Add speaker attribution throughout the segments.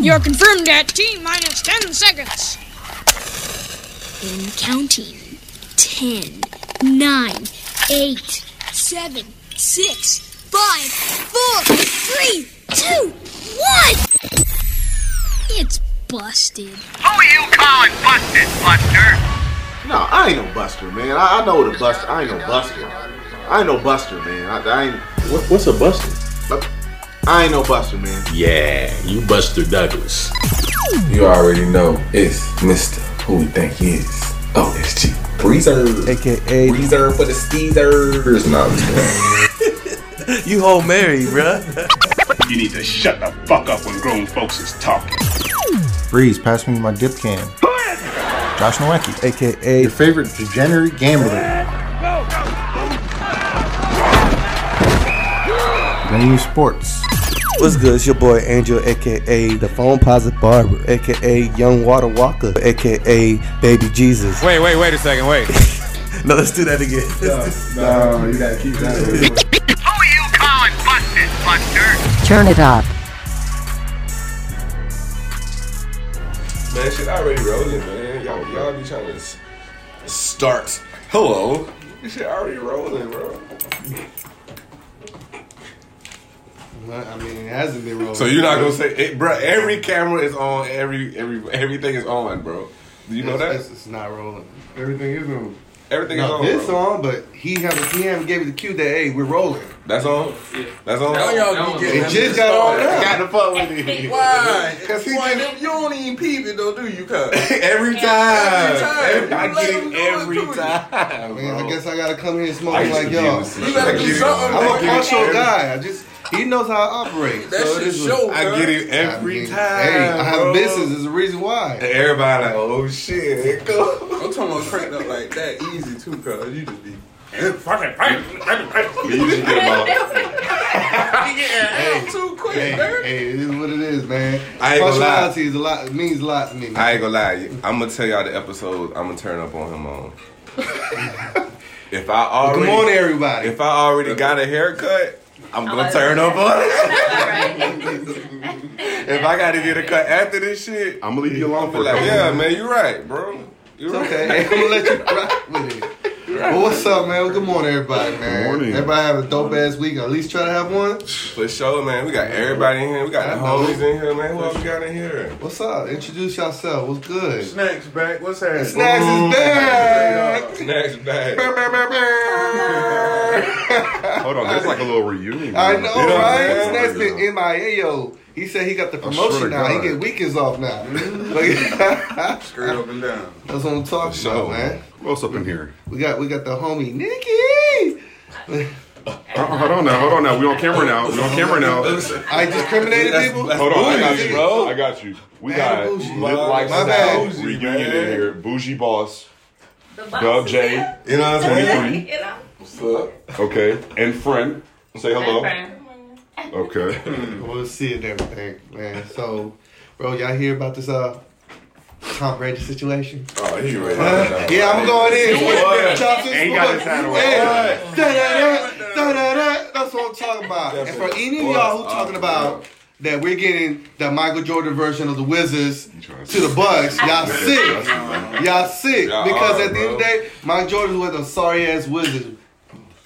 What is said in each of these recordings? Speaker 1: You're confirmed at T minus 10 seconds.
Speaker 2: In counting 10, 9, 8, 7, 6, 5, 4, 3, 2, 1. It's busted.
Speaker 3: Who you calling busted, Buster?
Speaker 4: No, I ain't no Buster, man. I, I know the Buster. I ain't no Buster. I ain't no Buster, man. I, I ain't.
Speaker 5: What, what's a buster?
Speaker 4: I ain't no Buster, man.
Speaker 5: Yeah, you Buster Douglas.
Speaker 6: You already know it's Mr. Who We Think He Is. Oh, it's G. Breezer.
Speaker 7: AKA
Speaker 6: Breezer for the Steezers. Nah, I'm just kidding.
Speaker 7: you hold Mary, bruh.
Speaker 8: You need to shut the fuck up when grown folks is talking.
Speaker 9: Breeze, pass me my dip can. Josh Nowacki,
Speaker 7: AKA
Speaker 9: your favorite degenerate gambler. Venue Sports.
Speaker 7: What's good? It's your boy Angel, aka the Phone Posit Barber, aka Young Water Walker, aka Baby Jesus.
Speaker 10: Wait, wait, wait a second, wait.
Speaker 7: No, let's do that again.
Speaker 4: Oh,
Speaker 6: No, you gotta keep that.
Speaker 3: Who you calling busted, Buster?
Speaker 11: Turn it up.
Speaker 6: man, shit already rolling, man. Y'all, y'all be trying to s- start. Hello. This shit already rolling, bro.
Speaker 4: I mean, it hasn't been rolling.
Speaker 6: So you're not gonna say, hey, bro? Every camera is on. Every every everything is on, bro. Do you know that?
Speaker 4: It's, it's not rolling. Everything is rolling.
Speaker 6: everything is
Speaker 4: Now,
Speaker 6: on.
Speaker 4: this
Speaker 6: bro.
Speaker 4: on, but he has a PM gave it the cue that hey, we're rolling.
Speaker 6: That's on. That's on. Now y'all
Speaker 4: It just got on. Got the fuck with it.
Speaker 12: Why?
Speaker 6: Cause he
Speaker 12: Why
Speaker 6: just-
Speaker 12: you don't even peep it though, do you, cuz?
Speaker 6: every time.
Speaker 12: Every time.
Speaker 6: I
Speaker 12: You
Speaker 6: get
Speaker 12: let him do
Speaker 6: it
Speaker 12: it
Speaker 6: every
Speaker 12: to you.
Speaker 6: time.
Speaker 4: Man, I
Speaker 6: bro.
Speaker 4: guess I gotta come here
Speaker 6: I
Speaker 4: smoking
Speaker 6: used to
Speaker 4: like
Speaker 6: be
Speaker 4: y'all.
Speaker 6: able to-
Speaker 12: You gotta
Speaker 6: I
Speaker 12: do
Speaker 6: get it.
Speaker 12: something.
Speaker 6: I
Speaker 4: I'm a
Speaker 6: get it
Speaker 4: cultural
Speaker 6: every-
Speaker 4: guy. I just he knows how I operate.
Speaker 12: That
Speaker 4: so
Speaker 12: shit
Speaker 4: this was-
Speaker 12: show,
Speaker 6: I
Speaker 12: cuz.
Speaker 6: get it
Speaker 4: I
Speaker 6: every
Speaker 4: mean,
Speaker 6: time.
Speaker 4: Hey, I have
Speaker 6: bro.
Speaker 4: a business. There's a reason why.
Speaker 6: And everybody like, oh shit, it go.
Speaker 12: I'm talking about cranked up like that easy too, cuz. You just be.
Speaker 6: You just get about.
Speaker 12: Damn, too quick,
Speaker 4: Hey,
Speaker 12: man.
Speaker 4: hey, it is what it is, man.
Speaker 6: I ain't gonna lie.
Speaker 4: Punctuality is a lot. It means a lot to me. Man.
Speaker 6: I ain't gonna lie, I'm gonna tell y'all the episode I'm gonna turn up on him on. if I
Speaker 4: Come
Speaker 6: already,
Speaker 4: on, everybody.
Speaker 6: if I already got a haircut, I'm gonna turn up on it. if I gotta get a cut after this shit,
Speaker 4: I'm gonna leave you alone
Speaker 6: I'm like, yeah, man, you right, bro. You right.
Speaker 4: Okay, hey, I'm gonna let you rock with it. Well, what's up, man? Well, Good morning, everybody, man.
Speaker 9: morning.
Speaker 4: Everybody have a dope ass week. At least try to have one.
Speaker 6: For sure, man. We got everybody in here. We got the homies in here, man. Who else we got in here?
Speaker 4: What's up? Introduce yourself. What's good?
Speaker 12: Snacks back. What's happening?
Speaker 4: Snacks is back.
Speaker 6: Next bag.
Speaker 9: Hold on, that's like a little reunion.
Speaker 4: I know,
Speaker 6: You know what I'm
Speaker 4: right?
Speaker 6: saying?
Speaker 4: Snacks been MIA. Yo, he said he got the
Speaker 9: swear to
Speaker 4: promotion now.
Speaker 9: God.
Speaker 4: He get weekends off now.
Speaker 6: Mm-hmm.
Speaker 4: Like,
Speaker 12: Straight up and down.
Speaker 4: That's what I'm talking
Speaker 6: Sure.
Speaker 4: about, man.
Speaker 9: What's up in here?
Speaker 4: We got we got the homie Nikki.
Speaker 9: Hold hold on now, hold on now. We on camera now. We on camera now.
Speaker 4: I discriminated people.
Speaker 9: Hold on, I got
Speaker 6: Bougie,
Speaker 9: you,
Speaker 6: bro.
Speaker 9: I got you. We
Speaker 4: Man,
Speaker 9: got
Speaker 4: bougie.
Speaker 9: Live
Speaker 6: My
Speaker 9: Lifestyle
Speaker 4: bad.
Speaker 6: Bougie,
Speaker 9: reunion in
Speaker 6: man.
Speaker 9: here. Bougie Boss, Dub J,
Speaker 6: You know what I'm saying?
Speaker 9: 23, okay, and friend. Say hello. Okay.
Speaker 4: We'll see and everything, man. So, bro, y'all hear about this uh Tom Brady situation?
Speaker 6: Oh, he ready. Uh,
Speaker 4: yeah, I'm going in.
Speaker 6: What?
Speaker 4: Chopsticks,
Speaker 9: Ain't got his
Speaker 4: what?
Speaker 9: hat on.
Speaker 4: Hey,
Speaker 6: What?
Speaker 4: da-da-da, da-da-da. That's what I'm talking about. And for any of y'all who talking about that we're getting the Michael Jordan version of the Wizards
Speaker 9: trying to-
Speaker 4: to the Bucks, y'all sick. Y'all sick.
Speaker 6: Y'all
Speaker 4: because
Speaker 6: are,
Speaker 4: at the end of the
Speaker 6: bro.
Speaker 4: day, Mike Jordan was a sorry ass Wizard.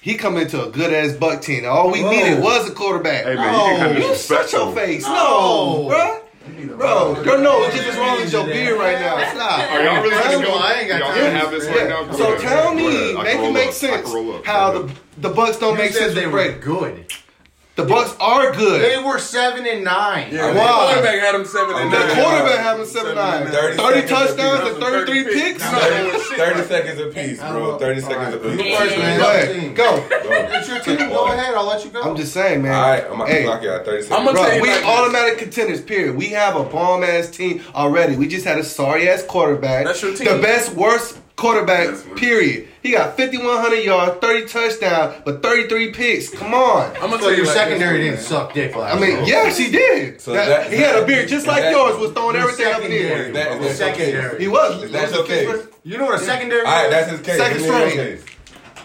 Speaker 4: He come into a good ass buck team. All we needed was a quarterback.
Speaker 9: Hey, man, you get kinda
Speaker 4: you shut your
Speaker 9: disrespectful.
Speaker 4: face. No, bruh. Bro, your nose is just as wrong as your beard right now. Stop.
Speaker 9: Are y'all really
Speaker 4: Tell
Speaker 9: gonna
Speaker 4: me-
Speaker 9: go?
Speaker 4: Yeah.
Speaker 9: Y'all gonna have this right now? Go
Speaker 4: So
Speaker 9: ahead.
Speaker 4: tell
Speaker 9: Go
Speaker 4: me,
Speaker 9: ahead. I
Speaker 4: make
Speaker 9: can
Speaker 4: it
Speaker 9: roll
Speaker 4: make
Speaker 9: up. I
Speaker 4: sense
Speaker 9: can roll up.
Speaker 4: how
Speaker 9: Go
Speaker 4: the the Bucks don't make sense with Brady.
Speaker 12: good.
Speaker 4: The Bucks are good.
Speaker 12: were seven and nine. Yeah,
Speaker 4: Why?
Speaker 12: The quarterback had them seven and
Speaker 4: The
Speaker 12: nine.
Speaker 4: quarterback having seven nine.
Speaker 6: 30
Speaker 4: Thirty
Speaker 6: seconds of
Speaker 4: touchdowns and
Speaker 12: defense.
Speaker 4: thirty three
Speaker 12: 30
Speaker 4: picks.
Speaker 12: picks.
Speaker 4: No.
Speaker 6: 30, 30 seconds apiece, bro. 30 seconds apiece.
Speaker 4: You first, man. Go ahead. Go.
Speaker 12: It's your team. Go ahead. I'll let you go.
Speaker 4: I'm just saying, man.
Speaker 6: All right, I'm about to
Speaker 4: Hey.
Speaker 6: clock y'all 30 seconds.
Speaker 12: I'ma tell
Speaker 4: Bro,
Speaker 12: you
Speaker 4: we
Speaker 12: like this.
Speaker 4: automatic contenders, period. We have a bomb ass team already. We just had a sorry ass quarterback.
Speaker 12: That's your team.
Speaker 4: The best, worst quarterback, period. He got 5,100 yards, 30 touchdowns, but 33 picks. Come on.
Speaker 12: I'm gonna tell you like this, man.
Speaker 10: suck dick
Speaker 4: I mean, yeah, she did.
Speaker 6: So
Speaker 4: That-
Speaker 6: that-
Speaker 4: he had a beard just like
Speaker 6: that-
Speaker 4: yours, was throwing everything up in the
Speaker 6: Is
Speaker 4: air.
Speaker 6: that, is that secondary.
Speaker 4: He was.
Speaker 6: Is that your case?
Speaker 10: You know what a secondary
Speaker 6: All right, that's his case.
Speaker 4: Second
Speaker 6: Give me your
Speaker 4: string.
Speaker 6: case.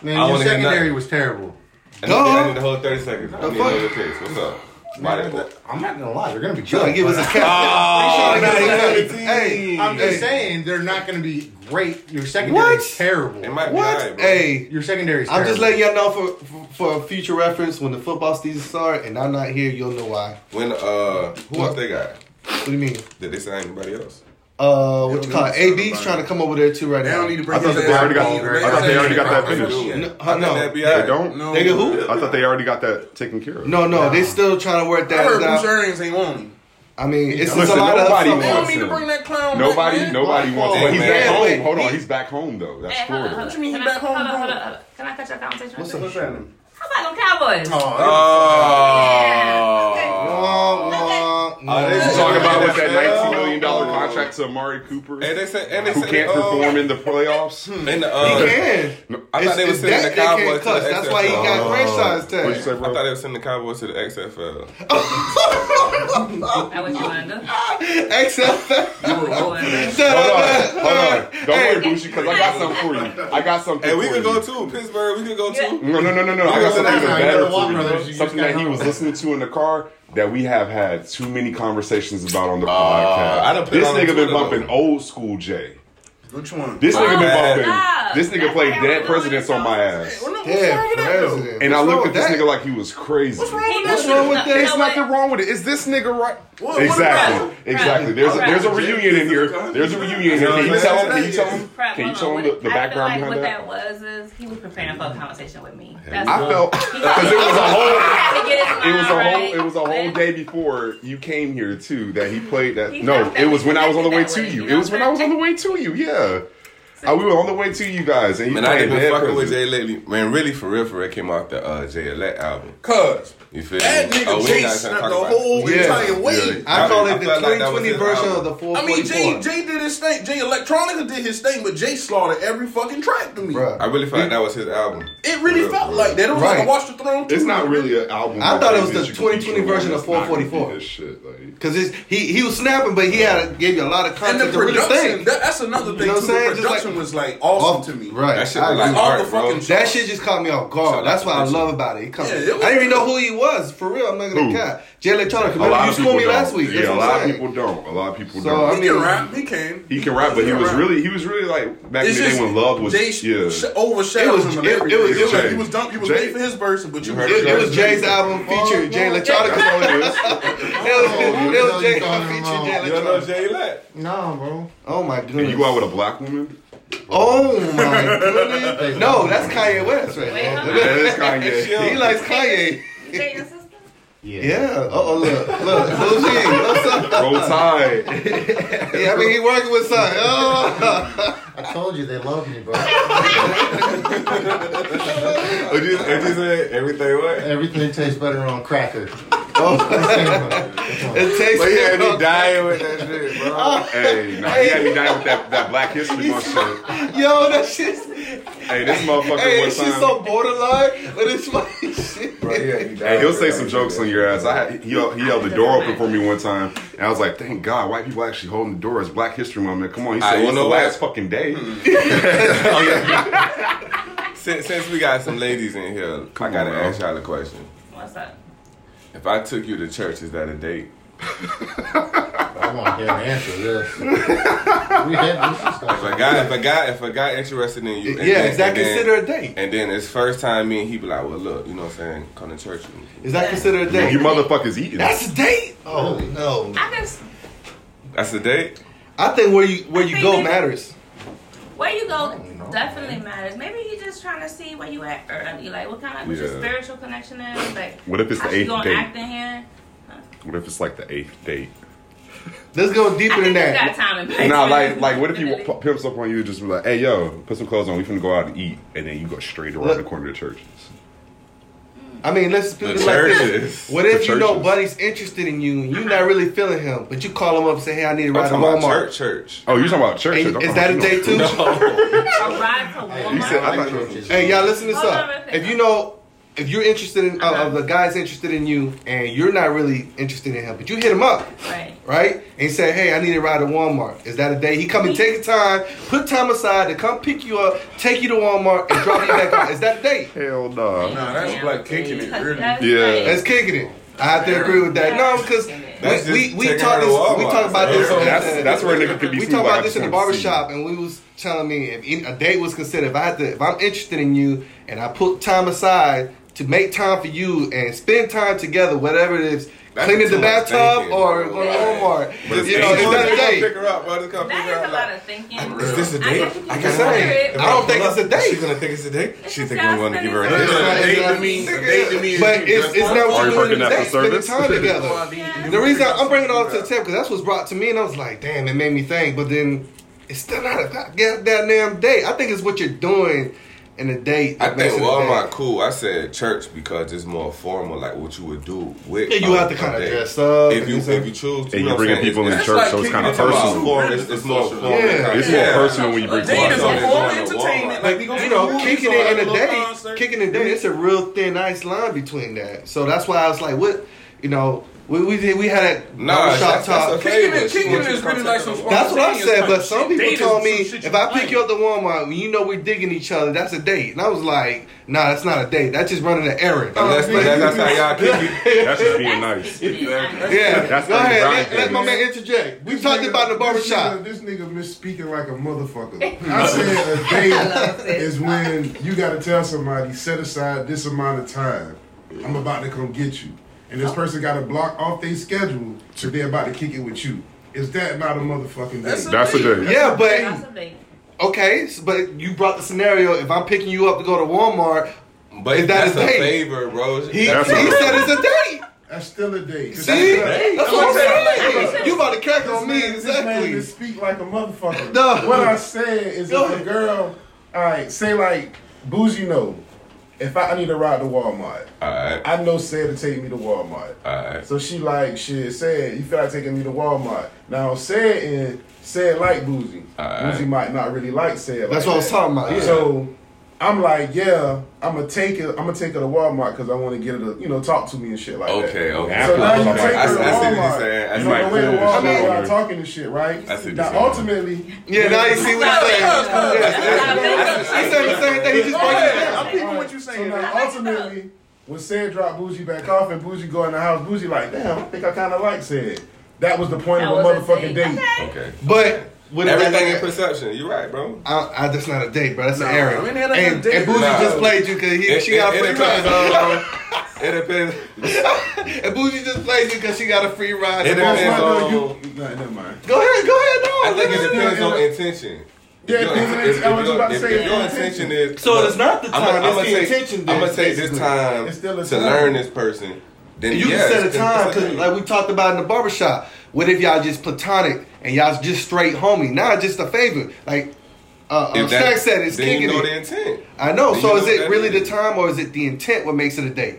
Speaker 10: Man,
Speaker 6: I your wanna hear secondary
Speaker 10: was terrible.
Speaker 6: I need, I
Speaker 4: Duh.
Speaker 6: need the whole 30 seconds. I need
Speaker 4: Uh-huh. fuck?
Speaker 6: another case. What's up?
Speaker 12: I'm not gonna lie, they're gonna be
Speaker 4: You're gonna
Speaker 12: good.
Speaker 4: give us a
Speaker 12: but-
Speaker 4: cap.
Speaker 6: Ah,
Speaker 4: Oh,
Speaker 12: They should've
Speaker 4: nice.
Speaker 12: given us a cap.
Speaker 4: Hey,
Speaker 12: I'm just
Speaker 4: hey.
Speaker 12: saying they're not gonna be great. Your secondary is terrible. It might
Speaker 4: be What? alright, bro. Hey.
Speaker 12: your secondary is
Speaker 4: I'm
Speaker 12: terrible.
Speaker 4: just letting y'all know for, for for future reference when the football season starts and I'm not here, you'll know why.
Speaker 6: When uh, who else they got?
Speaker 4: What do you mean?
Speaker 6: Did they sign anybody else?
Speaker 4: Uh, what you
Speaker 6: don't
Speaker 4: call
Speaker 6: need
Speaker 4: it?
Speaker 6: to sign
Speaker 4: AD's trying to come over there too right now.
Speaker 6: I thought they already got- I thought they already got that finished.
Speaker 4: No,
Speaker 6: I thought
Speaker 4: no.
Speaker 6: that'd be all right.
Speaker 8: They don't.
Speaker 6: No.
Speaker 4: They get who?
Speaker 8: I thought they already got that taken care of.
Speaker 4: No, no, they still trying to work that
Speaker 8: I heard
Speaker 4: out.
Speaker 8: Bruce
Speaker 12: ain't want him.
Speaker 4: I mean, it's
Speaker 8: Listen,
Speaker 4: a lot
Speaker 8: nobody
Speaker 4: of
Speaker 8: wants
Speaker 4: They
Speaker 8: him.
Speaker 4: don't need to
Speaker 12: Bring that clown.
Speaker 8: Nobody,
Speaker 12: back, man.
Speaker 8: nobody wants.
Speaker 6: Hey,
Speaker 8: But he's
Speaker 6: man.
Speaker 8: back
Speaker 6: Wait,
Speaker 8: home. Hold on, he's back home though. That's
Speaker 11: Hey, hold up,
Speaker 8: Florida.
Speaker 11: hold up.
Speaker 12: mean he
Speaker 11: Can I-
Speaker 12: back home,
Speaker 11: Hold up,
Speaker 12: bro?
Speaker 11: hold up, hold up. Can I catch your conversation?
Speaker 4: What's
Speaker 11: real
Speaker 4: up?
Speaker 11: quick?
Speaker 4: happening?
Speaker 11: How about them Cowboys?
Speaker 6: Oh.
Speaker 4: Uh,
Speaker 8: You talking about with that nineteen million dollar contract to Amari Cooper, and they said, and they who can't perform in the playoffs.
Speaker 6: oh, And the, uh,
Speaker 8: He
Speaker 4: can.
Speaker 6: I thought they were
Speaker 4: It's- it's
Speaker 6: sending the
Speaker 4: that they can't
Speaker 6: Cowboys to the
Speaker 4: cuss.
Speaker 6: XFL.
Speaker 4: That's why he got Oh. franchise tag.
Speaker 6: What'd you say, bro? I thought they were sending the Cowboys to the XFL.
Speaker 11: That what you wanna do?
Speaker 8: Hold on, hold on. Don't worry, Bushy, because I got something for you. I got something.
Speaker 6: Hey, we
Speaker 8: for
Speaker 6: could
Speaker 8: you.
Speaker 6: go too. Pittsburgh, we could go too.
Speaker 8: No, no, no, no, no. I
Speaker 6: You
Speaker 8: got something even
Speaker 6: Atlanta, you
Speaker 8: better
Speaker 6: gotta walk,
Speaker 8: for
Speaker 6: brothers.
Speaker 8: you.
Speaker 6: You
Speaker 8: Something
Speaker 6: just
Speaker 8: that
Speaker 6: gotta
Speaker 8: he was
Speaker 6: walk.
Speaker 8: listening to in the car that we have had too many conversations about on the
Speaker 6: Uh, I done
Speaker 8: podcast.
Speaker 6: put
Speaker 8: This
Speaker 6: on
Speaker 8: nigga
Speaker 6: Twitter,
Speaker 8: been bumping old school Jay.
Speaker 12: Which one?
Speaker 8: This nigga
Speaker 6: bad.
Speaker 8: been bumping. This nigga played dead presidents on my ass. And I looked at this nigga like he was crazy.
Speaker 12: What's
Speaker 8: wrong with that? There's nothing wrong with it. Is this nigga right? Exactly. Exactly. There's a, there's a reunion in here. There's a reunion in here. Can you tell him? Can you tell him?
Speaker 11: Crap,
Speaker 8: Can you
Speaker 11: hold
Speaker 8: tell
Speaker 11: on.
Speaker 8: him the,
Speaker 11: What-
Speaker 8: the background
Speaker 11: I feel like
Speaker 8: behind
Speaker 11: what
Speaker 8: that?
Speaker 11: that was is he was preparing for a conversation with me.
Speaker 8: I felt because it was a
Speaker 11: had to get his
Speaker 8: whole, it was a
Speaker 11: line
Speaker 8: whole,
Speaker 11: right.
Speaker 8: it was a whole day before you came here too that he played that.
Speaker 11: He
Speaker 8: No,
Speaker 11: felt that
Speaker 8: it was
Speaker 11: he
Speaker 8: when I was on the way
Speaker 11: connected
Speaker 8: to
Speaker 11: that
Speaker 8: you.
Speaker 11: way,
Speaker 8: It was when I was on the way to you. Yeah, Uh, we were on the way to you guys, and he
Speaker 6: Man, I
Speaker 8: played
Speaker 6: ain't been
Speaker 8: dead
Speaker 6: fucking with
Speaker 8: president.
Speaker 6: Jay lately. Man, really, for real, for real, came off the uh, Jay Elect album.
Speaker 12: Cuz.
Speaker 6: You feel
Speaker 12: That
Speaker 6: me?
Speaker 12: nigga
Speaker 6: we
Speaker 12: Jay
Speaker 6: not gonna
Speaker 12: snapped
Speaker 6: talk
Speaker 12: the
Speaker 6: about
Speaker 7: Oh,
Speaker 12: whole
Speaker 6: it.
Speaker 12: entire wave.
Speaker 4: I call it the
Speaker 6: felt like that was
Speaker 4: 2020
Speaker 6: his
Speaker 4: version
Speaker 6: album.
Speaker 4: of the
Speaker 12: I mean, Jay,
Speaker 4: 444.
Speaker 12: Jay did his thing. Jay Electronica did his thing, but Jay slaughtered every fucking track to me.
Speaker 6: I really felt like that was his album.
Speaker 12: It really felt like that. It was like
Speaker 4: Right.
Speaker 12: a Watch the Throne.
Speaker 8: It's not really an album.
Speaker 4: I thought it was
Speaker 8: that
Speaker 4: the
Speaker 8: you can feature
Speaker 4: 2020
Speaker 8: on.
Speaker 4: version
Speaker 8: It's
Speaker 4: of
Speaker 8: not gonna be
Speaker 4: 444.
Speaker 8: This shit, like,
Speaker 4: Cause it's, he he was snapping, but he had a, gave you a lot of
Speaker 12: And
Speaker 4: content
Speaker 12: the
Speaker 4: to really
Speaker 12: production,
Speaker 4: think.
Speaker 12: that, that's another thing.
Speaker 4: You know what
Speaker 12: too.
Speaker 4: I'm saying?
Speaker 12: The
Speaker 4: Just like-
Speaker 12: production was like awesome to me.
Speaker 4: Right,
Speaker 6: That shit
Speaker 4: I
Speaker 6: was like
Speaker 4: agree.
Speaker 12: All
Speaker 6: art,
Speaker 12: the
Speaker 6: bro.
Speaker 12: fucking-
Speaker 4: That shit just caught me off guard. That's what I love about it. It comes.
Speaker 12: Yeah, it was-
Speaker 4: I didn't even know who he was for real. I'm not gonna
Speaker 8: Who?
Speaker 4: cap. Jay Electronica.
Speaker 8: a lot
Speaker 4: Remember, you
Speaker 8: of people
Speaker 4: schooled me
Speaker 8: don't.
Speaker 4: last week. That's
Speaker 8: Yeah, a
Speaker 4: what I'm
Speaker 8: lot of
Speaker 4: saying.
Speaker 8: people don't. A lot of people
Speaker 4: So,
Speaker 8: don't.
Speaker 4: I mean-
Speaker 12: He can rap. He can.
Speaker 8: He can rap, but he
Speaker 12: can
Speaker 8: was
Speaker 12: rap.
Speaker 8: really, he was really like back in
Speaker 12: It's
Speaker 8: the day
Speaker 12: just
Speaker 8: when love was,
Speaker 12: Jay
Speaker 8: yeah.
Speaker 12: sh-
Speaker 4: oh,
Speaker 12: overshadowed
Speaker 4: It was-
Speaker 12: him. and
Speaker 4: it- it
Speaker 12: everything.
Speaker 4: was- it was-
Speaker 12: he was dumb. He was
Speaker 8: Jay-
Speaker 12: late for his verse, but you
Speaker 6: heard
Speaker 4: It, it was
Speaker 6: That's
Speaker 4: Jay's album featuring Jay Electronica.
Speaker 8: That's all
Speaker 4: it
Speaker 8: it is.
Speaker 4: was, it was Jay featuring Jay
Speaker 6: You don't know
Speaker 4: Electronica.
Speaker 6: Jay Elect?
Speaker 12: No, bro.
Speaker 4: Oh my
Speaker 8: And
Speaker 4: goodness.
Speaker 8: you go out with a black woman?
Speaker 4: Oh my goodness. No, that's Kanye West right
Speaker 11: Wait,
Speaker 4: now.
Speaker 11: hold
Speaker 8: That is Kanye.
Speaker 4: He likes Kanye.
Speaker 11: You date your sister?
Speaker 4: Yeah. Uh oh, look. Look. Lil G. What's up?
Speaker 8: Roll Tide.
Speaker 4: Yeah, I mean, he working with son. Oh.
Speaker 12: I told you they love me, bro.
Speaker 6: What'd you, what'd you say? Everything what?
Speaker 12: Everything tastes better on cracker.
Speaker 4: It tastes
Speaker 6: But yeah,
Speaker 4: good.
Speaker 6: he dying with that shit, bro.
Speaker 8: Hey, nah, he had me down with that, that Black History Month shit.
Speaker 4: Yo, that shit's.
Speaker 8: Hey, this motherfucker
Speaker 4: Hey,
Speaker 8: one
Speaker 4: that shit's
Speaker 8: time.
Speaker 4: so borderline, but it's funny shit.
Speaker 6: Bro, he had me dying
Speaker 8: Hey, he'll
Speaker 6: with
Speaker 8: say
Speaker 6: that
Speaker 8: some
Speaker 6: shit.
Speaker 8: jokes on your ass. I had, he, he held the door open for me one time, and I was like, "Thank God, white people actually holding the door." It's Black History Month, man. Come on, he
Speaker 6: I
Speaker 8: said, "It's
Speaker 6: wanna
Speaker 8: the
Speaker 6: know
Speaker 8: last
Speaker 6: what- Hmm.
Speaker 8: fucking day."
Speaker 6: Since, since we got some ladies in here, I
Speaker 8: on,
Speaker 6: gotta
Speaker 8: bro.
Speaker 6: ask y'all a question.
Speaker 11: What's up?
Speaker 6: If I took you to church, is that a date?
Speaker 12: I want to hear an answer to this. We had this
Speaker 6: If a guy, if a guy, if a guy interested in you, and
Speaker 4: Yeah,
Speaker 6: then-
Speaker 4: is that
Speaker 6: and then-
Speaker 4: considered a date?
Speaker 6: And then his first time in, he be like, "Well, look, you know what I'm saying? Come to church with me."
Speaker 4: Is that considered a
Speaker 8: Man, you
Speaker 4: date?
Speaker 8: motherfuckers eating.
Speaker 4: That's a date. Oh no.
Speaker 11: I just
Speaker 6: That's a date.
Speaker 4: I think where you where you go matters.
Speaker 11: where you go definitely matters. Maybe he just trying to see where you at early, like what kind of what
Speaker 8: Yeah.
Speaker 11: your spiritual connection is. Like
Speaker 8: What if it's
Speaker 11: how
Speaker 8: the
Speaker 11: she
Speaker 8: eighth
Speaker 11: gonna
Speaker 8: date?
Speaker 11: act in here?
Speaker 8: What if it's like the eighth date?
Speaker 4: Let's go deeper
Speaker 11: I
Speaker 4: than
Speaker 11: think you got
Speaker 4: that.
Speaker 11: time and place.
Speaker 8: Nah, like, like, what if you p- pimps up on you and just be like, "Hey, yo, put some clothes on. We finna go out and eat," and then you go straight around
Speaker 4: Look.
Speaker 8: the corner to church.
Speaker 4: I mean, let's do
Speaker 6: The
Speaker 4: it like this.
Speaker 6: churches.
Speaker 4: What if
Speaker 8: The
Speaker 4: you know
Speaker 8: churches.
Speaker 4: buddy's interested in you and you're not really feeling him, but you call him up and say, "Hey, I need a
Speaker 6: I'm
Speaker 4: ride to
Speaker 6: talking about
Speaker 4: Walmart."
Speaker 6: church, church.
Speaker 8: Oh, you're talking about church?
Speaker 4: Hey,
Speaker 8: I'm
Speaker 4: is
Speaker 8: talking
Speaker 4: that a
Speaker 8: about-
Speaker 4: date too?
Speaker 11: a ride to Walmart.
Speaker 8: You said I thought
Speaker 4: Hey, y'all, listen this
Speaker 11: Hold on
Speaker 4: up.
Speaker 11: real quick.
Speaker 4: if you know, if you're interested in, uh, of the guy's interested in you, and you're not really interested in him, but you hit him up,
Speaker 11: right.
Speaker 4: right? And say, hey, I need a ride to Walmart. Is that a day? He come and take the time, put time aside to come pick you up, take you to Walmart, and drop you back off. Is that a date?
Speaker 8: Hell no.
Speaker 6: Nah, that's like kicking it, really.
Speaker 11: That's
Speaker 8: Yeah.
Speaker 11: like-
Speaker 4: That's kicking it. I have to agree with that. No, because
Speaker 8: That's
Speaker 4: we, we,
Speaker 8: just
Speaker 4: we
Speaker 8: taking
Speaker 4: talk
Speaker 8: her to
Speaker 4: this we
Speaker 8: Walmart.
Speaker 4: talk about this.
Speaker 8: Yeah, that's- that's where a nigga could be
Speaker 4: We talk
Speaker 8: fooled, I
Speaker 4: about this
Speaker 8: just
Speaker 4: in the
Speaker 8: wanted to see.
Speaker 4: barbershop, and we was telling me if any- a date was considered, if I had to, if I'm interested in you, and I put time aside to make time for you and spend time together, whatever it is,
Speaker 6: That's
Speaker 4: cleaning
Speaker 6: too
Speaker 4: the
Speaker 6: much
Speaker 4: bathtub
Speaker 6: thinking.
Speaker 4: or going to Walmart, you know, it's not a date.
Speaker 6: Pick her up, bro. Just come pick her up.
Speaker 11: lot of thinking.
Speaker 6: Is this a
Speaker 11: I
Speaker 6: date?
Speaker 11: guess you
Speaker 6: I
Speaker 11: can
Speaker 6: gotta
Speaker 11: consider
Speaker 6: think.
Speaker 11: it.
Speaker 6: If
Speaker 4: I don't think
Speaker 6: pull
Speaker 4: it's a
Speaker 6: up,
Speaker 4: date.
Speaker 6: She's gonna think it's a date. She
Speaker 11: just
Speaker 6: think I'm gonna give her a
Speaker 4: It's not-
Speaker 6: date.
Speaker 4: it's not- But it's, it's not
Speaker 6: Are
Speaker 4: what
Speaker 6: you
Speaker 4: you're doing
Speaker 6: parking
Speaker 4: today.
Speaker 6: that for
Speaker 4: Spending
Speaker 6: service?
Speaker 4: time together. the reason I'm bringing it all to the table because that's what's brought to me, and I was like, damn, it made me think. But then it's still not a goddamn damn date. I think it's what you're doing in a date.
Speaker 6: I
Speaker 4: that makes
Speaker 6: think
Speaker 4: it a date.
Speaker 6: Walmart cool. I said church because it's more formal, like what you would do with.
Speaker 4: Yeah, you
Speaker 6: um,
Speaker 4: have to kinda
Speaker 6: a date.
Speaker 4: dress up
Speaker 6: if you
Speaker 4: and stuff.
Speaker 6: if you choose. to,
Speaker 8: And
Speaker 6: you
Speaker 8: you're bringing people in church, so it's kinda personal.
Speaker 6: It's, it's more formal.
Speaker 8: Yeah. It's more personal when you bring people out.
Speaker 4: Like, you know, kicking it in a day, kicking it in a day, it's a real thin, nice line between that. So that's why I was like, what, you know, we we did, we had that
Speaker 6: Nah,
Speaker 4: barbershop
Speaker 6: that's- that's
Speaker 4: talk.
Speaker 6: okay, Kicking it- but she kicking wants it you is to
Speaker 13: really like some
Speaker 4: That's what I said, but some people
Speaker 13: Dating
Speaker 4: told me
Speaker 13: is some shit
Speaker 4: if
Speaker 13: you
Speaker 4: I pick you up at Walmart, when you know we're digging each other, that's a date. And I was like, nah, that's not a date. That's just running an errand.
Speaker 6: Unless Oh, that's how y'all kick
Speaker 8: it. That's just being nice.
Speaker 4: Yeah,
Speaker 8: That's
Speaker 4: go
Speaker 8: the
Speaker 4: ahead.
Speaker 8: grind
Speaker 4: Let, let
Speaker 8: thing.
Speaker 4: my man interject. We talked about the barbershop.
Speaker 12: This nigga misspeaking like a motherfucker. I said a date is when you got to tell somebody set aside this amount of time. I'm about to come get you, and this person got to block off their schedule so they're about to kick it with you. Is that not a motherfucking date?
Speaker 8: That's a date.
Speaker 4: Yeah,
Speaker 11: That's
Speaker 4: but
Speaker 11: a date.
Speaker 4: okay, s- but you brought the scenario. If I'm picking you up to go to Walmart,
Speaker 6: But
Speaker 4: is that
Speaker 6: that's
Speaker 4: a date?
Speaker 6: a favor, bro.
Speaker 4: He, he
Speaker 6: That's a-
Speaker 4: said it's a date.
Speaker 12: That's still a date.
Speaker 4: See, that's what I'm saying.
Speaker 12: Look,
Speaker 4: You about to crack
Speaker 12: this
Speaker 4: on me
Speaker 12: man- This man
Speaker 4: exactly.
Speaker 12: just speak like a motherfucker.
Speaker 4: No.
Speaker 12: What I said is
Speaker 4: Go
Speaker 12: if a
Speaker 4: ahead.
Speaker 12: girl, all right, say like, bougie no. If I, I need a ride to Walmart, I know said to take me to Walmart. So she like, shit, said you feel like taking me to Walmart. Now said and said like bougie. Bougie might not really like said. like
Speaker 4: That's what I was
Speaker 12: that.
Speaker 4: talking about, yeah.
Speaker 12: So I'm like, yeah, I'm gonna take it. I'm gonna take her to Walmart because I want to get her to, you know, talk to me and shit like that.
Speaker 6: Okay, okay.
Speaker 12: So now you
Speaker 6: Apple.
Speaker 12: take
Speaker 6: I- I
Speaker 12: her
Speaker 6: see
Speaker 12: to
Speaker 6: what you're
Speaker 12: Walmart.
Speaker 6: saying. I
Speaker 12: You on
Speaker 6: see
Speaker 12: the way to
Speaker 6: what you're
Speaker 12: Walmart,
Speaker 6: saying.
Speaker 12: y'all talking and shit, right?
Speaker 6: I see what
Speaker 12: Now
Speaker 6: you're saying.
Speaker 12: ultimately,
Speaker 4: Yeah, now you see what he's saying. Yes, yes, yes. He said the same thing. He just broke it down.
Speaker 12: I'm people what you saying. So now ultimately, when Sid dropped Bougie back off and Bougie go in the house, Bougie like, damn, I think I kind of like Sid. That was the point of a motherfucking date.
Speaker 6: Okay.
Speaker 4: But with
Speaker 6: Everything in
Speaker 4: that,
Speaker 6: perception. You're right, bro.
Speaker 4: I, I, that's not a date, bro. That's
Speaker 6: No,
Speaker 4: an errand.
Speaker 6: I mean, that ain't
Speaker 4: and
Speaker 6: a date.
Speaker 4: and Bougie
Speaker 6: Nah.
Speaker 4: just played you because
Speaker 6: It-
Speaker 4: she got a
Speaker 6: it-
Speaker 4: free
Speaker 6: it
Speaker 4: ride.
Speaker 6: depends.
Speaker 4: dog.
Speaker 6: It depends.
Speaker 4: and Bougie just played you because she got a free ride.
Speaker 6: It
Speaker 4: That's
Speaker 6: depends
Speaker 4: why I know
Speaker 6: on.
Speaker 4: you-
Speaker 12: No, never mind.
Speaker 4: Go ahead, go ahead. No,
Speaker 6: I think
Speaker 4: no,
Speaker 6: it
Speaker 4: no,
Speaker 6: depends
Speaker 4: no,
Speaker 6: on
Speaker 4: no.
Speaker 6: intention.
Speaker 4: Yeah,
Speaker 6: If your-
Speaker 4: it depends-
Speaker 6: if-
Speaker 4: I was
Speaker 6: if
Speaker 4: about to
Speaker 6: your-
Speaker 4: say
Speaker 6: if your
Speaker 4: intention.
Speaker 6: intention is.
Speaker 4: So it's not the time, it's the intention
Speaker 6: I'm gonna
Speaker 4: then,
Speaker 6: take this
Speaker 4: basically.
Speaker 6: time
Speaker 4: It's still a
Speaker 6: to
Speaker 4: time.
Speaker 6: learn this person. Then
Speaker 4: And you
Speaker 6: yes,
Speaker 4: can set a
Speaker 6: it's-
Speaker 4: time
Speaker 6: it's a
Speaker 4: because, like we talked about in the barbershop, what if y'all just platonic and y'all just straight homie, not just a favor? Like uh, uh,
Speaker 6: If that-
Speaker 4: Stack said, it's
Speaker 6: then you
Speaker 4: kicking
Speaker 6: know
Speaker 4: it.
Speaker 6: the intent.
Speaker 4: I know.
Speaker 6: Then
Speaker 4: so
Speaker 6: you
Speaker 4: is
Speaker 6: know
Speaker 4: it
Speaker 6: that
Speaker 4: really
Speaker 6: is.
Speaker 4: the time or is it the intent? What makes it a date?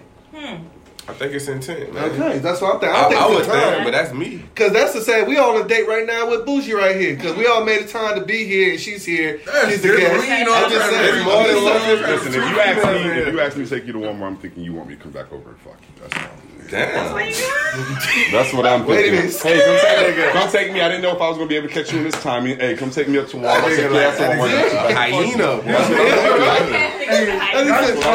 Speaker 6: I think it's intent. Man.
Speaker 4: Okay, that's what I'm thinking.
Speaker 6: I,
Speaker 4: I, think
Speaker 6: I
Speaker 4: it's
Speaker 6: would
Speaker 4: the time.
Speaker 6: think, but that's me.
Speaker 4: Cause that's the same. We all on a date right now with Bougie right here. Cause we all made a time to be here, and she's here. she's the
Speaker 8: different.
Speaker 4: guest.
Speaker 8: We ain't
Speaker 4: I'm
Speaker 8: on
Speaker 4: just
Speaker 8: the
Speaker 4: saying.
Speaker 8: It's more than
Speaker 4: I'm just
Speaker 8: Listen, if
Speaker 4: saying.
Speaker 8: you ask me, if you ask me to take you to Walmart, I'm thinking you want me to come back over and fuck you. That's all. That's what I'm
Speaker 6: Wait a
Speaker 8: thinking.
Speaker 6: minute.
Speaker 8: Hey, come take, come take me. I didn't know if I was gonna be able to catch you in this timing. Hey, come take me up to Walmart. Take your ass to Walmart. Get you back. That's what I'm thinking. So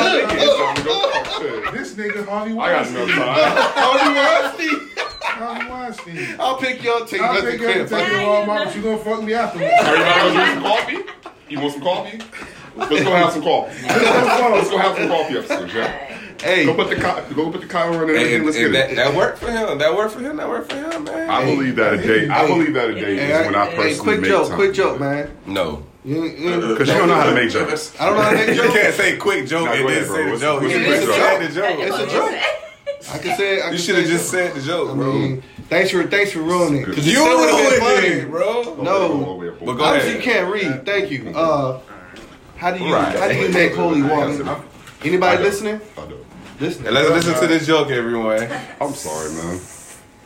Speaker 8: I'm gonna go fuck shit.
Speaker 12: This nigga Harvey
Speaker 8: I got no
Speaker 12: Weinstein.
Speaker 8: time.
Speaker 4: Harvey Weinstein.
Speaker 12: Harvey Weinstein.
Speaker 4: I'll pick you up, take you
Speaker 12: I'll
Speaker 4: up to
Speaker 12: pick you up and
Speaker 4: the
Speaker 12: take you to
Speaker 4: crib.
Speaker 12: Walmart, but you gonna fuck me afterwards.
Speaker 8: Everybody else want some coffee? You want some coffee? Let's go have some coffee. Let's go have some coffee upstairs. Yeah? Hey, go put the co- go put the collar on and everything.
Speaker 6: And,
Speaker 8: Let's
Speaker 6: and
Speaker 8: get
Speaker 6: that,
Speaker 8: it.
Speaker 6: that worked for him. That worked for him. That worked for him, man.
Speaker 8: I believe that a date. I believe that a date
Speaker 4: Hey,
Speaker 8: is when I
Speaker 4: hey,
Speaker 8: personally
Speaker 4: quick
Speaker 8: make
Speaker 4: joke,
Speaker 8: time.
Speaker 4: quick joke, man.
Speaker 6: No.
Speaker 4: You, you,
Speaker 8: Because you don't know how to make jokes.
Speaker 4: I don't know how to make
Speaker 6: You
Speaker 4: jokes.
Speaker 6: can't say quick joke
Speaker 8: Nah,
Speaker 6: and
Speaker 8: go
Speaker 6: then
Speaker 8: ahead, bro.
Speaker 6: say the
Speaker 8: What's-
Speaker 6: joke.
Speaker 8: what's
Speaker 6: You
Speaker 8: the
Speaker 6: should
Speaker 8: quick
Speaker 6: have said
Speaker 8: joke?
Speaker 6: the joke.
Speaker 4: It's a joke. I can say. it, I
Speaker 6: You
Speaker 4: can
Speaker 6: should have
Speaker 4: say
Speaker 6: just said the joke,
Speaker 4: I
Speaker 6: bro.
Speaker 4: mean, thanks for thanks for ruining it. 'cause it
Speaker 6: You
Speaker 4: still would've been
Speaker 6: ruined
Speaker 4: funny.
Speaker 6: it, bro.
Speaker 4: No,
Speaker 6: But go
Speaker 4: obviously you
Speaker 6: ahead.
Speaker 4: can't read. Thank you. Uh, how do you
Speaker 6: Right.
Speaker 4: how do you make holy water? Anybody listening? Listen.
Speaker 6: And let's listen to this joke, everyone.
Speaker 8: I'm sorry, man.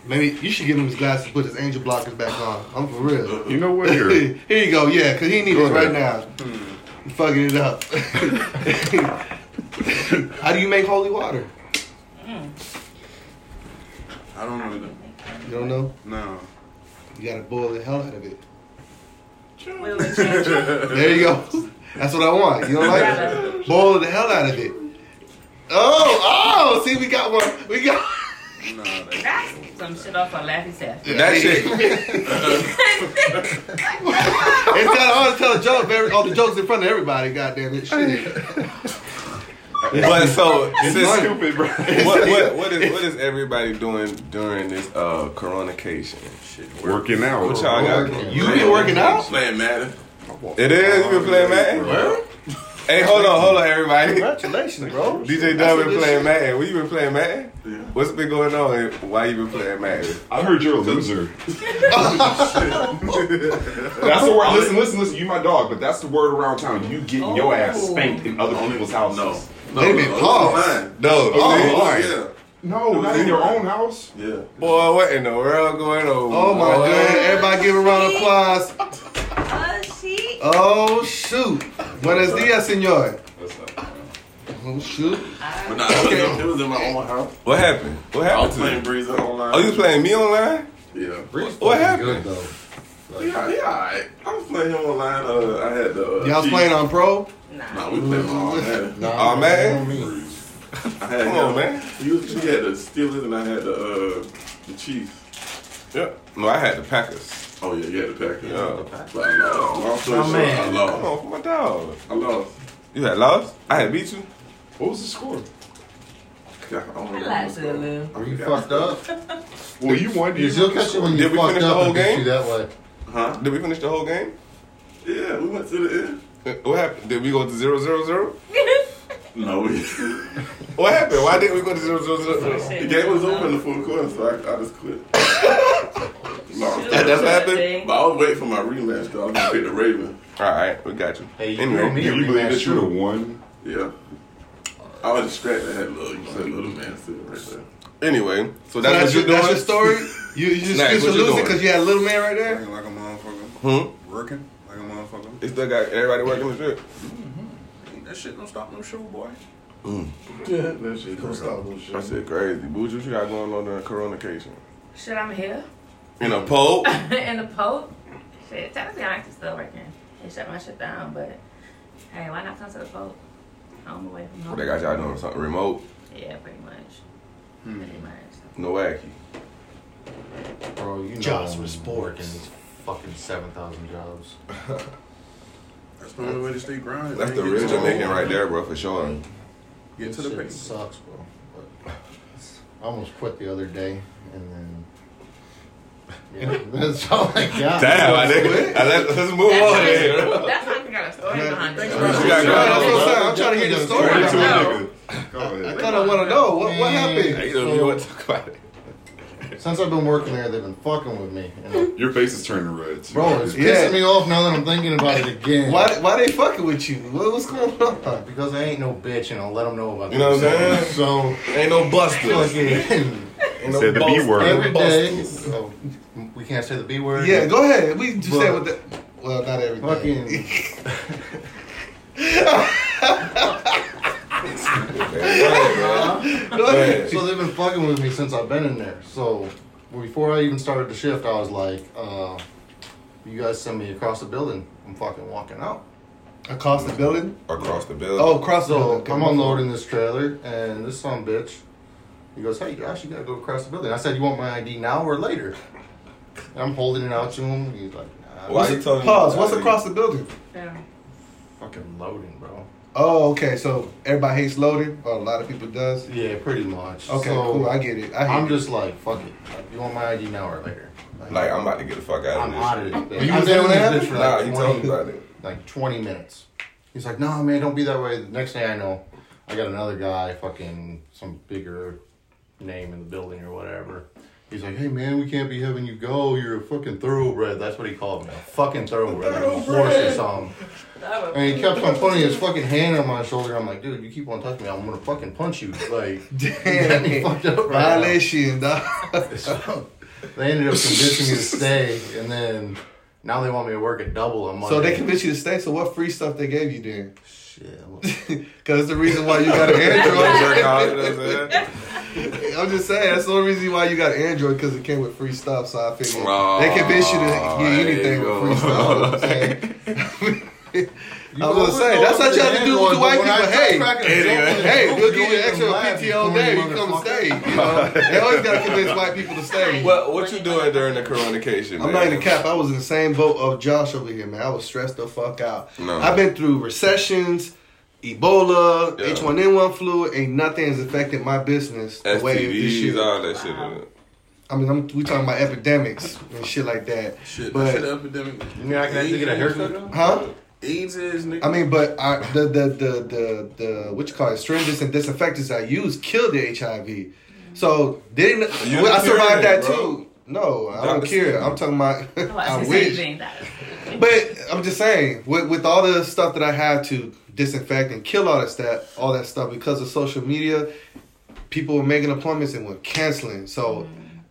Speaker 4: Maybe you should give him his glasses, put his angel blockers back on. I'm for real.
Speaker 8: Uh, You know what? Here,
Speaker 4: Here you go. Yeah, cause he needs
Speaker 8: Go
Speaker 4: it right
Speaker 8: ahead. Hmm.
Speaker 4: now. You fucking it up. how do you make holy water?
Speaker 8: Hmm.
Speaker 13: I don't know. that.
Speaker 4: You don't know?
Speaker 13: No.
Speaker 4: You gotta boil the hell out of it.
Speaker 11: Will it change it?
Speaker 4: There you go. That's what I want. You don't like it? Boil the hell out of it. Oh, oh, see, we got one. We got.
Speaker 11: That's some shit off on Laffy Taffy.
Speaker 13: That shit. it's kind of hard to tell a joke. Every, all the jokes in front of everybody. Goddamn it, shit.
Speaker 6: But so
Speaker 13: It's
Speaker 6: since-
Speaker 13: stupid, bro.
Speaker 6: What, what, what is what is everybody doing during this uh coronation? Shit,
Speaker 14: Working out.
Speaker 6: What y'all got?
Speaker 13: Oh, You been working out?
Speaker 6: Playing Madden. It is. You been playing Madden. Hey, hold on, hold on, everybody.
Speaker 13: Congratulations, bro.
Speaker 6: DJ Dub been
Speaker 13: That's what this
Speaker 6: playing
Speaker 13: shit-
Speaker 6: Madden. What you been playing Madden? What's been going on? and Why you been playing Madden? I heard you're a loser.
Speaker 14: That's the word. Listen, listen, listen. You my dog, but that's the word around town. You getting your ass
Speaker 8: Oh.
Speaker 14: spanked in other people's houses. No,
Speaker 6: They been paused. No.
Speaker 14: oh,
Speaker 6: Oh,
Speaker 14: mine.
Speaker 6: yeah.
Speaker 15: No, not in your own house.
Speaker 6: Yeah. Boy, what in the world going on?
Speaker 13: Oh my
Speaker 6: boy?
Speaker 13: god! Everybody give a round of applause. Oh shoot! Buenos dias, senor. Oh shoot!
Speaker 8: But nah, it was- it was in my own house.
Speaker 6: What happened? What
Speaker 8: I
Speaker 6: happened
Speaker 8: was
Speaker 6: to
Speaker 8: playing
Speaker 6: you?
Speaker 8: Breeze online.
Speaker 6: Oh, you was playing me online?
Speaker 8: Yeah.
Speaker 6: What,
Speaker 13: Oh,
Speaker 6: what happened?
Speaker 8: yeah, yeah, alright. I was playing him online. Uh, I had the. Uh,
Speaker 13: Y'all was
Speaker 8: Chiefs.
Speaker 13: playing on pro?
Speaker 8: Nah, we played on man.
Speaker 6: Aw, man.
Speaker 8: I had
Speaker 6: Come on,
Speaker 8: him.
Speaker 6: man.
Speaker 8: You, you had the Steelers and I had the uh, the Chiefs.
Speaker 6: Yep. No, I had the Packers.
Speaker 8: Oh yeah, you had the Packers.
Speaker 6: Yeah.
Speaker 8: But I lost. Long story
Speaker 6: Oh,
Speaker 8: short, I
Speaker 6: man.
Speaker 8: lost.
Speaker 6: Come on, for my dog.
Speaker 8: I lost.
Speaker 6: You had lost? I had beat you?
Speaker 8: What was the score? I don't
Speaker 11: Relax, Lou.
Speaker 8: Are
Speaker 16: you fucked up?
Speaker 14: Well, you won.
Speaker 16: You still catch it when you
Speaker 6: Did we
Speaker 16: fucked
Speaker 6: finish
Speaker 16: up
Speaker 6: the whole
Speaker 16: and beat
Speaker 6: game?
Speaker 16: you that way.
Speaker 6: Huh? Did we finish the whole game?
Speaker 8: Yeah, we went to the end.
Speaker 6: Uh, What happened? Did we go to zero zero zero?
Speaker 8: No, we.
Speaker 6: What happened? Why didn't we go to zero zero zero?
Speaker 8: The game was over in the fourth quarter, so I, I just quit. no,
Speaker 6: That- that's what happened?
Speaker 8: But I was waiting for my rematch, though. I was going to pick the Raven.
Speaker 6: All right, we got you. Hey,
Speaker 8: owe me a rematch, too.
Speaker 6: won?
Speaker 8: Yeah. I was distracted. I had little, you said little man sitting right there.
Speaker 6: Anyway, so
Speaker 13: So that's
Speaker 6: that's,
Speaker 13: your-
Speaker 6: what you're
Speaker 13: that's
Speaker 6: doing.
Speaker 13: your story? You- you just
Speaker 6: Snacks,
Speaker 13: excuse
Speaker 6: what
Speaker 13: for
Speaker 6: you
Speaker 13: losing
Speaker 6: doing?
Speaker 13: 'cause you had a little man right there?
Speaker 8: Like a motherfucker.
Speaker 6: Hmm?
Speaker 8: Working like a motherfucker.
Speaker 6: They still got everybody working the trip.
Speaker 8: That shit don't stop no show, boy.
Speaker 6: Mm.
Speaker 8: Yeah, that shit don't stop no
Speaker 6: That shit crazy. Boots, what you got going on during Corona cation?
Speaker 11: Shit, I'm here.
Speaker 6: In a pole?
Speaker 11: in the Pope. Shit, technically I'm actually still working. They shut my shit down, but hey, why not come to the Pope? Home away from home.
Speaker 6: they got y'all doing something remote.
Speaker 11: Yeah, pretty much.
Speaker 4: Hmm.
Speaker 11: Pretty much.
Speaker 6: No wacky.
Speaker 4: Bro, you know
Speaker 6: Jobs
Speaker 4: I'm
Speaker 6: with sports.
Speaker 4: working these fucking seven thousand jobs.
Speaker 8: That's the only way to stay grounded.
Speaker 6: That's the
Speaker 8: man.
Speaker 6: real
Speaker 8: Get to
Speaker 6: Jamaican right there, bro, for sure.
Speaker 8: Get to the
Speaker 4: Shit
Speaker 8: paper.
Speaker 4: sucks, bro. But I almost quit the other day, and then yeah, that's all I got.
Speaker 6: Damn, I think, I let, let's move
Speaker 11: That's
Speaker 6: on
Speaker 11: why-
Speaker 6: here. bro.
Speaker 11: That's why I got a story behind it.
Speaker 6: You got going
Speaker 13: I'm trying to hear the story.
Speaker 6: Twenty two
Speaker 13: I kind of want to know what,
Speaker 6: Mm.
Speaker 13: what happened.
Speaker 6: Hey, you don't even want to talk about it.
Speaker 4: Since I've been working there, they've been fucking with me. And I-
Speaker 14: Your face is turning red. too.
Speaker 4: bro, it's
Speaker 14: Yeah.
Speaker 4: pissing me off now that I'm thinking about it again.
Speaker 13: Why, why they fucking with you? What, what's going on?
Speaker 4: Because I ain't no bitch, and I'll let them know about
Speaker 6: You know what I'm saying?
Speaker 4: themselves. So
Speaker 6: Ain't no busters.
Speaker 4: fucking
Speaker 6: Ain't no Said the B busters. word.
Speaker 4: every day.
Speaker 6: Busters.
Speaker 4: So, we can't say the B word.
Speaker 13: Yeah, go ahead. We just said what
Speaker 4: But
Speaker 13: the. Well, not everything.
Speaker 4: Fucking.
Speaker 13: Go ahead.
Speaker 4: So they've been fucking with me since I've been in there. So before I even started the shift, I was like, uh, "You guys send me across the building. I'm fucking walking out."
Speaker 13: Across the building?
Speaker 6: Across the building.
Speaker 13: Oh, across the
Speaker 4: So
Speaker 13: building. Okay,
Speaker 4: I'm
Speaker 13: my fault.
Speaker 4: unloading this trailer, and this son of a bitch, he goes, "Hey, Josh, you gotta go across the building." I said, "You want my ID now or later?" And I'm holding it out to him. and He's like, nah,
Speaker 13: What's
Speaker 4: I-
Speaker 13: it- pause. What's across the building?
Speaker 4: Fucking loading, bro.
Speaker 13: Oh, okay. So everybody hates loaded. Or a lot of people does.
Speaker 4: Yeah, pretty much.
Speaker 13: Okay,
Speaker 4: So,
Speaker 13: cool. I get it. I
Speaker 4: I'm
Speaker 13: hate
Speaker 4: just like, fuck it. Like, you want my ID now or later?
Speaker 6: Like, I'm about to get the fuck out
Speaker 4: I'm out of
Speaker 6: of
Speaker 4: this
Speaker 6: this.
Speaker 4: bitch. I've been in this bitch for
Speaker 6: Nah,
Speaker 4: like
Speaker 6: you
Speaker 4: 20,
Speaker 6: told me about it.
Speaker 4: like 20 minutes. He's like, nah, man, don't be that way. The next thing I know, I got another guy, fucking some bigger name in the building or whatever. He's like, hey, man, we can't be having you go. You're a fucking thoroughbred. That's what he called me. A fucking thoroughbred. Like a horse or something. And he kept on putting his fucking hand on my shoulder. I'm like, dude, you keep on touching me. I'm going to fucking punch you. Like, you got me fucked up right now.
Speaker 13: Violation, dog.
Speaker 4: So they ended up convincing me to stay, and then now they want me to work at double on Monday.
Speaker 13: So they convinced you to stay. So what free stuff they gave you then?
Speaker 4: Shit.
Speaker 13: Because the reason why you got an
Speaker 6: Jerk off, you know
Speaker 13: Android.
Speaker 6: what I'm saying?
Speaker 13: I'm just saying that's the only reason why you got Android because it came with free stuff. So I figured
Speaker 6: Oh,
Speaker 13: they convince you to
Speaker 6: there
Speaker 13: get
Speaker 6: you
Speaker 13: anything with
Speaker 6: go.
Speaker 13: free stuff. You know what
Speaker 4: I was gonna
Speaker 13: I'm saying?
Speaker 4: say that's what you have to do with the white people. Hey, hey, we'll give you an extra PTO day. You come stay. You know, they always gotta convince white people to stay.
Speaker 6: Well, what you doing during the communication?
Speaker 4: I'm not even cap. I was in the same boat of Josh over here, man. I was stressed the fuck out.
Speaker 6: No.
Speaker 4: I've been through recessions, Ebola,
Speaker 6: Yeah.
Speaker 4: H1N1 flu, and nothing has affected my business the way this shit.
Speaker 6: STDs, all that shit. in it.
Speaker 4: I mean, I'm, we talking about epidemics and shit like that.
Speaker 13: Shit,
Speaker 4: but
Speaker 13: that shit epidemic.
Speaker 17: You mean I can actually get a haircut?
Speaker 4: huh?
Speaker 13: AIDS is nigga.
Speaker 4: I mean, but I, the, the the the the what you call it, stringents and disinfectants I use kill the HIV. So they didn't
Speaker 6: You're
Speaker 4: well, I
Speaker 6: curing
Speaker 4: survived that
Speaker 6: it, bro.
Speaker 4: too. No, I
Speaker 6: Dr.
Speaker 4: don't care. I'm talking about I
Speaker 11: Watch
Speaker 4: wish.
Speaker 11: this Gene Dodger.
Speaker 4: But I'm just saying, with, with all the stuff that I have to disinfect and kill all that stuff, all that stuff because of social media, people were making appointments and were canceling. So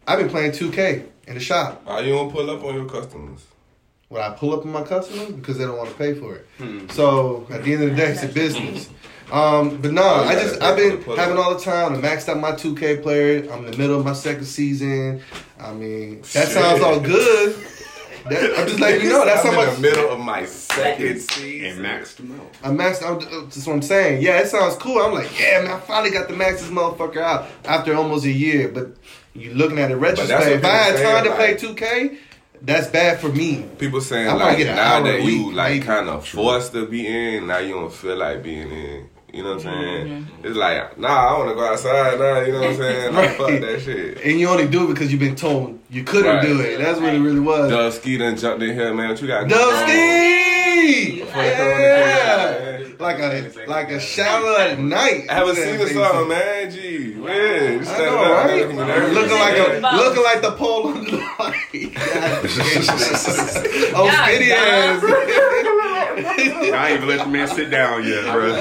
Speaker 4: I've been playing 2K in the shop.
Speaker 6: Why you don't pull up on your customers?
Speaker 4: When I pull up on my customers because they don't want to pay for it.
Speaker 6: Hmm.
Speaker 4: So at the end of the day, it's a business. Um, but no,
Speaker 6: Oh, you
Speaker 4: I
Speaker 6: gotta
Speaker 4: just
Speaker 6: pay
Speaker 4: I've
Speaker 6: for
Speaker 4: been
Speaker 6: the plug.
Speaker 4: having all the time to max out my 2K player. I'm in the middle of my second season. I mean, that sounds all good. That, I'm just letting you know that's
Speaker 6: I'm
Speaker 4: how much
Speaker 6: in the middle of my second season.
Speaker 4: I maxed out. That's what I'm saying. Yeah, it sounds cool. I'm like, yeah, man, I finally got the max this motherfucker out after almost a year. But you looking at it
Speaker 6: that's
Speaker 4: retrospect.
Speaker 6: what
Speaker 4: If I had
Speaker 6: people
Speaker 4: time to play
Speaker 6: saying,
Speaker 4: 2K, that's bad for me.
Speaker 6: People saying
Speaker 4: I might
Speaker 6: like
Speaker 4: get an hour
Speaker 6: now
Speaker 4: a
Speaker 6: that
Speaker 4: week,
Speaker 6: you like kind of forced to be in, now you don't feel like being in. You know what I'm
Speaker 4: Mm-hmm.
Speaker 6: saying? It's like nah, I want to go outside now. You know what I'm saying? Like, fuck that shit.
Speaker 4: And you only do it because you've been told you couldn't
Speaker 6: Right.
Speaker 4: do it. That's what it really was.
Speaker 6: Dusky done jumped in here, man. What you got?
Speaker 4: Dusty! Yeah! Like a like a shower at night.
Speaker 6: I haven't seen the
Speaker 4: man.
Speaker 6: song, man. Gee, man.
Speaker 4: I know, right? Looking like a looking like the pole on the light. Oh,
Speaker 8: Yeah,
Speaker 4: skinny ass.
Speaker 8: I ain't even let the man sit down yet, bro.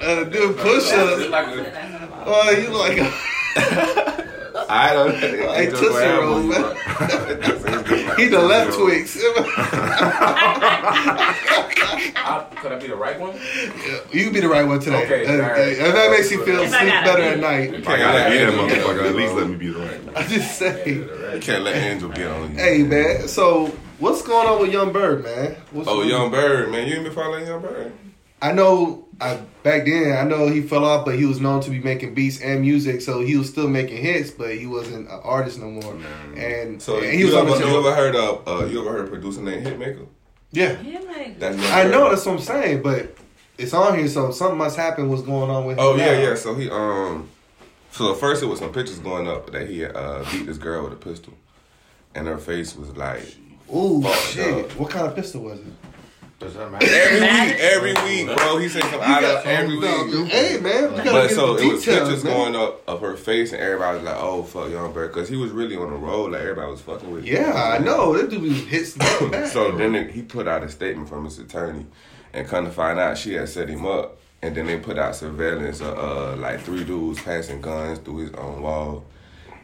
Speaker 4: Uh, doing push-ups. Oh, you like a
Speaker 6: I don't know.
Speaker 4: hey, Tootsie Roll, man. He the left twigs.
Speaker 18: Uh, Could I be the right one?
Speaker 4: You can be the right one today.
Speaker 18: Okay,
Speaker 4: Uh,
Speaker 18: all right.
Speaker 4: If that makes you feel
Speaker 18: If
Speaker 4: sleep
Speaker 18: I gotta
Speaker 4: better
Speaker 18: be-
Speaker 4: at night.
Speaker 6: If I gotta be that
Speaker 8: motherfucker,
Speaker 6: at least let me be the right
Speaker 4: I just say,
Speaker 6: You can't let Angel get on you.
Speaker 4: hey man. So what's going on with Young Bird, man? What's
Speaker 6: Oh, Young Bird, man. You ain't been following Young Bird?
Speaker 4: I know I back then I know he fell off, but he was known to be making beats and music, so he was still making hits, but he wasn't an artist no more. And
Speaker 6: So
Speaker 4: and
Speaker 6: you,
Speaker 4: he was on
Speaker 6: ever,
Speaker 4: the
Speaker 6: you
Speaker 4: show.
Speaker 6: ever heard of uh, you ever heard of a producer named Hitmaker?
Speaker 4: Yeah,
Speaker 6: That's Young
Speaker 4: I
Speaker 6: Bird.
Speaker 4: know that's what I'm saying, but it's on here, so something must happen. What's going on with?
Speaker 6: Oh
Speaker 4: him
Speaker 6: yeah,
Speaker 4: now.
Speaker 6: yeah. So he um, so at first it was some pictures going up that he uh beat this girl with a pistol, and her face was like.
Speaker 4: Ooh
Speaker 6: fucked
Speaker 4: shit!
Speaker 6: up.
Speaker 4: What kind of pistol was it?
Speaker 17: Does that
Speaker 6: Every week, every week, bro. He said something out of every
Speaker 4: No,
Speaker 6: week.
Speaker 4: Hey man, you gotta
Speaker 6: But
Speaker 4: get
Speaker 6: so
Speaker 4: the
Speaker 6: it was
Speaker 4: details,
Speaker 6: pictures
Speaker 4: man.
Speaker 6: going up of her face, and everybody was like, "Oh fuck, Young Bird," because he was really on the road. Like everybody was fucking with. him.
Speaker 4: Yeah, I know. That dude hits back.
Speaker 6: So then it, he put out a statement from his attorney, and come to find out she had set him up. And then they put out surveillance of uh, like three dudes passing guns through his own wall,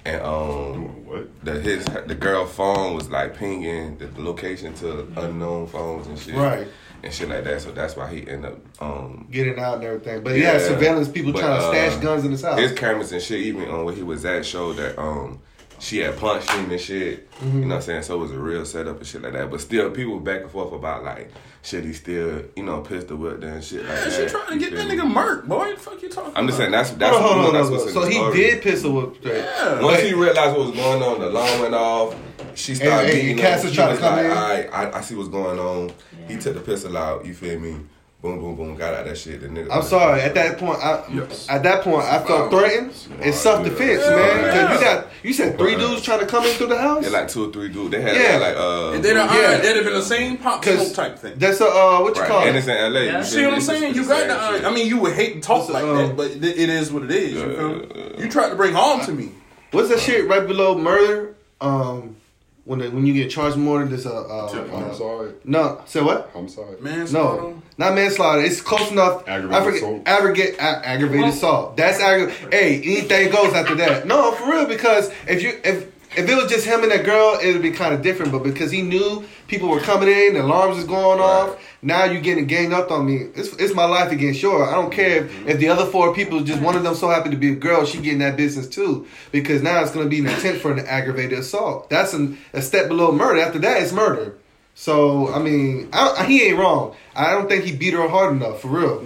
Speaker 6: and um, what? The his the girl phone was like pinging the location to unknown phones and shit,
Speaker 4: Right.
Speaker 6: And shit like that. So that's why he ended up um
Speaker 4: getting out and everything. But yeah, surveillance people
Speaker 6: but,
Speaker 4: trying to stash
Speaker 6: uh,
Speaker 4: guns in his house.
Speaker 6: His cameras and shit, even on where he was at, showed that um she had punched him and shit.
Speaker 4: Mm-hmm.
Speaker 6: You know what I'm saying? So it was a real setup and shit like that. But still, people back and forth about like, should he still, you know, pistol whipped and shit like
Speaker 13: Yeah,
Speaker 6: that.
Speaker 13: she trying to
Speaker 6: You
Speaker 13: get
Speaker 6: feel
Speaker 13: that
Speaker 6: me?
Speaker 13: nigga murked, boy. The fuck you talking
Speaker 6: I'm just saying that's
Speaker 4: Hold
Speaker 6: that's,
Speaker 4: on, hold on,
Speaker 6: that's
Speaker 4: hold on.
Speaker 6: what's
Speaker 4: So
Speaker 6: in the
Speaker 4: he
Speaker 6: story.
Speaker 4: did pistol whip.
Speaker 6: Yeah. Once he realized what was going on, the alarm went off. She started
Speaker 4: And- and
Speaker 6: beating
Speaker 4: Cass
Speaker 6: him.
Speaker 4: is
Speaker 6: He
Speaker 4: trying to
Speaker 6: was
Speaker 4: come
Speaker 6: like,
Speaker 4: in.
Speaker 6: "All right, I, I see what's going on. He took the pistol out. You feel me? Boom, boom, boom. Got out that shit. The nigga.
Speaker 4: I'm sorry. At that point, I at that point I felt threatened. It's self defense, man. 'Cause you got you said three dudes trying to come in through the house.
Speaker 6: Yeah, like two or three dudes. They had
Speaker 4: Yeah.
Speaker 6: like uh.
Speaker 13: And they'd have,
Speaker 4: Yeah.
Speaker 13: they'd have been the same pop smoke type thing.
Speaker 4: That's a uh, what you
Speaker 6: Right,
Speaker 4: call
Speaker 6: and
Speaker 4: it?
Speaker 6: it's in LA.
Speaker 13: You see what I'm saying? You got to iron. I mean, you would hate to talk like
Speaker 8: um,
Speaker 13: that, but it it is what it is. You feel me? You tried to bring harm to me.
Speaker 4: What's that shit right below murder? Um, when the, when you get charged more than this, uh, uh, uh,
Speaker 8: Homicide.
Speaker 4: No, say what?
Speaker 8: Homicide.
Speaker 4: No, not manslaughter. It's close enough.
Speaker 8: Aggravated
Speaker 4: I forget-
Speaker 8: assault.
Speaker 4: Aggregate, a- aggravated assault. That's aggravated. Hey, anything goes after that. No, for real. Because if you if if it was just him and that girl, it would be kind of different. But because he knew people were coming in, the alarms was going off. Now you're getting gang up on me. It's, it's my life against yours. I don't care if, if the other four people just one of them so happy to be a girl, she getting that business too. Because now it's gonna be an intent for an aggravated assault. That's an, a step below murder. After that, it's murder. So I mean, I, I- he ain't wrong. I don't think he beat her hard enough, for real.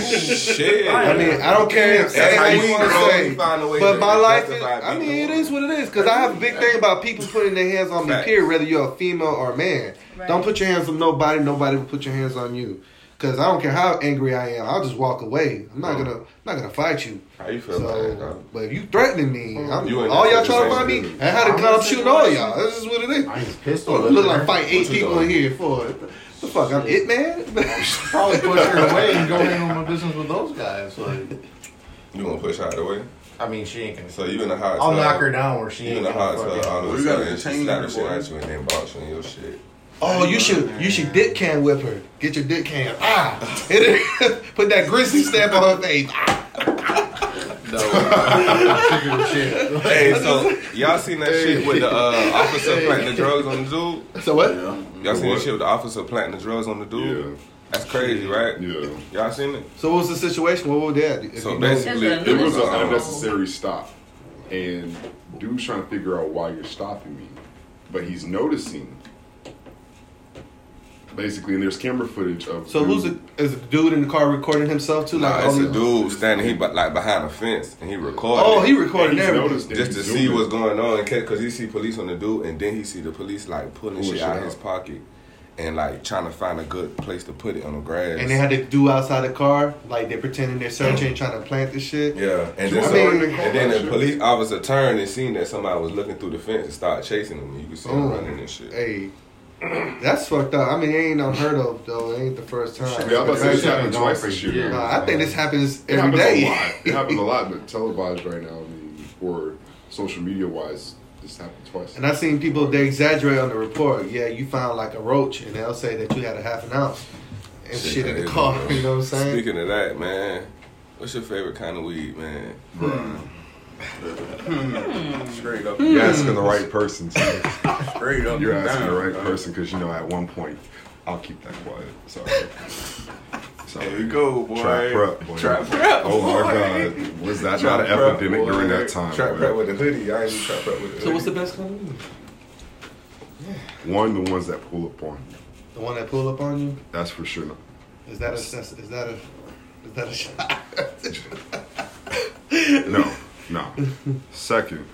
Speaker 6: Shit.
Speaker 4: I mean, I don't care if
Speaker 6: That's how
Speaker 4: everybody
Speaker 6: you
Speaker 4: want to
Speaker 6: grow,
Speaker 4: say,
Speaker 6: you find a way
Speaker 4: but
Speaker 6: to
Speaker 4: my life, is,
Speaker 6: justify
Speaker 4: I mean, it is what it is. Because I have a big thing about people putting their hands on me, period, whether you're a female or a man.
Speaker 6: Right.
Speaker 4: Don't put your hands on nobody. Nobody will put your hands on you. Because I don't care how angry I am, I'll just walk away. I'm not
Speaker 6: Oh.
Speaker 4: gonna, I'm not gonna fight you.
Speaker 6: How you feel about that, dog?
Speaker 4: But if you threatening me, I'm,
Speaker 6: Oh. You ain't
Speaker 4: all y'all
Speaker 6: that
Speaker 4: trying to
Speaker 6: situation,
Speaker 4: find me,
Speaker 6: dude.
Speaker 4: I had
Speaker 6: I'm
Speaker 4: to come
Speaker 6: in
Speaker 4: shooting all y'all. This is what it is.
Speaker 17: I ain't
Speaker 4: Oh,
Speaker 17: pistol.
Speaker 4: it look like fight eight people in here for it. The fuck, I'm it man.
Speaker 17: Probably push her away and go handle my business with those guys. Like,
Speaker 6: You gonna push her out the way?
Speaker 17: I mean, she ain't gonna.
Speaker 6: So you in the hot
Speaker 17: I'll
Speaker 6: tub.
Speaker 17: knock her down where she
Speaker 6: You
Speaker 17: ain't
Speaker 6: in the hot
Speaker 17: gonna
Speaker 6: tub.
Speaker 17: fucking-
Speaker 6: All of
Speaker 17: Well,
Speaker 6: a
Speaker 17: you gotta
Speaker 6: sudden, she
Speaker 17: change
Speaker 6: slap
Speaker 17: her,
Speaker 6: the shit
Speaker 17: boy.
Speaker 6: at you and then box you in your shit.
Speaker 4: Oh, you should you should dick can whip her. Get your dick can. Ah, Hit her. put that grizzly stamp on her face. Ah.
Speaker 6: hey, so y'all seen that shit with the uh, officer planting the drugs on the dude?
Speaker 4: So what?
Speaker 6: Y'all seen that shit with the officer planting the drugs on the dude? That's crazy, right? Yeah. Y'all seen it?
Speaker 4: So what was the situation? What was that? If
Speaker 6: So
Speaker 4: you know-
Speaker 6: basically,
Speaker 8: it was an unnecessary stop, and dude's trying to figure out why you're stopping me, but he's noticing. Basically, and there's camera footage of.
Speaker 4: So who's the, is the dude in the car recording himself too?
Speaker 6: Nah,
Speaker 4: Like
Speaker 6: it's a
Speaker 4: only-
Speaker 6: dude standing he bu- like behind a fence and he recorded.
Speaker 4: Oh, he recording Yeah, he's everything. noticed it.
Speaker 6: just to
Speaker 4: He's
Speaker 6: see
Speaker 4: doing
Speaker 6: what's going on because he see police on the dude and then he see the police like pulling
Speaker 4: Pulling
Speaker 6: shit,
Speaker 4: shit
Speaker 6: out
Speaker 4: out.
Speaker 6: of his pocket and like trying to find a good place to put it on the grass.
Speaker 4: And they had the dude outside the car, like they're pretending they're searching, trying to plant this shit.
Speaker 6: yeah, and then,
Speaker 4: I
Speaker 6: so-
Speaker 4: mean-
Speaker 6: and then the police officer turned and seen that somebody was looking through the fence and started chasing him. You could see him
Speaker 4: Boom.
Speaker 6: running and shit.
Speaker 4: Hey, that's fucked up. I mean, it ain't unheard of though. It ain't the first time.
Speaker 8: Yeah, I'm about to say, this happened
Speaker 4: Nah,
Speaker 8: twice this year.
Speaker 4: I think this happens
Speaker 8: It
Speaker 4: every
Speaker 8: happens
Speaker 4: day.
Speaker 8: A lot. It happens a lot, but televised right now, I mean, or social media wise, this happened twice.
Speaker 4: And I've seen people they exaggerate on the report. Yeah, you found like a roach, and they'll say that you had a half an ounce and shit, in the
Speaker 6: crazy,
Speaker 4: car.
Speaker 6: bro.
Speaker 4: You know what I'm saying?
Speaker 6: Speaking of that, man, what's your favorite kind of weed, man? Hmm. Straight up.
Speaker 8: You're asking the right person. Too.
Speaker 6: Straight up
Speaker 8: You're
Speaker 6: and
Speaker 8: asking the
Speaker 6: down,
Speaker 8: right
Speaker 6: dog.
Speaker 8: person because you know at one point I'll keep that quiet. Sorry. Sorry.
Speaker 6: There you go, boy.
Speaker 8: Trap prep, boy.
Speaker 6: Trap prep,
Speaker 8: Oh my
Speaker 6: boy.
Speaker 8: God, was that
Speaker 6: Trap
Speaker 8: not an
Speaker 6: prep,
Speaker 8: epidemic
Speaker 6: boy.
Speaker 8: during that time?
Speaker 6: Trap
Speaker 8: boy?
Speaker 6: prep with a hoodie. I ain't even trap prep with a hoodie.
Speaker 4: So what's the best kind of weed?
Speaker 8: One, the ones that pull up on you.
Speaker 4: The one that pull up on you?
Speaker 8: That's for sure.
Speaker 4: Is that a that's- is that a is that a shot?
Speaker 8: No, no. Second,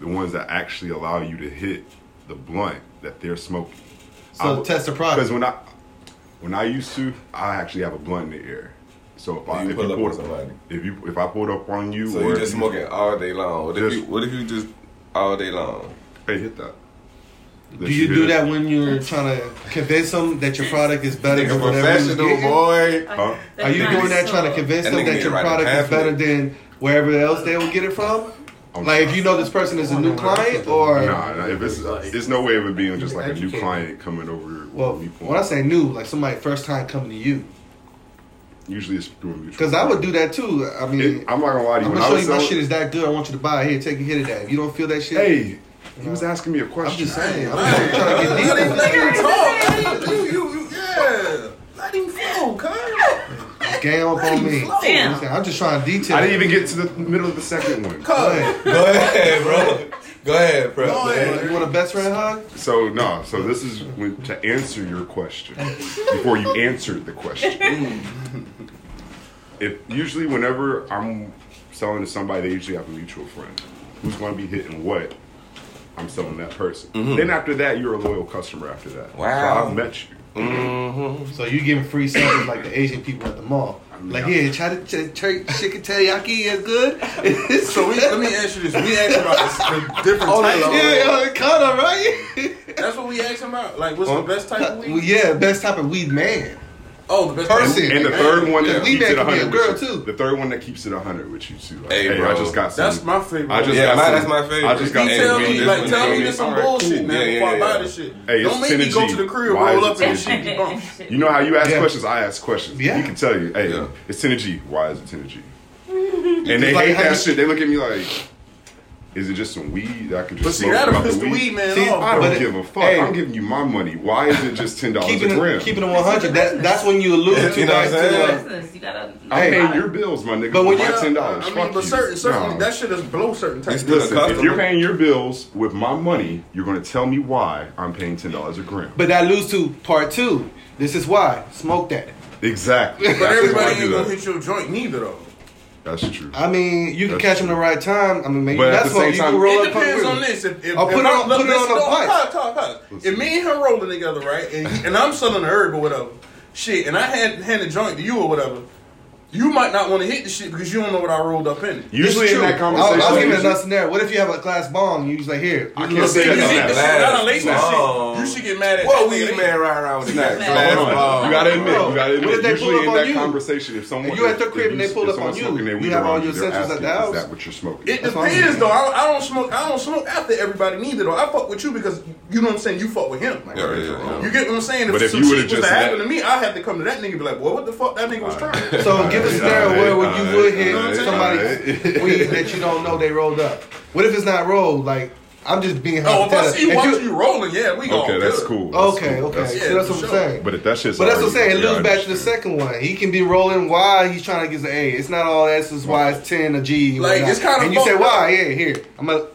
Speaker 8: the ones that actually allow you to hit the blunt that they're smoking.
Speaker 4: So test the product.
Speaker 8: Because when I when I used to, I actually have a blunt in the air. So if I
Speaker 6: You
Speaker 8: if
Speaker 6: pull
Speaker 8: you
Speaker 6: up
Speaker 8: pulled
Speaker 6: on somebody.
Speaker 8: if you if I pulled up on you,
Speaker 6: So
Speaker 8: or
Speaker 6: you
Speaker 8: if
Speaker 6: just smoking all day long. What if you What if you just all day long?
Speaker 8: Hey, hit that.
Speaker 4: Do you do that when you're trying to convince them that your product is better
Speaker 6: Nigga
Speaker 4: than whatever you was
Speaker 6: professional,
Speaker 4: getting?
Speaker 6: boy. Huh?
Speaker 4: Are you doing
Speaker 6: That nigga
Speaker 4: that
Speaker 6: suck.
Speaker 4: trying to convince
Speaker 6: That
Speaker 4: them
Speaker 6: nigga
Speaker 4: that
Speaker 6: need
Speaker 4: your
Speaker 6: to write a
Speaker 4: product is
Speaker 6: pamphlet.
Speaker 4: better than wherever else they will get it from? Like if you know this person is a new client or
Speaker 8: Nah, nah, if it's there's no way of it being just like a new client coming over.
Speaker 4: well, when I say new, like somebody first time coming to you.
Speaker 8: Usually it's through a mutual.
Speaker 4: Because I would do that too. I mean,
Speaker 8: I'm not gonna lie to you.
Speaker 4: I'm
Speaker 8: When
Speaker 4: gonna
Speaker 8: I
Speaker 4: show
Speaker 8: was
Speaker 4: you my
Speaker 8: selling-
Speaker 4: shit is that good. I want you to buy it. Here, take a hit of that. If you don't feel that shit,
Speaker 8: hey, he was asking me a question.
Speaker 4: I'm just saying. I'm just trying to get deep.
Speaker 13: Let him talk. You, you, you, yeah. Let him flow, cuz.
Speaker 4: This Game up on me.
Speaker 13: Damn.
Speaker 4: I'm just trying to detail.
Speaker 8: I didn't even get to the middle of the second one.
Speaker 4: Go ahead.
Speaker 6: Go ahead, bro. Go ahead, bro. Go ahead.
Speaker 4: You want a best friend hug?
Speaker 8: So no, so this is when, to answer your question before you answered the question. if usually whenever I'm selling to somebody, they usually have a mutual friend who's going to be hitting what I'm selling that person.
Speaker 6: Mhm.
Speaker 8: Then after that, you're a loyal customer. After that,
Speaker 6: Wow.
Speaker 8: so I've met you.
Speaker 4: So you giving free samples like the Asian people at the mall? Like yeah, try to ch- ch- chicken teriyaki is good.
Speaker 13: So we, let me ask you this. We asked about this, the different
Speaker 4: Oh,
Speaker 13: types.
Speaker 4: yeah, yeah, kind of right.
Speaker 13: That's what we asked him about. Like, what's the best type of weed?
Speaker 4: Well, yeah, best type of weed man.
Speaker 13: Oh, the best
Speaker 4: person.
Speaker 8: And the third one that
Speaker 4: Because weed man
Speaker 8: keeps it
Speaker 4: can be a
Speaker 8: 100
Speaker 4: girl
Speaker 8: with you.
Speaker 4: too.
Speaker 8: The third one that keeps it 100 with you too. Like,
Speaker 6: Hey,
Speaker 8: hey,
Speaker 6: bro.
Speaker 8: I just got some.
Speaker 13: That's my favorite.
Speaker 8: I just
Speaker 6: Yeah,
Speaker 8: got
Speaker 6: mine-
Speaker 8: some,
Speaker 6: that's my favorite.
Speaker 8: I just got
Speaker 13: He
Speaker 8: some.
Speaker 13: tell
Speaker 8: weed.
Speaker 13: me,
Speaker 8: This
Speaker 13: like,
Speaker 8: one,
Speaker 13: tell
Speaker 8: you
Speaker 13: me
Speaker 8: know
Speaker 13: this
Speaker 8: what I
Speaker 13: some
Speaker 8: mean?
Speaker 13: bullshit
Speaker 8: Cool.
Speaker 13: now
Speaker 8: Yeah,
Speaker 13: before
Speaker 8: yeah,
Speaker 13: I
Speaker 8: yeah.
Speaker 13: buy this shit.
Speaker 8: Hey, it's
Speaker 13: Don't make me
Speaker 8: 10
Speaker 13: go
Speaker 8: G.
Speaker 13: to the crib,
Speaker 8: Why
Speaker 13: roll
Speaker 8: is it
Speaker 13: up that
Speaker 8: 10
Speaker 13: shit.
Speaker 8: G?
Speaker 13: be gone.
Speaker 8: You know how you ask questions, I ask questions.
Speaker 13: Yeah.
Speaker 8: He can tell you, hey, it's 10 G. Why is it 10 G? And
Speaker 13: Just
Speaker 8: they
Speaker 13: like
Speaker 8: hate
Speaker 13: how
Speaker 8: that
Speaker 13: you-
Speaker 8: shit. They look at me like, Is it just some weed that I can just
Speaker 13: But see,
Speaker 8: smoke
Speaker 13: that
Speaker 8: about
Speaker 13: pissed
Speaker 8: the
Speaker 13: the
Speaker 8: weed?
Speaker 13: weed man
Speaker 8: See,
Speaker 13: off,
Speaker 8: I
Speaker 13: bro.
Speaker 8: don't give a fuck.
Speaker 13: Hey.
Speaker 8: I'm giving you my money. Why is it just ten dollars a
Speaker 4: Keeping it-
Speaker 8: gram?
Speaker 4: keeping it 100, that- that's when you allude to
Speaker 8: You know what
Speaker 4: back to,
Speaker 8: I'm saying?
Speaker 4: uh,
Speaker 11: Business, you gotta.
Speaker 8: I'm
Speaker 4: Hey.
Speaker 8: paying your bills, my nigga.
Speaker 4: But
Speaker 8: But
Speaker 4: when
Speaker 8: when my
Speaker 4: you-
Speaker 8: ten dollars,
Speaker 13: I mean,
Speaker 8: fuck
Speaker 13: but
Speaker 8: you.
Speaker 13: certain, certainly,
Speaker 8: Nah.
Speaker 13: that shit is below certain types.
Speaker 8: Listen, if you're paying your bills with my money, you're going to tell me why I'm paying ten dollars a gram.
Speaker 4: But that leads to part two. This is why. Smoke that.
Speaker 8: Exactly.
Speaker 13: but
Speaker 8: That's why I
Speaker 13: everybody
Speaker 8: do
Speaker 13: ain't gonna
Speaker 8: that.
Speaker 13: hit your joint neither though.
Speaker 8: That's true.
Speaker 4: I mean, you can
Speaker 8: That's
Speaker 4: catch them the right time. I mean, maybe
Speaker 8: But at
Speaker 4: that's
Speaker 8: the
Speaker 4: what
Speaker 8: same
Speaker 4: you
Speaker 8: time-
Speaker 4: can roll
Speaker 8: It
Speaker 4: up.
Speaker 13: Depends
Speaker 4: with.
Speaker 13: on this. If, if,
Speaker 4: Or
Speaker 13: if
Speaker 4: put it
Speaker 13: I'm-
Speaker 4: on,
Speaker 13: look,
Speaker 4: put it on
Speaker 13: listen,
Speaker 4: a
Speaker 13: no,
Speaker 4: pipe.
Speaker 13: pause, pause, pause. If me and him rolling together, right, and, and I'm selling a herb or whatever, shit, and I hand hand a joint to you or whatever, you might not want to hit the shit because you don't know what I rolled up in it.
Speaker 4: Usually
Speaker 13: It's
Speaker 4: in
Speaker 13: true.
Speaker 4: that conversation, I was giving another scenario. What if you have a glass bomb? You just like here.
Speaker 13: I can't say that about that. Not a lazy shit. You should get mad at
Speaker 4: Well,
Speaker 13: that
Speaker 4: we-
Speaker 13: nigga.
Speaker 4: man, right around with
Speaker 8: Snacks. Hold on. You gotta admit, you gotta admit. Usually in that conversation, if someone
Speaker 4: And you at their
Speaker 8: if
Speaker 4: crib and they
Speaker 8: if
Speaker 4: pull up
Speaker 8: someone's
Speaker 4: on you,
Speaker 8: smoking their
Speaker 4: you
Speaker 8: weed
Speaker 4: have all
Speaker 8: around
Speaker 4: your
Speaker 8: you, they're
Speaker 4: essentials at the
Speaker 8: asking,
Speaker 4: house?
Speaker 8: Is that what you're smoking?
Speaker 13: It
Speaker 8: That's all I'm
Speaker 13: depends
Speaker 8: saying.
Speaker 13: though. I don't, I don't smoke. I don't smoke after everybody neither though. I fuck with you because you know what I'm saying. You fuck with him. Like,
Speaker 8: Yeah, yeah, yeah.
Speaker 13: You get what I'm saying? If,
Speaker 8: But if
Speaker 13: some
Speaker 8: you
Speaker 13: shit
Speaker 8: would've
Speaker 13: was
Speaker 8: just
Speaker 13: to
Speaker 8: let-
Speaker 13: happen to me, I have to come to that nigga and be like, boy, what the fuck that nigga was trying.
Speaker 4: So give us a scenario where, where you would hit somebody weed that you don't know they rolled up. What if it's not rolled? Like I'm just being
Speaker 13: Oh, if I
Speaker 4: hypothetical.
Speaker 13: see you watching you rolling, yeah, we all
Speaker 8: Okay,
Speaker 13: good.
Speaker 8: that's cool. That's
Speaker 4: Okay,
Speaker 8: cool.
Speaker 4: okay. so that's what I'm saying.
Speaker 8: But if that shit's
Speaker 4: But that's what I'm
Speaker 8: already-
Speaker 4: saying. It
Speaker 8: yeah, I
Speaker 4: loops back to the second one. He can be rolling why he's trying to get the A. It's not all S. It's why it's ten a G. or
Speaker 13: Like,
Speaker 4: whatnot.
Speaker 13: it's kinda
Speaker 4: and you say
Speaker 13: fucked up.
Speaker 4: why? Yeah, here. I'm gonna.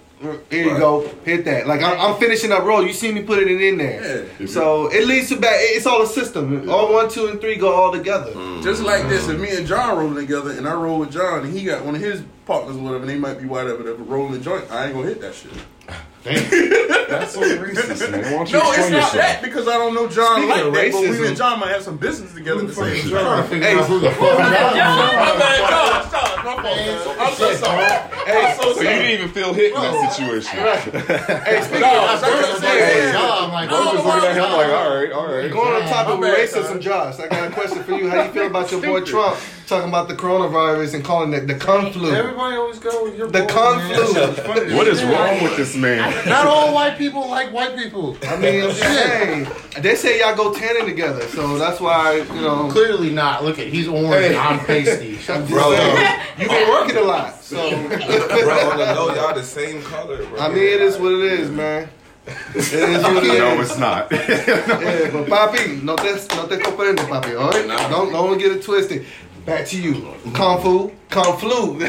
Speaker 4: Here you go. Hit that. Like I'm, I'm finishing up roll. You see me putting it in there. So it leads to back. It's all a system. All one, two, and three go all together.
Speaker 8: Mm.
Speaker 13: Just like this, if me and John rolling together and I roll with John and he got one of his partners or whatever, and they might be white or whatever, rolling a joint, I ain't gonna hit that shit.
Speaker 8: That's so racist, man. Why
Speaker 13: No,
Speaker 8: don't
Speaker 13: it's
Speaker 8: you explain
Speaker 13: not
Speaker 8: yourself?
Speaker 13: that because I don't know John
Speaker 8: Speaking
Speaker 13: like
Speaker 8: of
Speaker 13: that, but
Speaker 8: racism-
Speaker 13: we and John might have some business together. at the same time.
Speaker 8: Hey, who the fuck
Speaker 13: My
Speaker 8: John
Speaker 13: bad,
Speaker 8: is?
Speaker 13: John, John, my fault, man. I'm so sorry. I'm so
Speaker 8: so you didn't
Speaker 13: sorry.
Speaker 8: even feel hit in that situation. Hey,
Speaker 13: speaking of-
Speaker 4: John, like,
Speaker 8: like, I was just looking at him like, all right, all right.
Speaker 4: Going on top of racism, Josh, I got a question for you. How do you feel about your boy Trump talking about the coronavirus and calling it the conflu?
Speaker 17: Everybody always go. You're
Speaker 4: The conflu.
Speaker 8: What is wrong with this man?
Speaker 17: Not all white people like white people.
Speaker 4: I mean, I'm just saying. They say y'all go tanning together, so that's why, you know.
Speaker 17: Clearly not. Look at he's orange. I'm pasty.
Speaker 4: I'm just
Speaker 17: Bro.
Speaker 4: saying. You've been working a lot, so.
Speaker 6: bro, on the low, y'all the same color, bro.
Speaker 4: I mean, it is what it is, man. It is what it is.
Speaker 8: No, it's not.
Speaker 4: Yeah, but papi, no te, no te comprendo, papi. All right? Don't, don't get it twisted. Back to you. Kung Fu, Kung Flu. And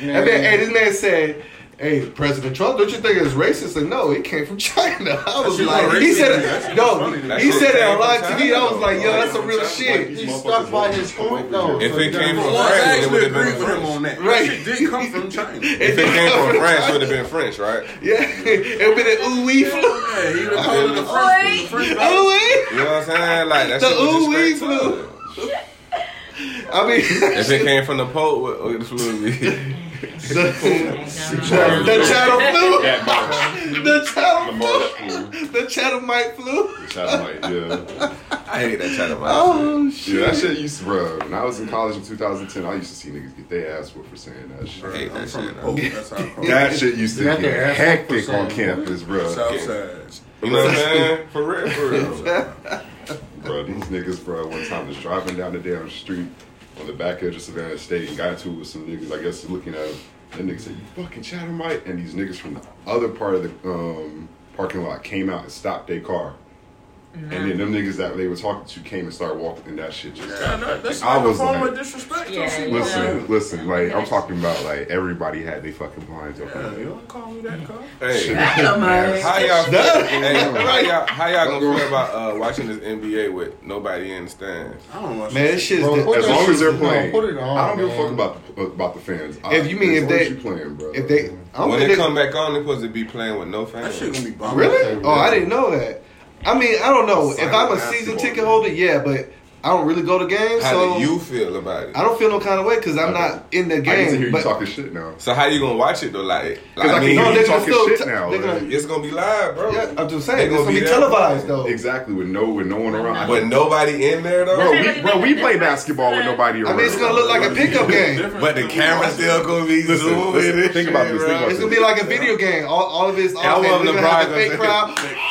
Speaker 4: then, hey, this man said, hey, President Trump, don't you think it's racist? Like, no, it came from China. I was
Speaker 6: shit
Speaker 4: like,
Speaker 6: was
Speaker 4: he
Speaker 6: racist,
Speaker 4: said
Speaker 6: dude. That
Speaker 4: it,
Speaker 6: shit
Speaker 4: no,
Speaker 6: was funny, dude.
Speaker 4: he
Speaker 6: That
Speaker 4: said
Speaker 6: shit
Speaker 4: it on
Speaker 6: came
Speaker 4: live
Speaker 6: from
Speaker 4: TV. I
Speaker 6: China,
Speaker 4: was like, yo,
Speaker 6: though.
Speaker 4: that's some
Speaker 6: Like,
Speaker 4: real
Speaker 6: these
Speaker 4: shit.
Speaker 17: He's stuck by his point though.
Speaker 6: If it came from
Speaker 13: Once I
Speaker 6: France, it
Speaker 13: actually
Speaker 6: would have
Speaker 13: agree
Speaker 6: been
Speaker 13: with him
Speaker 6: French.
Speaker 13: on that. That shit did come from China.
Speaker 6: If it came from France, it would have been French, right?
Speaker 4: Yeah, it would have been ooh wee flu.
Speaker 13: Yeah, he would have called it a French. French
Speaker 4: Ooh wee.
Speaker 6: You know what I'm saying? Like that
Speaker 4: The
Speaker 6: shit was just
Speaker 4: ooh
Speaker 6: straight
Speaker 4: wee flu. I mean,
Speaker 6: If it came from the Pope, what, what this would be?
Speaker 4: the channel flu. The channel flu. The channel mic flu.
Speaker 8: yeah.
Speaker 6: I hate that China mic.
Speaker 4: Oh shit.
Speaker 8: Dude, that shit used to, bro. When I was in college in 2010, I used to see niggas get their ass whooped for saying that shit.
Speaker 6: hate that shit.
Speaker 8: Oh, That shit used to
Speaker 17: They got
Speaker 8: get
Speaker 17: their ass
Speaker 8: hectic
Speaker 17: whooped for
Speaker 8: on
Speaker 17: saying
Speaker 8: campus, bro.
Speaker 13: Southside.
Speaker 6: You know what I'm saying? For real, for real.
Speaker 8: Bro, these niggas, bro, one time was driving down the damn street on the back edge of Savannah State and got into it with some niggas, I guess, looking at him. That nigga said, You fucking Chattermite? And these niggas from the other part of the um, parking lot came out and stopped their car. And then them niggas that they were talking to came and started walking, and that shit just
Speaker 13: Yeah, no, that's
Speaker 8: I
Speaker 13: like a
Speaker 8: was
Speaker 13: form
Speaker 8: like,
Speaker 13: of disrespect.
Speaker 11: Yeah,
Speaker 13: though.
Speaker 8: Listen,
Speaker 13: Yeah.
Speaker 8: listen, like I'm talking about, like everybody had their fucking blinds open.
Speaker 13: You don't call me that, cuz.
Speaker 6: Hey,
Speaker 13: Damn, man.
Speaker 6: how y'all, feel,
Speaker 13: Damn.
Speaker 6: hey, how y'all, how y'all gonna feel about uh, watching this NBA with nobody in the stands?
Speaker 13: I don't watch
Speaker 4: Man, this shit's
Speaker 17: Bro,
Speaker 4: the-
Speaker 17: put
Speaker 8: As
Speaker 17: that
Speaker 8: long
Speaker 17: shit-
Speaker 8: as they're
Speaker 17: no,
Speaker 8: playing,
Speaker 17: put it on,
Speaker 8: I don't give a
Speaker 17: man.
Speaker 8: fuck about the, about the fans. I-
Speaker 4: If you mean
Speaker 8: as
Speaker 4: if
Speaker 8: long as
Speaker 4: they-
Speaker 8: you playing, bro.
Speaker 4: If they, I don't
Speaker 6: when
Speaker 4: think
Speaker 6: they
Speaker 4: they
Speaker 6: come back on, they're supposed to be playing with no fans.
Speaker 13: That shit gonna be bomb.
Speaker 4: Really? Oh, I didn't know that. I mean, I don't know. If I'm a season ticket holder, yeah, but I don't really go to games,
Speaker 6: How
Speaker 4: so
Speaker 6: do you feel about it?
Speaker 4: I don't feel no kind of way because I'm not in the
Speaker 6: get to hear
Speaker 4: game.
Speaker 6: you
Speaker 4: But
Speaker 8: talking shit now.
Speaker 6: So how you gonna watch it though? Like,
Speaker 4: Because I can hear you talking shit now,
Speaker 6: they're
Speaker 4: like-
Speaker 6: gonna- it's gonna be live, bro.
Speaker 4: yeah, I'm just
Speaker 6: They
Speaker 4: saying, it's
Speaker 6: gonna
Speaker 4: gonna be
Speaker 6: be there.
Speaker 4: televised though.
Speaker 8: Exactly, with no with no one around.
Speaker 6: But nobody in there though.
Speaker 8: Bro, we, bro, we play basketball with nobody around.
Speaker 4: I mean, it's gonna look like a pickup game.
Speaker 6: But the camera still gonna be
Speaker 8: Listen,
Speaker 6: zooming.
Speaker 8: listen,
Speaker 6: and
Speaker 8: think about
Speaker 6: shit,
Speaker 8: this, think
Speaker 6: bro.
Speaker 8: about
Speaker 4: It's gonna be like a video game. All, all of it's
Speaker 6: Yeah, I
Speaker 4: all
Speaker 6: love
Speaker 4: We're gonna have a
Speaker 6: LeBron.
Speaker 4: fake crowd.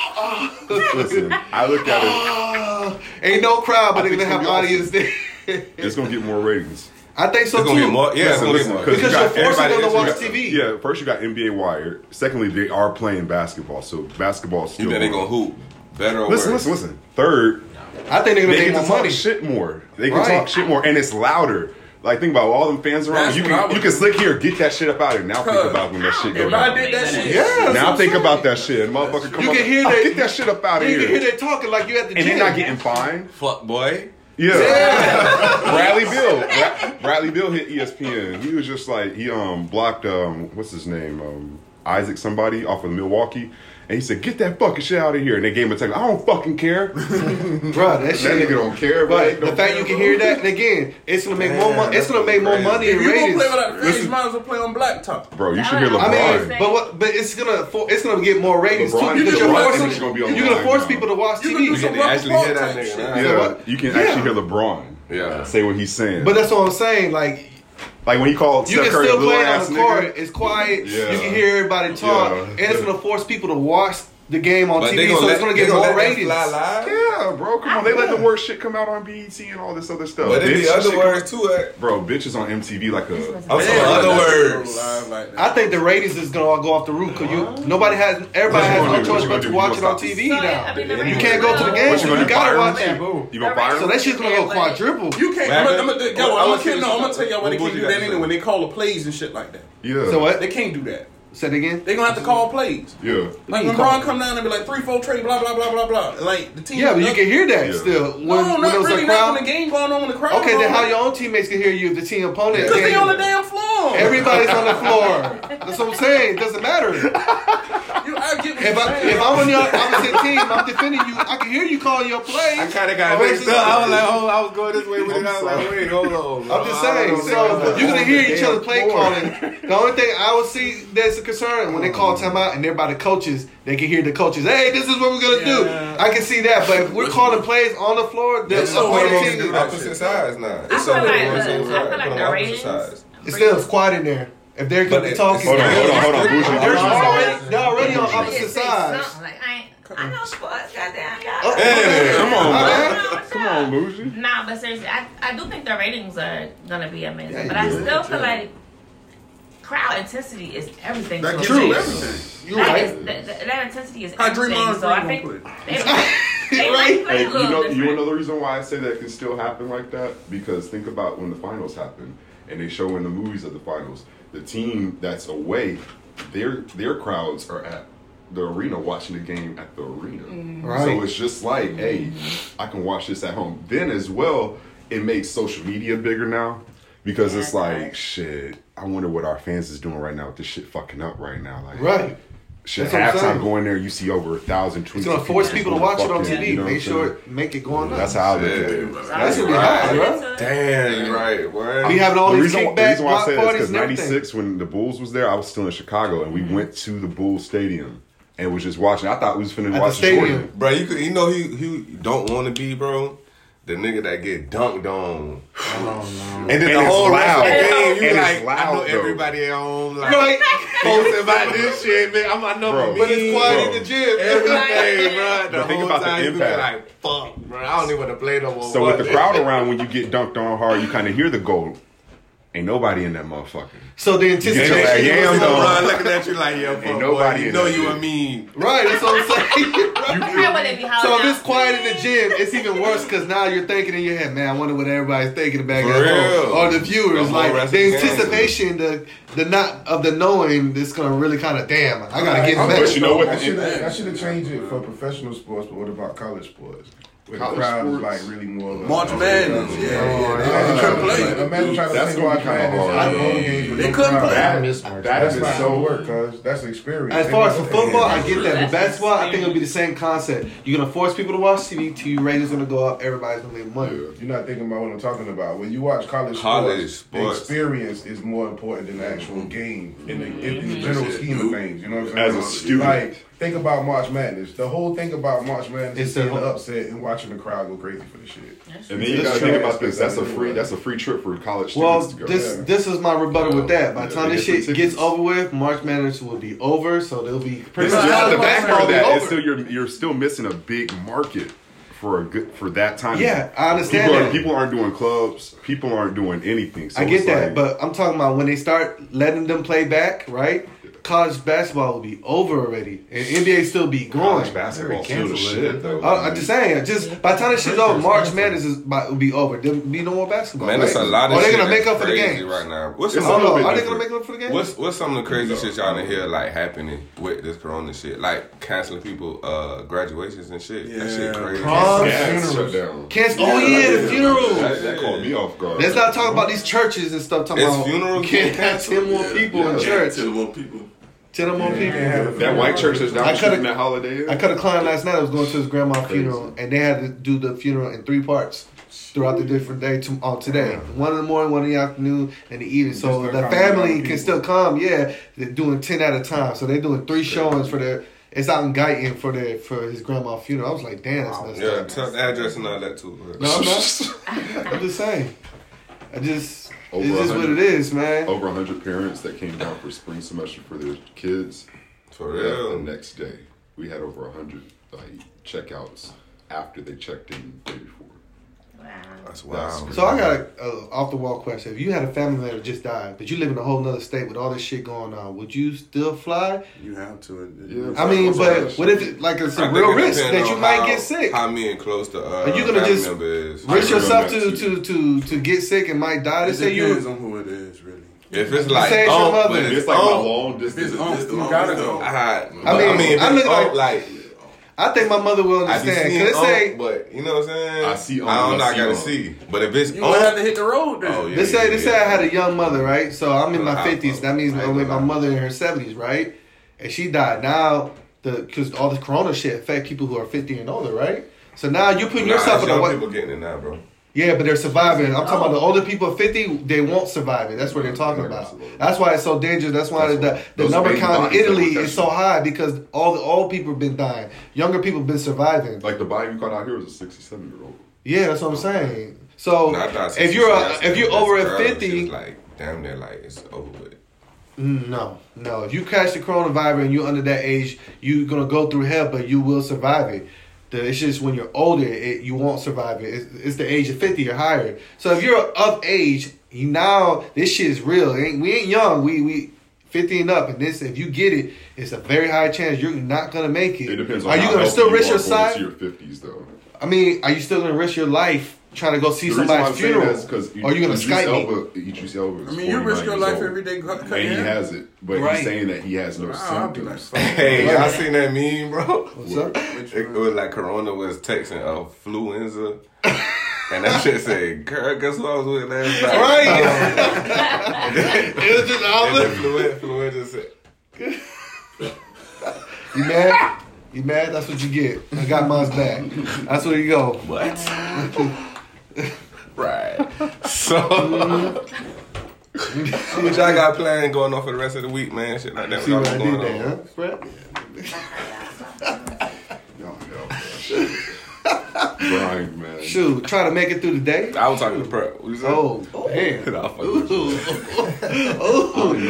Speaker 8: Listen, I look at
Speaker 4: Ah, ain't no crowd, but they're gonna have audience there.
Speaker 8: it. It's gonna get more ratings.
Speaker 4: I think so
Speaker 6: It's gonna
Speaker 4: too.
Speaker 6: get more- yeah, it's
Speaker 8: Listen,
Speaker 6: gonna get
Speaker 8: listen,
Speaker 6: more.
Speaker 8: 'cause
Speaker 6: Because
Speaker 8: got
Speaker 6: you're forcing
Speaker 8: everybody-
Speaker 6: them to watch
Speaker 8: it's- Yeah, first you got NBA Wired. Secondly, they are playing basketball, so basketball still.
Speaker 6: You think they
Speaker 8: going.
Speaker 6: gonna hoop better or
Speaker 8: Listen,
Speaker 6: worse?
Speaker 8: listen, listen. Third,
Speaker 4: I think they're gonna
Speaker 8: they
Speaker 4: make
Speaker 8: get to
Speaker 4: more
Speaker 8: talk
Speaker 4: money.
Speaker 8: shit more. They can
Speaker 4: Right.
Speaker 8: talk shit more, and it's louder. Like think about all them fans around.
Speaker 13: That's
Speaker 8: you
Speaker 13: what I
Speaker 8: can
Speaker 13: would
Speaker 8: you can slick here, get that shit up out of here. Now think
Speaker 13: Cuz,
Speaker 8: about when that shit goes.
Speaker 13: if I did that shit- Yeah, that's what
Speaker 8: Now
Speaker 13: I'm
Speaker 8: think about that shit, and motherfucker. Come
Speaker 4: You
Speaker 8: up,
Speaker 4: can hear
Speaker 8: "Oh,
Speaker 4: that.
Speaker 8: Get that shit up out of
Speaker 4: You
Speaker 8: here.
Speaker 4: can hear that talking like you at the
Speaker 8: and
Speaker 4: gym.
Speaker 8: they're not getting fined.
Speaker 6: Fuck boy.
Speaker 8: Yeah.
Speaker 4: Yeah.
Speaker 8: Bradley Bill. Bra- Bradley Bill hit E ESPN. He was just like he um blocked um what's his name um Isaac somebody off of Milwaukee. And he said, "Get that fucking shit out of here!" And they gave him a text. I don't fucking care, bro.
Speaker 4: That, shit-
Speaker 8: nigga don't care. bro.
Speaker 4: But the fact you can hear that, and again, it's gonna make more money. It's gonna make more money in
Speaker 13: If you gonna
Speaker 4: ratings.
Speaker 13: play without the fans, you might as well play on blacktop.
Speaker 8: Bro, you should hear LeBron.
Speaker 4: I mean, but what, but it's gonna for, it's gonna get more ratings
Speaker 8: LeBron-
Speaker 4: too because
Speaker 8: LeBron
Speaker 4: you're
Speaker 8: image
Speaker 4: forcing
Speaker 8: gonna be
Speaker 4: you're
Speaker 8: on the
Speaker 4: gonna
Speaker 8: line
Speaker 4: force
Speaker 8: now.
Speaker 4: people to watch TV.
Speaker 8: yeah, you can actually hear LeBron. Yeah, say what he's saying.
Speaker 4: But that's what I'm saying. Like
Speaker 8: like when he called
Speaker 4: You
Speaker 8: Steph
Speaker 4: can
Speaker 8: Curry a
Speaker 4: still
Speaker 8: little
Speaker 4: play it
Speaker 8: ass
Speaker 4: on the court.
Speaker 8: nigga.
Speaker 4: It's quiet.
Speaker 8: Yeah.
Speaker 4: You can hear everybody talk,
Speaker 8: Yeah.
Speaker 4: and it's gonna force people to watch the game on
Speaker 8: But they
Speaker 4: TV.
Speaker 8: gonna
Speaker 4: So
Speaker 8: let-
Speaker 4: it's gonna
Speaker 8: they
Speaker 4: get
Speaker 8: gonna
Speaker 4: more
Speaker 8: let that
Speaker 4: ratings.
Speaker 8: fly live? Yeah, bro. Come on, they let the worst shit come out on BET and all this other stuff.
Speaker 6: But it'd be
Speaker 8: Bitch,
Speaker 6: other
Speaker 8: shit
Speaker 6: words too. eh?
Speaker 8: come- Bro, bitch is on MTV like a.
Speaker 6: I'm saying other words.
Speaker 4: I think the ratings is gonna all go off the roof because you nobody has everybody has
Speaker 8: What you gonna
Speaker 4: no
Speaker 8: do? What
Speaker 4: choice
Speaker 8: you
Speaker 4: but
Speaker 8: gonna
Speaker 4: to
Speaker 8: do?
Speaker 4: watch it
Speaker 8: You
Speaker 4: on
Speaker 8: gonna
Speaker 4: TV now.
Speaker 8: stop- So, yeah, I mean,
Speaker 4: You can't go to the
Speaker 8: What you
Speaker 4: game.
Speaker 8: gonna
Speaker 4: You
Speaker 8: do,
Speaker 4: gotta
Speaker 8: fire
Speaker 4: watch
Speaker 8: him?
Speaker 4: it.
Speaker 8: You gonna fire him?
Speaker 4: So that shit's gonna go quadruple.
Speaker 13: You can't. I'm gonna- I'm gonna yo, I'm gonna tell- no, I'm gonna tell y'all why they can't do that anyway. When they call the plays and shit like that.
Speaker 8: Yeah.
Speaker 4: So what?
Speaker 13: They can't do that.
Speaker 4: Say it again.
Speaker 13: They gonna have to call plays.
Speaker 8: Yeah.
Speaker 13: Like when Braun come down and be like three, four trade, blah blah blah blah blah. Like the team.
Speaker 4: Yeah, but you can hear that still. When,
Speaker 13: No,
Speaker 4: when
Speaker 13: not
Speaker 4: there was
Speaker 13: really.
Speaker 4: a
Speaker 13: Not
Speaker 4: crowd.
Speaker 13: when the game going on, when the crowd.
Speaker 4: okay, then
Speaker 13: going
Speaker 4: how
Speaker 13: on.
Speaker 4: your own teammates can hear you if the team opponent?
Speaker 13: Because they
Speaker 4: can't?
Speaker 13: on the damn floor.
Speaker 4: Everybody's on the floor. That's what I'm saying. It doesn't matter. if, I, if I'm on your opposite team, I'm defending you. I can hear you calling your plays. I kind of
Speaker 18: got mixed up. I was like, oh,
Speaker 4: I was going this way with it. I was like, wait, hold on. I'm just
Speaker 18: I
Speaker 4: saying.
Speaker 18: don't know.
Speaker 4: So you're gonna hear
Speaker 18: Damn
Speaker 4: each other play
Speaker 18: board.
Speaker 4: calling. The only thing I would see that's a concern when they call timeout and they're by the coaches, they can hear the coaches. Hey, this is what we're gonna do. I can see that, but if we're calling plays on the floor, the
Speaker 6: There's so
Speaker 4: opposing
Speaker 6: many
Speaker 4: team-
Speaker 6: teams opposite sides now.
Speaker 13: I
Speaker 6: It's so
Speaker 13: feel
Speaker 6: many
Speaker 13: like,
Speaker 6: teams
Speaker 13: look, I
Speaker 6: opposite sides.
Speaker 13: feel like
Speaker 6: Put
Speaker 13: the
Speaker 6: on
Speaker 13: ratings-
Speaker 6: opposite sides.
Speaker 4: It's still quiet in there. If they're gonna be talking,
Speaker 6: Hold on, hold on, hold on,
Speaker 4: They're
Speaker 6: Bougie. Hold on.
Speaker 4: already, they're already on
Speaker 11: Something
Speaker 4: opposite
Speaker 11: that say
Speaker 4: sides.
Speaker 11: something. Like, I, ain't- I know sports, goddamn. God.
Speaker 8: Hey, come on,
Speaker 11: I
Speaker 8: man.
Speaker 11: know,
Speaker 8: Come on, Bougie.
Speaker 11: Nah, but seriously, I, I do think the ratings are gonna be amazing,
Speaker 8: Yeah,
Speaker 11: but I
Speaker 8: yeah,
Speaker 11: still feel
Speaker 8: true.
Speaker 11: like crowd intensity is everything.
Speaker 13: That
Speaker 11: to a
Speaker 13: gives you
Speaker 11: team.
Speaker 13: everything. You're
Speaker 11: That
Speaker 13: right.
Speaker 11: is- that, that- that intensity is
Speaker 13: How Draymond
Speaker 11: everything. So I
Speaker 13: Green
Speaker 11: think
Speaker 13: gonna
Speaker 11: they, they might play
Speaker 8: Hey,
Speaker 11: a
Speaker 8: you
Speaker 11: little
Speaker 8: know,
Speaker 11: different.
Speaker 8: you wanna know the reason why I say that can still happen like that? Because think about when the finals happen, and they show in the movies of the finals, the team that's away, their their crowds are at the arena watching the game at the arena.
Speaker 6: Mhm.
Speaker 8: So
Speaker 6: Right.
Speaker 8: it's just like, hey, I can watch this at home. Then as well, it makes social media bigger now because it's like, shit. I wonder what our fans is doing right now with this shit fucking up right now. Like,
Speaker 4: Right.
Speaker 8: Shit,
Speaker 4: That's what I'm
Speaker 8: halftime
Speaker 4: saying.
Speaker 8: going there, you see over a thousand tweets.
Speaker 4: It's gonna
Speaker 8: of
Speaker 4: force
Speaker 8: just
Speaker 4: people to
Speaker 8: going
Speaker 4: watch it on
Speaker 8: fucking,
Speaker 4: TV.
Speaker 8: you know what I'm
Speaker 4: make sure,
Speaker 8: saying?
Speaker 4: it make it going up.
Speaker 8: That's how I look at it.
Speaker 4: That's gonna be high, bro.
Speaker 6: Damn, you right, boy.
Speaker 4: We having all
Speaker 8: the
Speaker 4: these
Speaker 8: reason, why-
Speaker 4: kickback
Speaker 8: the reason why I
Speaker 4: block
Speaker 8: say that
Speaker 4: parties
Speaker 8: because
Speaker 4: and everything.
Speaker 8: '96 when the Bulls was there, I was still in Chicago, and we went to the Bulls stadium and was just watching. I thought we was finna watch Jordan.
Speaker 6: bro. You could, you know, who who you don't want to be, bro. The nigga that get dunked on, and then
Speaker 8: And
Speaker 6: the
Speaker 8: it's
Speaker 6: whole rest of
Speaker 8: loud.
Speaker 6: the game, you
Speaker 8: And it's
Speaker 6: like, I know
Speaker 8: loud, though.
Speaker 6: everybody at home, like,
Speaker 4: Right.
Speaker 6: posting about this shit, man. I'm, I know,
Speaker 8: Bro.
Speaker 6: me,
Speaker 8: But it's quiet in
Speaker 6: bro.
Speaker 8: the gym.
Speaker 6: everything, bro. The
Speaker 8: But think
Speaker 6: whole
Speaker 8: about the
Speaker 6: time, you be
Speaker 8: impact.
Speaker 6: like, fuck, bro. I don't even want to play no more.
Speaker 8: So
Speaker 6: Fuck
Speaker 8: with the
Speaker 6: this.
Speaker 8: crowd around, when you get dunked on hard, you kind of hear the goal. Ain't nobody in that motherfucker.
Speaker 4: So the
Speaker 8: You get your
Speaker 4: anticipation
Speaker 8: ass yammed
Speaker 4: was
Speaker 8: on.
Speaker 4: on.
Speaker 6: Looking at you like, yo, fuck,
Speaker 8: nobody
Speaker 6: boy, you
Speaker 8: in
Speaker 6: know
Speaker 8: that
Speaker 6: you
Speaker 8: shit.
Speaker 6: a mean.
Speaker 4: Right, that's what I'm saying.
Speaker 11: I wouldn't be hollering
Speaker 4: so if it's
Speaker 11: out.
Speaker 4: quiet in the gym, it's even worse because now you're thinking in your head, man, I wonder what everybody's thinking back
Speaker 6: For
Speaker 4: at
Speaker 6: real.
Speaker 4: home. Or the
Speaker 6: The
Speaker 4: viewers,
Speaker 6: whole
Speaker 4: like
Speaker 6: rest of
Speaker 4: the
Speaker 6: the game.
Speaker 4: anticipation, the the not of the knowing that's gonna really kind of damn. I gotta get
Speaker 12: I'm
Speaker 4: back.
Speaker 12: like, I should have changed it for professional sports, but what about college sports? Where
Speaker 4: College
Speaker 12: the crowd
Speaker 4: sports?
Speaker 12: is like really more of a-
Speaker 13: March Madness, yeah, yeah,
Speaker 12: Oh,
Speaker 13: they
Speaker 12: yeah.
Speaker 13: couldn't play.
Speaker 12: Imagine trying to
Speaker 13: That's
Speaker 12: play
Speaker 13: gonna be
Speaker 12: March
Speaker 13: kinda
Speaker 12: Madness
Speaker 13: hard.
Speaker 12: at home games with
Speaker 13: They
Speaker 12: no
Speaker 13: couldn't
Speaker 12: crowd.
Speaker 13: play.
Speaker 12: That
Speaker 13: Miss March
Speaker 12: That's
Speaker 13: Madness.
Speaker 12: not so work, cuz that's an experience.
Speaker 4: As
Speaker 12: They
Speaker 4: far
Speaker 12: know
Speaker 4: as for
Speaker 12: what they
Speaker 4: football, I
Speaker 12: have.
Speaker 4: get that. But basketball, I think it'll be the same concept. You're gonna force people to watch TV. TV ratings gonna go up. Everybody's gonna make money.
Speaker 12: You're not thinking about what I'm talking about. When you watch college,
Speaker 4: College
Speaker 12: sports,
Speaker 4: sports.
Speaker 12: the experience is more important than the actual game in the, in the
Speaker 8: Mhm.
Speaker 12: general
Speaker 8: That's it.
Speaker 12: scheme of things. You know what I'm saying?
Speaker 8: As a student.
Speaker 12: like think about March Madness. The whole thing about March Madness
Speaker 8: It's
Speaker 12: is being
Speaker 8: the whole-
Speaker 12: upset and watching the crowd go crazy for the shit.
Speaker 8: And then you gotta think about this. That's a free. That's a free trip for college
Speaker 4: Well,
Speaker 8: students to go.
Speaker 4: this this is my rebuttal with that. By the time
Speaker 8: Yeah,
Speaker 4: this
Speaker 8: they get
Speaker 4: shit gets over with, March Madness will be over, so they'll be
Speaker 8: It's
Speaker 4: pretty
Speaker 8: still
Speaker 4: much
Speaker 8: at
Speaker 4: out
Speaker 8: the
Speaker 4: of
Speaker 8: back
Speaker 4: basketball
Speaker 8: of
Speaker 4: will be
Speaker 8: that.
Speaker 4: over.
Speaker 8: It's still you're you're still missing a big market for a good for that time.
Speaker 4: Yeah, I understand
Speaker 8: People, are,
Speaker 4: that.
Speaker 8: people aren't doing clubs. People aren't doing anything. So
Speaker 4: I get
Speaker 8: it's
Speaker 4: that,
Speaker 8: like-
Speaker 4: but I'm talking about when they start letting them play back, right? College basketball will be over already, and NBA still be growing.
Speaker 8: College basketball They canceled still the it, shit, though.
Speaker 4: I, am just saying, just by the time this shit's over, March Madness is about, will be over. There'll be no more basketball.
Speaker 6: Man,
Speaker 4: right?
Speaker 6: it's a lot of
Speaker 4: Are they
Speaker 6: shit
Speaker 4: gonna
Speaker 6: that's
Speaker 4: make up for the
Speaker 6: crazy
Speaker 4: game
Speaker 6: right now.
Speaker 4: What's I don't know. Are they gonna make
Speaker 6: different?
Speaker 4: up for the game?
Speaker 6: What's what's some of the crazy shit y'all in here like happening with this corona shit? Like canceling people uh graduations and shit. That shit
Speaker 8: Yeah.
Speaker 6: crazy.
Speaker 8: Proms, funerals.
Speaker 4: Cancel- oh yeah, the funerals.
Speaker 8: That, that caught me off guard.
Speaker 4: Let's not talk about these churches and stuff. Talking
Speaker 6: It's
Speaker 4: about
Speaker 6: funerals
Speaker 4: you can't
Speaker 6: being
Speaker 4: have
Speaker 6: canceled?
Speaker 4: ten more
Speaker 6: Yeah,
Speaker 4: people in
Speaker 6: yeah.
Speaker 4: church.
Speaker 6: Ten
Speaker 4: more people. Ten more people.
Speaker 8: That white church that's down
Speaker 4: I
Speaker 8: the street
Speaker 4: cut
Speaker 8: in
Speaker 4: a-
Speaker 8: that holiday. Inn.
Speaker 4: I cut a client last night. I was going to his grandma's funeral, and they had to do the funeral in three parts throughout the different day to, uh, today. One in the morning, one in the afternoon, and the evening. So
Speaker 7: Just
Speaker 4: the
Speaker 7: not
Speaker 4: family
Speaker 7: counting
Speaker 4: can still come. Yeah, they're doing ten at a time. So they're doing three showings for their. It's out in Guyton for their for his grandma's funeral. I was like, damn, that's messed
Speaker 6: Yeah,
Speaker 4: up.
Speaker 6: tell the address and all that too. bro.
Speaker 4: No, I'm not. I'm just saying. I just.
Speaker 8: Over
Speaker 4: it's just what
Speaker 8: 100
Speaker 4: it is, man.
Speaker 8: Over hundred parents that came down for spring semester for their kids.
Speaker 6: For
Speaker 8: Yeah,
Speaker 6: real?
Speaker 8: The next day, we had over hundred like checkouts after they checked in the day before.
Speaker 6: That's
Speaker 8: wild.
Speaker 4: So I got a, a off the wall question. If you had a family member that just died, but you live in a whole nother state with all this shit going on, would you still fly?
Speaker 13: You have to.
Speaker 4: I mean, but what if it, like it's
Speaker 6: I
Speaker 4: a
Speaker 6: think
Speaker 4: real
Speaker 6: it
Speaker 4: risk that
Speaker 6: depends
Speaker 4: you
Speaker 6: on
Speaker 4: might
Speaker 6: how-
Speaker 4: get sick?
Speaker 6: How me and close to uh,
Speaker 4: Are you gonna
Speaker 6: family
Speaker 4: just
Speaker 6: member is.
Speaker 4: risk yourself to, to to to get sick and might die? They
Speaker 13: It
Speaker 4: say
Speaker 13: depends
Speaker 4: you.
Speaker 13: on who it is, really.
Speaker 6: If it's like,
Speaker 4: Say it's your
Speaker 6: oh,
Speaker 4: mother.
Speaker 6: but
Speaker 4: It's like my
Speaker 6: oh,
Speaker 8: long distance.
Speaker 13: It's on. You
Speaker 6: long
Speaker 13: gotta
Speaker 6: distance.
Speaker 13: go.
Speaker 6: I,
Speaker 4: I
Speaker 6: I mean,
Speaker 4: mean,
Speaker 6: I
Speaker 4: I
Speaker 6: mean, if
Speaker 4: look
Speaker 6: it's oh,
Speaker 4: like-
Speaker 6: like
Speaker 4: I think my mother will
Speaker 6: I be
Speaker 4: understand.
Speaker 6: seeing
Speaker 4: Cause
Speaker 6: on,
Speaker 4: they say
Speaker 6: but you know what I'm saying. I see.
Speaker 8: on,
Speaker 6: I
Speaker 8: I
Speaker 6: don't know. I
Speaker 8: see
Speaker 6: gotta
Speaker 8: on.
Speaker 6: see. But if it's
Speaker 13: You
Speaker 6: on,
Speaker 13: gonna have to hit the road then.
Speaker 6: Oh, yeah,
Speaker 4: they say
Speaker 6: yeah,
Speaker 4: they say
Speaker 6: yeah.
Speaker 4: I had a young mother, right? So I'm in my
Speaker 6: I-
Speaker 4: fifties. That means only my mother in her seventies, right? And she died now the because all this corona shit affect people who are fifty and older, right? So now you're putting
Speaker 6: Nah,
Speaker 4: yourself
Speaker 6: it's
Speaker 4: in a
Speaker 6: young
Speaker 4: way.
Speaker 6: people getting it now, bro.
Speaker 4: Yeah, but they're surviving. I'm talking about the older people, fifty. They won't survive it. That's what they're talking about. That's why it's so dangerous. That's why the, the
Speaker 6: Those
Speaker 4: number
Speaker 6: baby
Speaker 4: count in
Speaker 6: bodies
Speaker 4: Italy
Speaker 6: that
Speaker 4: is so high because all the old people have been dying. Younger people have been surviving.
Speaker 8: Like the body we caught out here was a sixty-seven year old.
Speaker 4: Yeah, that's what I'm saying. So
Speaker 6: Nah, I thought
Speaker 4: if you're a,
Speaker 6: 60,
Speaker 4: if you're
Speaker 6: that's
Speaker 4: over
Speaker 6: girl,
Speaker 4: at
Speaker 6: she
Speaker 4: fifty,
Speaker 6: was like damn, near like it's over with.
Speaker 4: Mm, No, no. If you catch the coronavirus and you're under that age, you're gonna go through hell, but you will survive it. The, it's just when you're older, it, you won't survive it. It's, it's the age of fifty or higher. So if you're of age, you now this shit is real. It ain't, we ain't young. We we fifty and up, and this if you get it, it's a very high chance you're not gonna make it.
Speaker 8: It depends on
Speaker 4: are you
Speaker 8: how
Speaker 4: gonna
Speaker 8: healthy
Speaker 4: still
Speaker 8: you
Speaker 4: risk
Speaker 8: are
Speaker 4: your
Speaker 8: going into
Speaker 4: side?
Speaker 8: Your fifties though.
Speaker 4: I mean, are you still gonna risk your life trying to go see
Speaker 8: The reason why I'm
Speaker 4: somebody's
Speaker 8: saying
Speaker 4: funeral?
Speaker 8: that is 'cause
Speaker 4: Or are you gonna
Speaker 8: Idris
Speaker 4: Skype me?
Speaker 8: Elba- Idris Elba is
Speaker 13: I mean, you risk
Speaker 8: 49
Speaker 13: your
Speaker 8: years
Speaker 13: life
Speaker 8: old.
Speaker 13: every day. cut- cut
Speaker 8: And he
Speaker 13: hair.
Speaker 8: has it, but
Speaker 13: Right.
Speaker 8: he's saying that he has no symptoms.
Speaker 6: Hey,
Speaker 8: Like,
Speaker 6: y'all seen that meme, bro?
Speaker 4: What's up?
Speaker 6: It was like Corona was texting influenza. And that shit said, girl, guess who I was with last night?
Speaker 4: Right. it was just all
Speaker 6: and influ- influenza said,
Speaker 4: You mad? You mad? That's what you get. I got mine's back. That's where you go.
Speaker 6: What? right. So, what y'all got planned going on for the rest of the week, man? Shit like that.
Speaker 4: See
Speaker 6: y'all
Speaker 4: what I
Speaker 6: going
Speaker 4: did there,
Speaker 6: on?
Speaker 4: huh, Brett?
Speaker 8: Grind, man.
Speaker 4: Shoot, try to make it through the day.
Speaker 6: I was talking to prep.
Speaker 4: Oh, damn.
Speaker 6: Oh,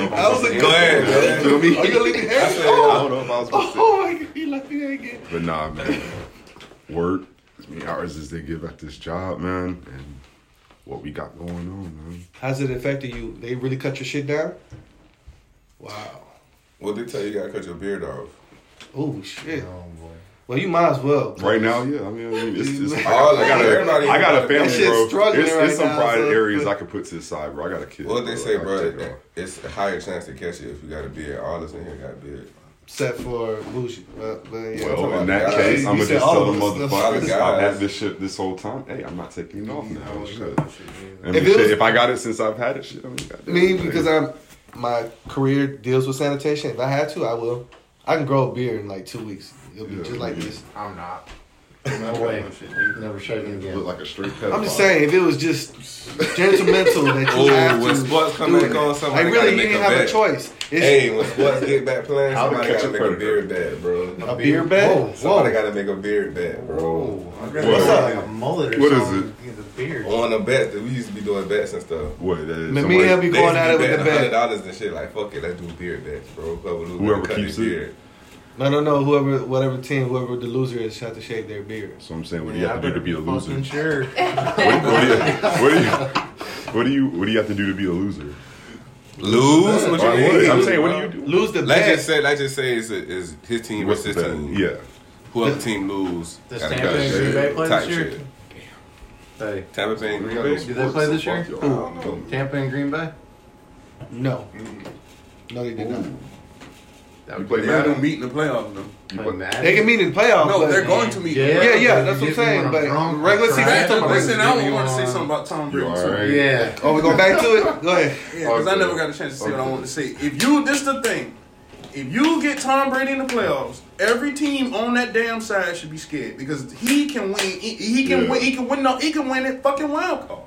Speaker 4: That was a
Speaker 6: Go ahead. Go ahead.
Speaker 4: Are you gonna leave me hanging?
Speaker 6: I said, I don't know if I was supposed to.
Speaker 4: Oh my god, you left me hanging.
Speaker 8: But nah, man. Work as many hours as they give at this job, man, and what we got going on, man.
Speaker 4: How's it affected you? They really cut your shit down? Wow.
Speaker 6: What they tell you, you gotta cut your beard off.
Speaker 4: Oh shit. Well, you might as well.
Speaker 8: Right now, yeah. I mean, I mean, it's, it's, I,
Speaker 6: All
Speaker 8: got, I got
Speaker 6: everybody-
Speaker 8: a, I got a
Speaker 6: That
Speaker 8: family,
Speaker 6: shit's
Speaker 8: bro.
Speaker 6: struggling
Speaker 8: It's,
Speaker 6: right
Speaker 8: it's some
Speaker 6: now,
Speaker 8: private
Speaker 6: so-
Speaker 8: areas I could put to the side, bro. I got a kid.
Speaker 6: What they say,
Speaker 8: I
Speaker 6: bro?
Speaker 8: gotta take it
Speaker 6: it-
Speaker 8: off.
Speaker 6: It's a higher chance to catch it if you got a beard. All this in here got a beard.
Speaker 4: Except for Bougie. But, but, yeah, I'm talking
Speaker 8: Well, in
Speaker 4: about
Speaker 8: that
Speaker 4: guys.
Speaker 8: case,
Speaker 4: You
Speaker 8: I'm gonna
Speaker 4: said "Oh,
Speaker 8: just
Speaker 4: all
Speaker 8: tell the
Speaker 4: of us.
Speaker 8: motherfucker
Speaker 4: That's-
Speaker 8: I've had this shit this whole time. Hey, I'm not taking it off now. Shit. I mean,
Speaker 4: If
Speaker 8: shit, if,
Speaker 4: it was-
Speaker 8: I got it since I've had it, shit. I mean, goddamn.
Speaker 4: Me, because I'm my career deals with sanitation. If I had to, I will. I can grow a beard in like two weeks. It'll be just like this.
Speaker 17: I'm not. No way. Never shaving again.
Speaker 8: Look like a straight pedophile.
Speaker 4: I'm just saying, if it was just gentlemental that you
Speaker 6: Ooh,
Speaker 4: have
Speaker 6: when
Speaker 4: to
Speaker 6: sports come
Speaker 4: do
Speaker 6: back
Speaker 4: it.
Speaker 6: on, somebody
Speaker 4: like really,
Speaker 6: gotta
Speaker 4: you
Speaker 6: make
Speaker 4: didn't
Speaker 6: a
Speaker 4: have
Speaker 6: bet.
Speaker 4: a choice. It's-
Speaker 6: hey, when sports get back playing,
Speaker 4: How to
Speaker 6: somebody
Speaker 4: catch
Speaker 6: gotta
Speaker 4: a
Speaker 6: make a
Speaker 4: predator.
Speaker 6: beard bet, bro.
Speaker 4: A beer bet? Whoa,
Speaker 6: Somebody gotta make a beard bet, bro.
Speaker 4: What's up? Like a
Speaker 17: mullet
Speaker 4: or
Speaker 6: What is
Speaker 4: something.
Speaker 6: it? On the bet that we used to be doing bets and stuff.
Speaker 8: What? That is
Speaker 4: Man, me and him be going at it with the bet.
Speaker 6: Hundred dollars and shit. Like fuck it, let's do beard bets, bro. Whoever,
Speaker 8: Whoever keeps it.
Speaker 4: No, no, no. Whoever, whatever team, whoever the loser is, have to shave their beard.
Speaker 8: So I'm saying, what do you have to do to be a loser?
Speaker 19: Fucking sure.
Speaker 8: What do you, what do you, what do you, what do you have to do to be a loser?
Speaker 20: Lose? What you
Speaker 8: Or
Speaker 20: mean?
Speaker 8: I'm saying, what do you do?
Speaker 4: Lose the
Speaker 20: Let's
Speaker 4: bet.
Speaker 20: just say, let's just say, it's, it's his team
Speaker 8: What's
Speaker 20: versus
Speaker 8: the
Speaker 20: his
Speaker 8: bet?
Speaker 20: team.
Speaker 8: Yeah.
Speaker 20: Whoever team lose,
Speaker 19: Does
Speaker 20: gotta
Speaker 19: Tampa
Speaker 20: cut
Speaker 19: and
Speaker 20: shit.
Speaker 19: Green Bay play
Speaker 20: Type
Speaker 19: this year?
Speaker 20: shit.
Speaker 19: Hey.
Speaker 20: Tampa Bay and Green Bay.
Speaker 19: Do they play this year? Tampa and Green Bay?
Speaker 4: No. No, they did not.
Speaker 19: That
Speaker 20: You
Speaker 19: would
Speaker 20: play
Speaker 19: be bad.
Speaker 20: Madden? They don't meet in the playoffs, though.
Speaker 19: You play Madden?
Speaker 4: They can meet in playoffs.
Speaker 20: No,
Speaker 4: but-
Speaker 20: they're going to meet.
Speaker 4: Yeah, yeah, that's what I'm saying. But regular season,
Speaker 20: Listen,
Speaker 4: I'm talking about-
Speaker 20: Listen, I don't want to say something about Tom Brady.
Speaker 4: You
Speaker 20: too.
Speaker 4: alright? Yeah. Oh, we go back to it? Go ahead.
Speaker 20: Yeah,
Speaker 4: Oh,
Speaker 20: because I
Speaker 4: good.
Speaker 20: never got a chance to see what I
Speaker 4: Okay.
Speaker 20: wanted to
Speaker 6: See, if you this the thing, if you get Tom Brady in the playoffs, every team on that damn side should be scared because he can win. He, he can
Speaker 8: Yeah.
Speaker 6: win. He can win. No, he can win it. Fucking wild card.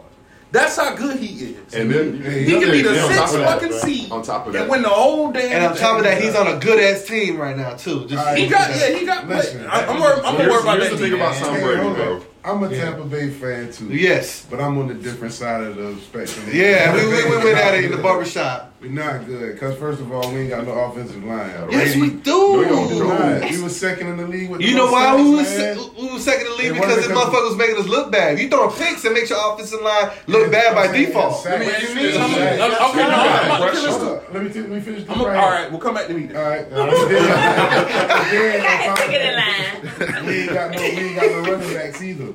Speaker 6: That's how good he is.
Speaker 8: And then
Speaker 6: he can be the sixth fucking
Speaker 8: see.
Speaker 6: seed
Speaker 8: On top of
Speaker 6: and win the whole damn.
Speaker 4: And on top of
Speaker 6: thing.
Speaker 4: that, he's on a good ass team right now too. Just
Speaker 6: He got yeah, he got. but I, I'm worried. I'm worried about that. team.
Speaker 13: Hey, hold up. I'm a Tampa Bay fan too.
Speaker 4: Yes,
Speaker 13: but I'm on the different side of the spectrum.
Speaker 4: Yeah, we- we- we went at it in the
Speaker 13: barbershop. We're not good because first of all, we ain't got no offensive line.
Speaker 4: Yes, we do. No,
Speaker 13: we
Speaker 4: you don't.
Speaker 13: We was second in the league with.
Speaker 4: You
Speaker 13: the
Speaker 4: know
Speaker 13: most
Speaker 4: why
Speaker 13: sacks,
Speaker 4: we was,
Speaker 13: man.
Speaker 4: we was second in the league
Speaker 13: It
Speaker 4: because this
Speaker 13: wasn't
Speaker 4: motherfucker was making us look bad. You throwing picks and makes your offensive line look bad by default.
Speaker 13: Let me ask you this.
Speaker 6: Okay, no, I'm about to kill this.
Speaker 13: Let me, t- let me finish this.
Speaker 6: I'm a-
Speaker 13: right
Speaker 6: all
Speaker 13: here.
Speaker 6: right, we'll come back to me. Then.
Speaker 13: All right. Then on top of that, we ain't got no, we ain't got no running backs either.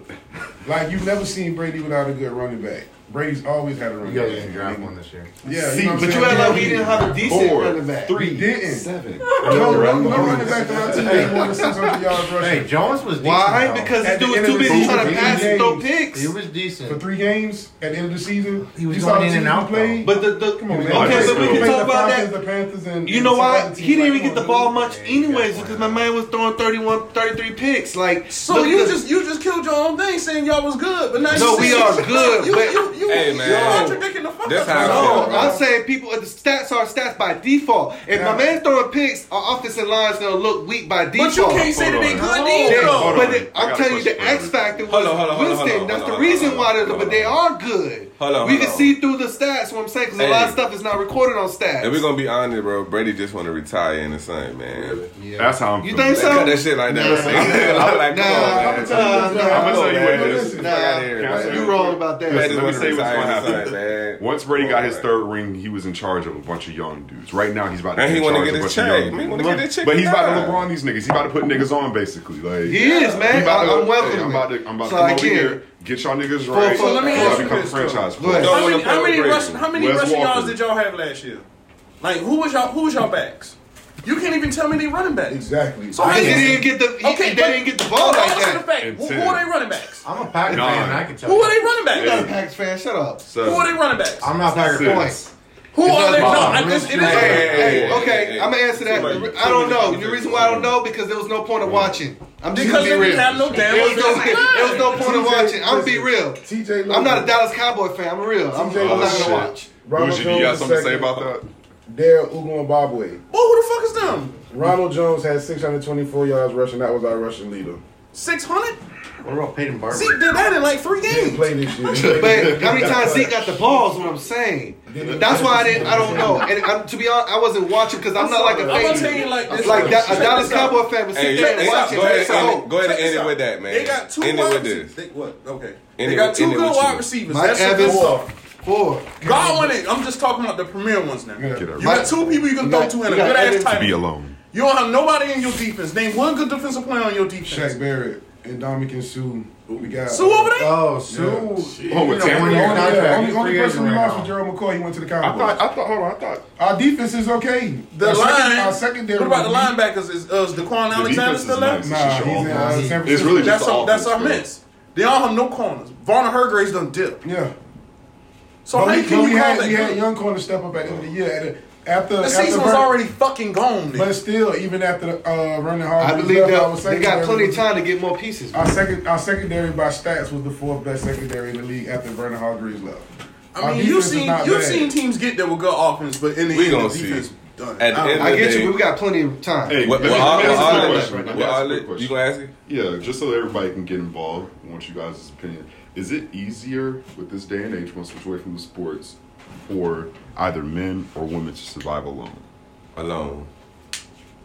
Speaker 13: Like you've never seen Brady without a good running back. Brady's always had a running
Speaker 19: You guys
Speaker 13: back.
Speaker 19: didn't draft one this year.
Speaker 13: Yeah,
Speaker 19: See,
Speaker 13: you know what
Speaker 19: but you
Speaker 13: I'm saying?
Speaker 19: act like we didn't have a decent running back.
Speaker 13: Three,
Speaker 19: We
Speaker 13: didn't.
Speaker 19: didn't.
Speaker 13: Seven.
Speaker 19: No,
Speaker 13: No, no, no
Speaker 19: Jones.
Speaker 13: running back on our team made more than 600 yards rushing.
Speaker 19: Hey, Jones was decent.
Speaker 13: Why?
Speaker 19: though.
Speaker 13: Because
Speaker 19: At
Speaker 13: this
Speaker 19: the
Speaker 13: dude
Speaker 19: end of
Speaker 13: too
Speaker 19: the
Speaker 13: busy
Speaker 19: season,
Speaker 13: trying to
Speaker 19: he
Speaker 13: pass
Speaker 19: was
Speaker 13: and throw
Speaker 19: decent.
Speaker 13: picks.
Speaker 19: He was decent.
Speaker 13: For three games at the end of the season, he
Speaker 19: was going
Speaker 13: you saw
Speaker 19: in
Speaker 13: the
Speaker 19: and
Speaker 13: teams
Speaker 19: out,
Speaker 13: we played.
Speaker 4: But the, the
Speaker 13: Come on, man.
Speaker 4: okay, but we can
Speaker 13: Played
Speaker 4: talk
Speaker 13: the
Speaker 4: about
Speaker 13: Falcons,
Speaker 4: that.
Speaker 13: The Panthers and
Speaker 4: You know why he didn't even get the ball much anyways because my man was throwing 31, 33 picks. Like
Speaker 6: So
Speaker 4: look
Speaker 6: you
Speaker 4: at the-
Speaker 6: just you just killed your own thing, saying y'all was good, but now
Speaker 4: No,
Speaker 6: you
Speaker 4: we
Speaker 6: saying-
Speaker 4: are good,
Speaker 6: You,
Speaker 4: but-
Speaker 6: you, you,
Speaker 4: Hey,
Speaker 6: you
Speaker 4: man.
Speaker 6: contradicting the fuck.
Speaker 20: That's
Speaker 6: out
Speaker 20: how I
Speaker 6: of
Speaker 20: feel.
Speaker 6: yourself.
Speaker 4: No, I'm saying people. The stats are stats by default. If my man's throwing picks, our offensive line's gonna look weak by
Speaker 6: you
Speaker 4: default.
Speaker 6: can't say that they good
Speaker 4: No.
Speaker 6: either,
Speaker 4: Yeah,
Speaker 6: though.
Speaker 20: Oh.
Speaker 4: But
Speaker 20: Hold on. I got
Speaker 4: I'm
Speaker 20: a
Speaker 4: telling
Speaker 20: question
Speaker 4: you, the
Speaker 20: for you.
Speaker 4: X factor
Speaker 20: Hold on, hold on, hold
Speaker 4: was
Speaker 20: on, hold
Speaker 4: Winston.
Speaker 20: on,
Speaker 4: That's
Speaker 20: hold
Speaker 4: the
Speaker 20: on, hold on,
Speaker 4: reason why
Speaker 20: hold
Speaker 4: they're.
Speaker 20: on,
Speaker 4: But they are good.
Speaker 20: Hold on,
Speaker 4: We
Speaker 20: hold
Speaker 4: can
Speaker 20: on.
Speaker 4: see through the stats. What I'm saying because a lot of stuff is not recorded on stats.
Speaker 20: And we're gonna be honest, bro. Brady just want to retire in the sun, man.
Speaker 4: Yeah. That's how I'm You feeling. think so?
Speaker 20: They cut that shit like that. I'm like, come
Speaker 4: Nah,
Speaker 20: on,
Speaker 4: I'm telling you,
Speaker 20: man.
Speaker 4: nah,
Speaker 20: Come on,
Speaker 4: nah,
Speaker 20: man.
Speaker 4: nah,
Speaker 20: Listen,
Speaker 4: nah,
Speaker 20: fuck outta here,
Speaker 4: nah,
Speaker 20: man.
Speaker 4: you wrong about that.
Speaker 20: Brady
Speaker 8: Listen, let me
Speaker 20: wanna
Speaker 8: say what's
Speaker 20: retire
Speaker 8: going to
Speaker 20: in the sun,
Speaker 8: happen. Once Brady got his third ring, he was in charge of a bunch of young dudes. Right now, he's about to
Speaker 20: And
Speaker 8: be
Speaker 20: he
Speaker 8: in
Speaker 20: wanna
Speaker 8: charge
Speaker 20: get
Speaker 8: of a
Speaker 20: his
Speaker 8: bunch of
Speaker 20: check.
Speaker 8: young
Speaker 20: He wanna
Speaker 8: dudes.
Speaker 20: get his check
Speaker 8: But he's about
Speaker 20: now.
Speaker 8: to LeBron these niggas. He's about to put niggas on, basically. Like
Speaker 4: He is, man.
Speaker 8: he about to-
Speaker 4: I- I'm welcoming
Speaker 8: hey,
Speaker 4: it.
Speaker 8: I'm about to, I'm
Speaker 4: So
Speaker 8: about to come
Speaker 4: I
Speaker 8: over
Speaker 4: get it.
Speaker 8: here, get y'all niggas
Speaker 4: For-
Speaker 8: right.
Speaker 4: for- let me
Speaker 8: y'all
Speaker 4: ask you
Speaker 8: become
Speaker 4: this, though.
Speaker 8: franchise
Speaker 4: Go ahead.
Speaker 8: players.
Speaker 4: How
Speaker 6: How many, how many rushing how many
Speaker 8: Wes
Speaker 6: rushing yards
Speaker 8: Walker.
Speaker 6: did y'all have last year? Like who was y'all who was y'all backs? You can't even tell me they running backs.
Speaker 13: Exactly.
Speaker 6: So how
Speaker 4: They
Speaker 6: you-
Speaker 4: didn't get the. he-
Speaker 6: Okay,
Speaker 4: They
Speaker 6: but-
Speaker 4: didn't get the ball like
Speaker 6: Honest to the
Speaker 4: that.
Speaker 6: fact, who, who are they running backs?
Speaker 19: I'm a Packer
Speaker 4: Nine.
Speaker 19: fan. I can tell
Speaker 6: Who
Speaker 19: you.
Speaker 6: are they running backs?
Speaker 4: You got a Packers fan. Shut up.
Speaker 6: Who are they running backs?
Speaker 19: I'm not Packer fan.
Speaker 4: Points.
Speaker 6: Who are they? No,
Speaker 4: Because-
Speaker 6: I just it is.
Speaker 4: Hey, hey, okay, I'm gonna answer that. I don't know. The reason why I don't know because there was no point of watching. I'm just gonna
Speaker 6: Because
Speaker 4: be
Speaker 6: they
Speaker 4: real.
Speaker 6: didn't have no damn
Speaker 4: there, was no,
Speaker 6: offensive line.
Speaker 4: there was no point of
Speaker 13: TJ
Speaker 4: watching. I'm gonna be real.
Speaker 13: TJ
Speaker 4: I'm not a Dallas Cowboy fan. I'm real. I'm, I'm
Speaker 13: TJ
Speaker 4: not
Speaker 13: Lewis.
Speaker 4: gonna watch.
Speaker 13: Ronald
Speaker 8: Bougie, you got
Speaker 13: Jones
Speaker 8: something to
Speaker 13: second.
Speaker 8: say about that?
Speaker 13: Daryl Uguambabwe.
Speaker 6: Oh, who the fuck is them?
Speaker 13: Ronald Jones had 624 yards rushing. That was our rushing leader.
Speaker 6: Six hundred?
Speaker 19: What about Peyton Barber?
Speaker 6: Zeke did that in like three games.
Speaker 13: Play this year.
Speaker 4: But how many times Zeke got the ball is what I'm saying. That's why I didn't. I don't know. And I'm, to be honest, I wasn't watching because I'm,
Speaker 6: I'm
Speaker 4: not like
Speaker 6: sorry.
Speaker 4: a
Speaker 6: I'm
Speaker 4: fan.
Speaker 6: gonna tell you like this.
Speaker 4: that, a
Speaker 6: Check
Speaker 4: Dallas
Speaker 6: this out.
Speaker 4: Cowboy fan would
Speaker 20: Hey,
Speaker 4: sit there
Speaker 20: check
Speaker 4: and
Speaker 20: this
Speaker 4: watch
Speaker 20: out.
Speaker 4: it.
Speaker 20: Go ahead and
Speaker 4: and say, oh,
Speaker 20: end it- go ahead and
Speaker 6: Check
Speaker 20: end
Speaker 6: this
Speaker 20: it with
Speaker 6: out.
Speaker 20: that, man.
Speaker 6: They got two
Speaker 20: End it
Speaker 6: wide
Speaker 20: with
Speaker 6: receivers.
Speaker 20: this.
Speaker 6: They, what? Okay.
Speaker 20: End
Speaker 6: they
Speaker 20: it
Speaker 6: got
Speaker 20: with-
Speaker 6: two
Speaker 20: end it
Speaker 6: good
Speaker 20: with you.
Speaker 6: wide receivers.
Speaker 20: Mike
Speaker 6: That's your
Speaker 20: Evans.
Speaker 6: four.
Speaker 4: Four.
Speaker 6: Godwin. and- I'm just talking about the premier ones now. You
Speaker 8: Mike-
Speaker 6: got two people you can throw to and a
Speaker 8: You got
Speaker 6: good ass
Speaker 8: Evans to be
Speaker 6: tight.
Speaker 8: alone.
Speaker 6: You don't have nobody in your defense. Name one good defensive player on your defense.
Speaker 13: Shaq Barrett and Dominican Sue. We got
Speaker 6: Sue over there?
Speaker 19: Oh, Sue.
Speaker 13: Yeah.
Speaker 19: Oh, with Tampa?
Speaker 13: Only,
Speaker 19: Yeah, contract.
Speaker 13: only,
Speaker 19: He's
Speaker 13: only
Speaker 19: free
Speaker 13: person we
Speaker 19: agent right
Speaker 13: lost was Gerald McCoy. He went to the Cowboys.
Speaker 8: I thought- I thought. Hold on. I thought
Speaker 13: our defense is okay.
Speaker 6: The
Speaker 13: our
Speaker 6: line.
Speaker 13: Second, our secondary.
Speaker 6: what about the
Speaker 13: was weak.
Speaker 6: linebackers? Is, uh, is Daquan Alexander
Speaker 13: defense
Speaker 6: still there?
Speaker 13: is nice. It's Nah, just your he's in, offense. uh, San
Speaker 6: It's
Speaker 13: Francisco.
Speaker 6: really that's
Speaker 13: just the
Speaker 6: our, that's our
Speaker 13: offense, bro.
Speaker 6: miss. They all have no corners. Varner Hargraves done dip.
Speaker 13: Yeah.
Speaker 6: So
Speaker 13: But
Speaker 6: how
Speaker 13: we,
Speaker 6: can
Speaker 13: but
Speaker 6: you
Speaker 13: we
Speaker 6: call
Speaker 13: had,
Speaker 6: that
Speaker 13: we had
Speaker 6: good?
Speaker 13: young corner step up at the end of the year. At the, after
Speaker 6: The
Speaker 13: after
Speaker 6: season was
Speaker 13: Bur-
Speaker 6: already fucking gone. nigga.
Speaker 13: But still, even after the uh, running hard,
Speaker 4: I believe that they got plenty of time to get more pieces.
Speaker 13: Our second, our secondary by stats was the fourth best secondary in the league after Vernon Hargreaves left. Our
Speaker 6: I mean, you've
Speaker 13: defense is
Speaker 6: seen
Speaker 13: not
Speaker 6: you've
Speaker 13: bad.
Speaker 6: seen teams get there with good offense, but in the
Speaker 20: We
Speaker 6: end,
Speaker 20: gonna
Speaker 6: the
Speaker 20: see.
Speaker 6: defense done.
Speaker 20: At the
Speaker 6: I-
Speaker 20: end
Speaker 6: I
Speaker 20: of the
Speaker 6: get
Speaker 20: day-
Speaker 6: you.
Speaker 4: We got plenty of time.
Speaker 8: Hey,
Speaker 20: What-
Speaker 8: let
Speaker 20: what-
Speaker 8: me- let me
Speaker 20: what-
Speaker 8: ask you a
Speaker 20: what-
Speaker 8: question.
Speaker 20: what-
Speaker 8: Let me
Speaker 20: what-
Speaker 8: ask
Speaker 20: what-
Speaker 8: a quick
Speaker 20: you
Speaker 8: question.
Speaker 20: gonna ask it?
Speaker 8: Yeah, just so that everybody can get involved. I want you guys' opinion. Is it easier with this day and age, once we're away from the sports, for either men or women to survive alone?
Speaker 20: Alone.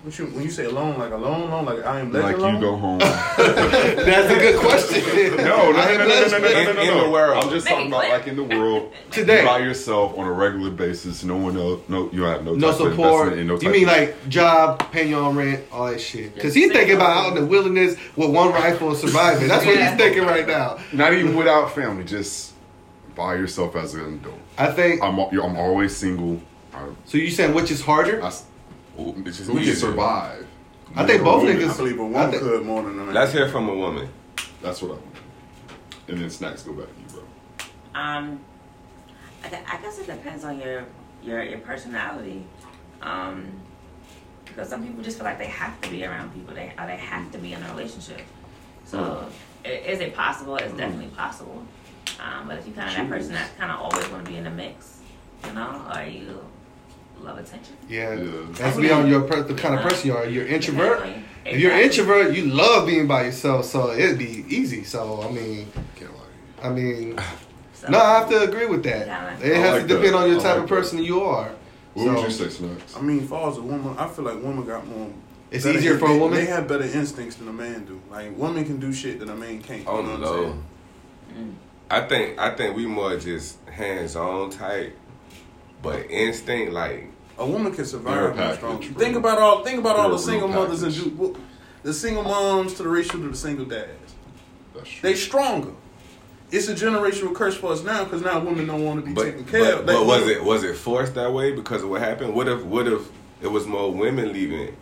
Speaker 13: What you, when you say alone, like alone, alone, like I am
Speaker 8: Like
Speaker 13: legend alone?
Speaker 8: you go home.
Speaker 13: That's a good question.
Speaker 8: No, no, no, no, no, no, no, no, no,
Speaker 13: In-
Speaker 8: no.
Speaker 13: in the world.
Speaker 8: I'm just
Speaker 13: Maybe
Speaker 8: talking about
Speaker 13: what?
Speaker 8: like in the world
Speaker 4: Today.
Speaker 8: by yourself on a regular basis. No one else. No, you have no
Speaker 4: No
Speaker 8: type of
Speaker 4: support.
Speaker 8: investment and no
Speaker 4: you
Speaker 8: type
Speaker 4: mean
Speaker 8: of-
Speaker 4: like job, paying your own rent, all that shit? Because he's thinking about out in the wilderness with one rifle and surviving. That's what he's thinking right now.
Speaker 8: Not even without family, just by yourself as an adult.
Speaker 4: I think
Speaker 8: I'm al- I'm always single.
Speaker 4: so you saying which is harder?
Speaker 8: who
Speaker 6: you
Speaker 8: can
Speaker 6: is.
Speaker 8: survive?
Speaker 4: I think both
Speaker 8: Woman.
Speaker 4: niggas- I
Speaker 13: believe a woman I think- could more than a man.
Speaker 6: Let's hear from a woman.
Speaker 8: That's what I want. And then snacks go back to you, bro.
Speaker 11: Um, I, gu- I guess it depends on your your your personality. Um, because some people just feel like they have to be around people. They or they have to be in a relationship. So
Speaker 4: Hmm.
Speaker 11: i is it possible? It's definitely possible. Um, but if you kind of that person that kind of always want to be in the mix, you know, or you love attention.
Speaker 4: Yeah, that's beyond your per- the kind of person you are. You're introvert.
Speaker 11: Exactly.
Speaker 4: If you're
Speaker 11: Exactly.
Speaker 4: introvert, you love being by yourself, so it'd be easy. So I mean, I mean, no, I have to agree with that. It
Speaker 8: I
Speaker 4: has
Speaker 8: like
Speaker 4: to depend
Speaker 8: that.
Speaker 4: on your
Speaker 8: I
Speaker 4: type
Speaker 8: like
Speaker 4: of
Speaker 8: that.
Speaker 4: person you are.
Speaker 8: What
Speaker 4: So-
Speaker 8: would you say, Snacks?
Speaker 13: I mean, for as a woman, I feel like women got more.
Speaker 4: It's
Speaker 13: better-
Speaker 4: easier for a
Speaker 13: they-
Speaker 4: woman?
Speaker 13: They have better instincts than a man do. Like women can do shit that a man can't.
Speaker 6: Oh
Speaker 13: you know What I'm
Speaker 6: no.
Speaker 13: saying?
Speaker 6: I think I think we more just hands on type, but instinct like
Speaker 13: a woman can survive.
Speaker 6: You're a
Speaker 13: on
Speaker 6: package,
Speaker 13: strong-
Speaker 6: bro.
Speaker 13: Think about all. Think about all
Speaker 6: You're
Speaker 13: the
Speaker 6: a
Speaker 13: single
Speaker 6: real
Speaker 13: mothers and do, well, the single moms to the ratio to the single dads. They stronger. It's a generational curse for us now because now women don't want to be taken care
Speaker 6: But,
Speaker 13: of.
Speaker 6: but
Speaker 13: Like,
Speaker 6: was it was it forced that way because of what happened? What if what if it was more women leaving?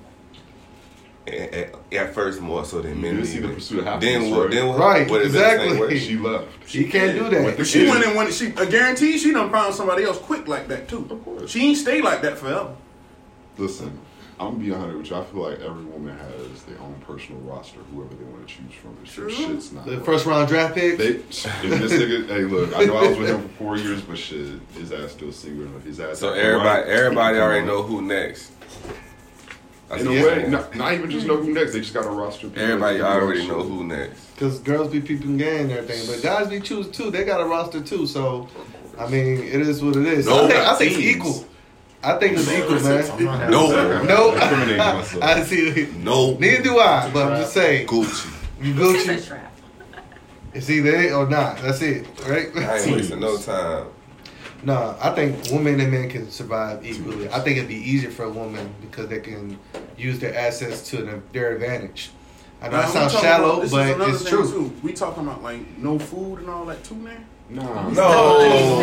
Speaker 6: At, at- at first, more so than men.
Speaker 8: didn't see the
Speaker 6: leaving.
Speaker 8: pursuit of happiness,
Speaker 6: Then what?
Speaker 8: right?
Speaker 6: Then what?
Speaker 8: Right,
Speaker 6: what if it's the same
Speaker 8: exactly.
Speaker 6: way?
Speaker 8: She left.
Speaker 4: She can't do that.
Speaker 13: But she went and went. She I guarantee she done found somebody else quick like that too. Of course. She ain't stay like that forever.
Speaker 8: Listen, I'm gonna be 100 with you. I feel like every woman has their own personal roster, whoever they want to choose from. It's
Speaker 4: True.
Speaker 8: your shit's not.
Speaker 4: The
Speaker 8: right.
Speaker 4: first round draft picks?
Speaker 8: They, if this nigga, hey, look, I know I was with him for four years, but shit, his ass still single. and His ass.
Speaker 6: So everybody, everybody already know who next. That's
Speaker 8: In a
Speaker 6: what I'm
Speaker 8: way,
Speaker 6: saying.
Speaker 8: not, not even just know who next. They just got a roster. of people that
Speaker 6: Everybody
Speaker 8: they can go
Speaker 6: already
Speaker 8: shoot.
Speaker 6: know who next.
Speaker 4: Because girls be peeping game and everything, but guys be choose too. They got a roster too, so I mean, it is what it is.
Speaker 6: No
Speaker 4: I think, I think it's
Speaker 6: vaccines.
Speaker 4: equal. I think it's equal, man.
Speaker 6: No.
Speaker 4: no,
Speaker 6: Incriminating myself.
Speaker 4: I see.
Speaker 6: No,
Speaker 4: neither do I. But I'm just saying,
Speaker 6: Gucci.
Speaker 4: You Gucci. It's either it or not. That's it, right?
Speaker 6: I ain't wasting no time.
Speaker 4: No, I think women and men can survive equally. I think it'd be easier for a woman because they can use their assets to their- their advantage. I know
Speaker 13: Now,
Speaker 4: that
Speaker 13: we
Speaker 4: sounds
Speaker 13: talking
Speaker 4: shallow,
Speaker 13: about- this is
Speaker 4: but
Speaker 13: another
Speaker 4: it's
Speaker 13: thing,
Speaker 4: true.
Speaker 13: Too. We talking about like no food and all that too, man.
Speaker 8: No,
Speaker 13: Oh,
Speaker 6: No,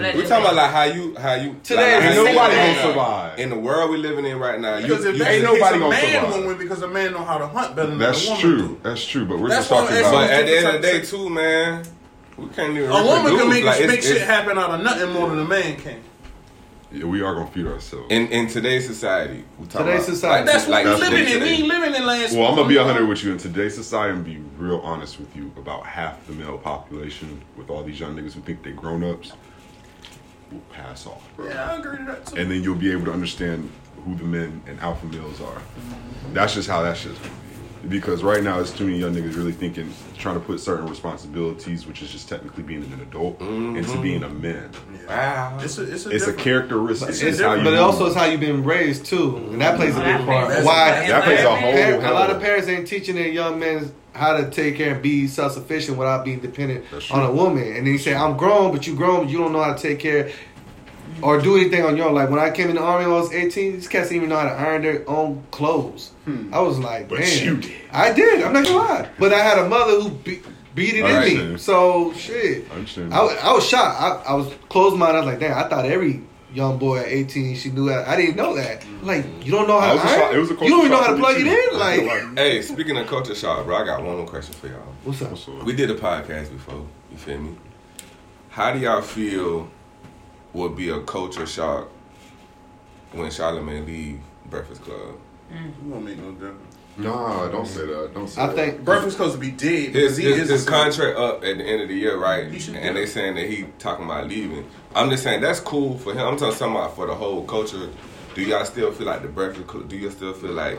Speaker 6: man. We talking about like how you, how you.
Speaker 13: Today,
Speaker 6: like, how
Speaker 13: ain't
Speaker 6: you live
Speaker 13: nobody gonna
Speaker 6: right now.
Speaker 13: survive.
Speaker 6: in the world we living in right now. You,
Speaker 13: Because if
Speaker 6: you
Speaker 13: that's
Speaker 6: ain't
Speaker 13: the case,
Speaker 6: nobody
Speaker 13: a
Speaker 6: gonna
Speaker 13: man
Speaker 6: survive.
Speaker 13: won't win because a man know how to hunt better than
Speaker 8: That's
Speaker 13: a woman.
Speaker 8: true. That's true. But we're
Speaker 13: That's
Speaker 8: just talking
Speaker 13: why I'm
Speaker 6: But at
Speaker 13: asking
Speaker 8: about.
Speaker 6: the end
Speaker 13: different
Speaker 6: of the day, too, man, we can't even.
Speaker 13: A woman can
Speaker 6: reproduce.
Speaker 13: make,
Speaker 6: Like, it's-
Speaker 13: make shit
Speaker 6: it's-
Speaker 13: happen out of nothing more than a man can.
Speaker 8: Yeah, we are gonna feed ourselves.
Speaker 6: In in today's society, we talking
Speaker 8: Today's
Speaker 6: about,
Speaker 8: society.
Speaker 6: Like,
Speaker 13: That's what
Speaker 8: Like
Speaker 13: we living in.
Speaker 8: today.
Speaker 13: We ain't living in last.
Speaker 8: Well, I'm gonna be 100 with you in today's society and be real honest with you about half the male population with all these young niggas who think they're grown ups will pass off, bro.
Speaker 13: Yeah, I agree to that too.
Speaker 8: And then you'll be able to understand who the men and alpha males are. That's just how that shit's gonna be. Because right now, it's too many young niggas really thinking, trying to put certain responsibilities, which is just technically being an adult, into
Speaker 4: Mm-hmm.
Speaker 6: Mhm.
Speaker 8: being a man.
Speaker 6: Wow.
Speaker 13: It's a, it's a,
Speaker 8: It's a
Speaker 13: different-
Speaker 8: characteristic.
Speaker 13: It's
Speaker 8: It's,
Speaker 13: a
Speaker 8: how you
Speaker 4: but it
Speaker 8: move.
Speaker 4: also is how you've been raised too, and that plays a big part.
Speaker 8: That's-
Speaker 4: Why
Speaker 8: that plays a whole
Speaker 4: Par- A lot
Speaker 8: hell.
Speaker 4: of parents ain't teaching their young men how to take care and be self sufficient without being dependent on a woman. And then you say, "I'm grown, but you grown, but you don't know how to take care." Or do anything on your own. Like when I came in the army, when I was eighteen. These cats didn't even know how to iron their own clothes. I was like,
Speaker 8: Hmm. But
Speaker 4: "Man,
Speaker 8: you did.
Speaker 4: I did." I'm not gonna lie, but I had a mother who be- beat it
Speaker 8: I
Speaker 4: in me.
Speaker 8: understand.
Speaker 4: So shit.
Speaker 8: I understand.
Speaker 4: I, wa- I was shocked. I, I was closed minded. I was like, damn, I thought every young boy at 18 she knew that. I didn't know that. Like, you don't know
Speaker 6: I
Speaker 4: how
Speaker 6: was
Speaker 4: to
Speaker 6: a
Speaker 4: iron?
Speaker 6: shock- it was a
Speaker 4: You don't even know how to
Speaker 6: culture
Speaker 4: plug
Speaker 6: shock
Speaker 4: it
Speaker 6: for me,
Speaker 4: in?
Speaker 6: too.
Speaker 4: Like,
Speaker 6: hey, speaking of culture shock, bro, I got one more question for y'all.
Speaker 4: What's up?
Speaker 6: We did a podcast before. You feel me? How do y'all feel would be a culture shock when Charlamagne leave Breakfast Club?
Speaker 13: It won't make no difference.
Speaker 8: Nah, don't say that. Don't say
Speaker 6: I
Speaker 8: that.
Speaker 6: think-
Speaker 13: Breakfast supposed to be dead.
Speaker 6: His,
Speaker 13: because he
Speaker 6: his,
Speaker 13: is
Speaker 6: his
Speaker 13: a-
Speaker 6: contract up at the end of the year, right?
Speaker 13: He should
Speaker 6: And
Speaker 13: do
Speaker 6: they
Speaker 13: it.
Speaker 6: saying that he talking about leaving. I'm just saying that's cool for him. I'm talking about for the whole culture. Do y'all still feel like the Breakfast Club? Do you still feel like?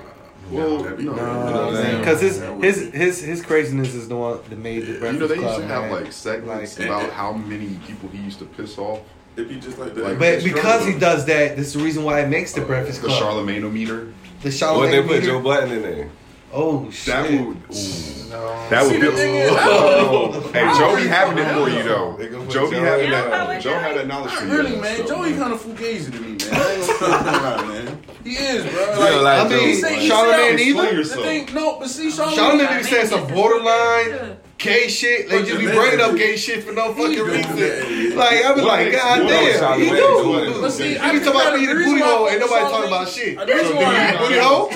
Speaker 8: Well,
Speaker 6: You know
Speaker 8: no.
Speaker 6: what I'm saying?
Speaker 4: because his, his his his craziness is the one that made the
Speaker 8: You
Speaker 4: Breakfast
Speaker 8: know, they
Speaker 4: Club.
Speaker 8: used to have
Speaker 4: man.
Speaker 13: eh.
Speaker 8: like segments
Speaker 4: Like-
Speaker 8: about how many people he used to piss off
Speaker 13: It'd be just like that.
Speaker 4: But because he does that, this is the reason why it makes
Speaker 6: Oh,
Speaker 4: the Breakfast
Speaker 8: The
Speaker 4: Club.
Speaker 8: Charlemagne meter.
Speaker 4: The Charlemagne
Speaker 8: When they put
Speaker 4: meter.
Speaker 8: Joe
Speaker 6: Button in there.
Speaker 4: Oh shit! That would,
Speaker 8: That would be.
Speaker 4: Oh.
Speaker 8: hey, Joe be having it for you
Speaker 6: They
Speaker 8: though.
Speaker 6: gonna
Speaker 8: Joe
Speaker 6: put
Speaker 8: be
Speaker 6: Joe
Speaker 8: having
Speaker 6: in.
Speaker 8: that. Joe had that knowledge for you.
Speaker 13: Really, man, Joey kind of fugazi to me, man. I ain't gonna lie, man. He is, bro.
Speaker 4: don't like I mean, Joey, man. Charlamagne
Speaker 13: said-
Speaker 4: either?
Speaker 13: The thing, no, but see, Charlamagne.
Speaker 4: Charlamagne be saying some borderline gay shit. They just be bringing up gay shit for no fucking reason. Like I be
Speaker 13: What
Speaker 4: like,
Speaker 13: is-
Speaker 4: God
Speaker 13: what is
Speaker 4: damn, he
Speaker 13: Charlamagne
Speaker 4: do.
Speaker 13: doing?
Speaker 4: He
Speaker 13: But see,
Speaker 4: be
Speaker 13: I
Speaker 4: talking
Speaker 13: think
Speaker 4: about
Speaker 13: that
Speaker 4: me the
Speaker 13: the reason
Speaker 4: booty
Speaker 13: why I
Speaker 4: hole and
Speaker 13: fuck
Speaker 4: nobody
Speaker 13: with
Speaker 4: talking
Speaker 13: Charlamagne-
Speaker 4: about shit.
Speaker 13: I think
Speaker 4: So,
Speaker 13: that's why
Speaker 4: do
Speaker 13: I-
Speaker 4: you booty hole?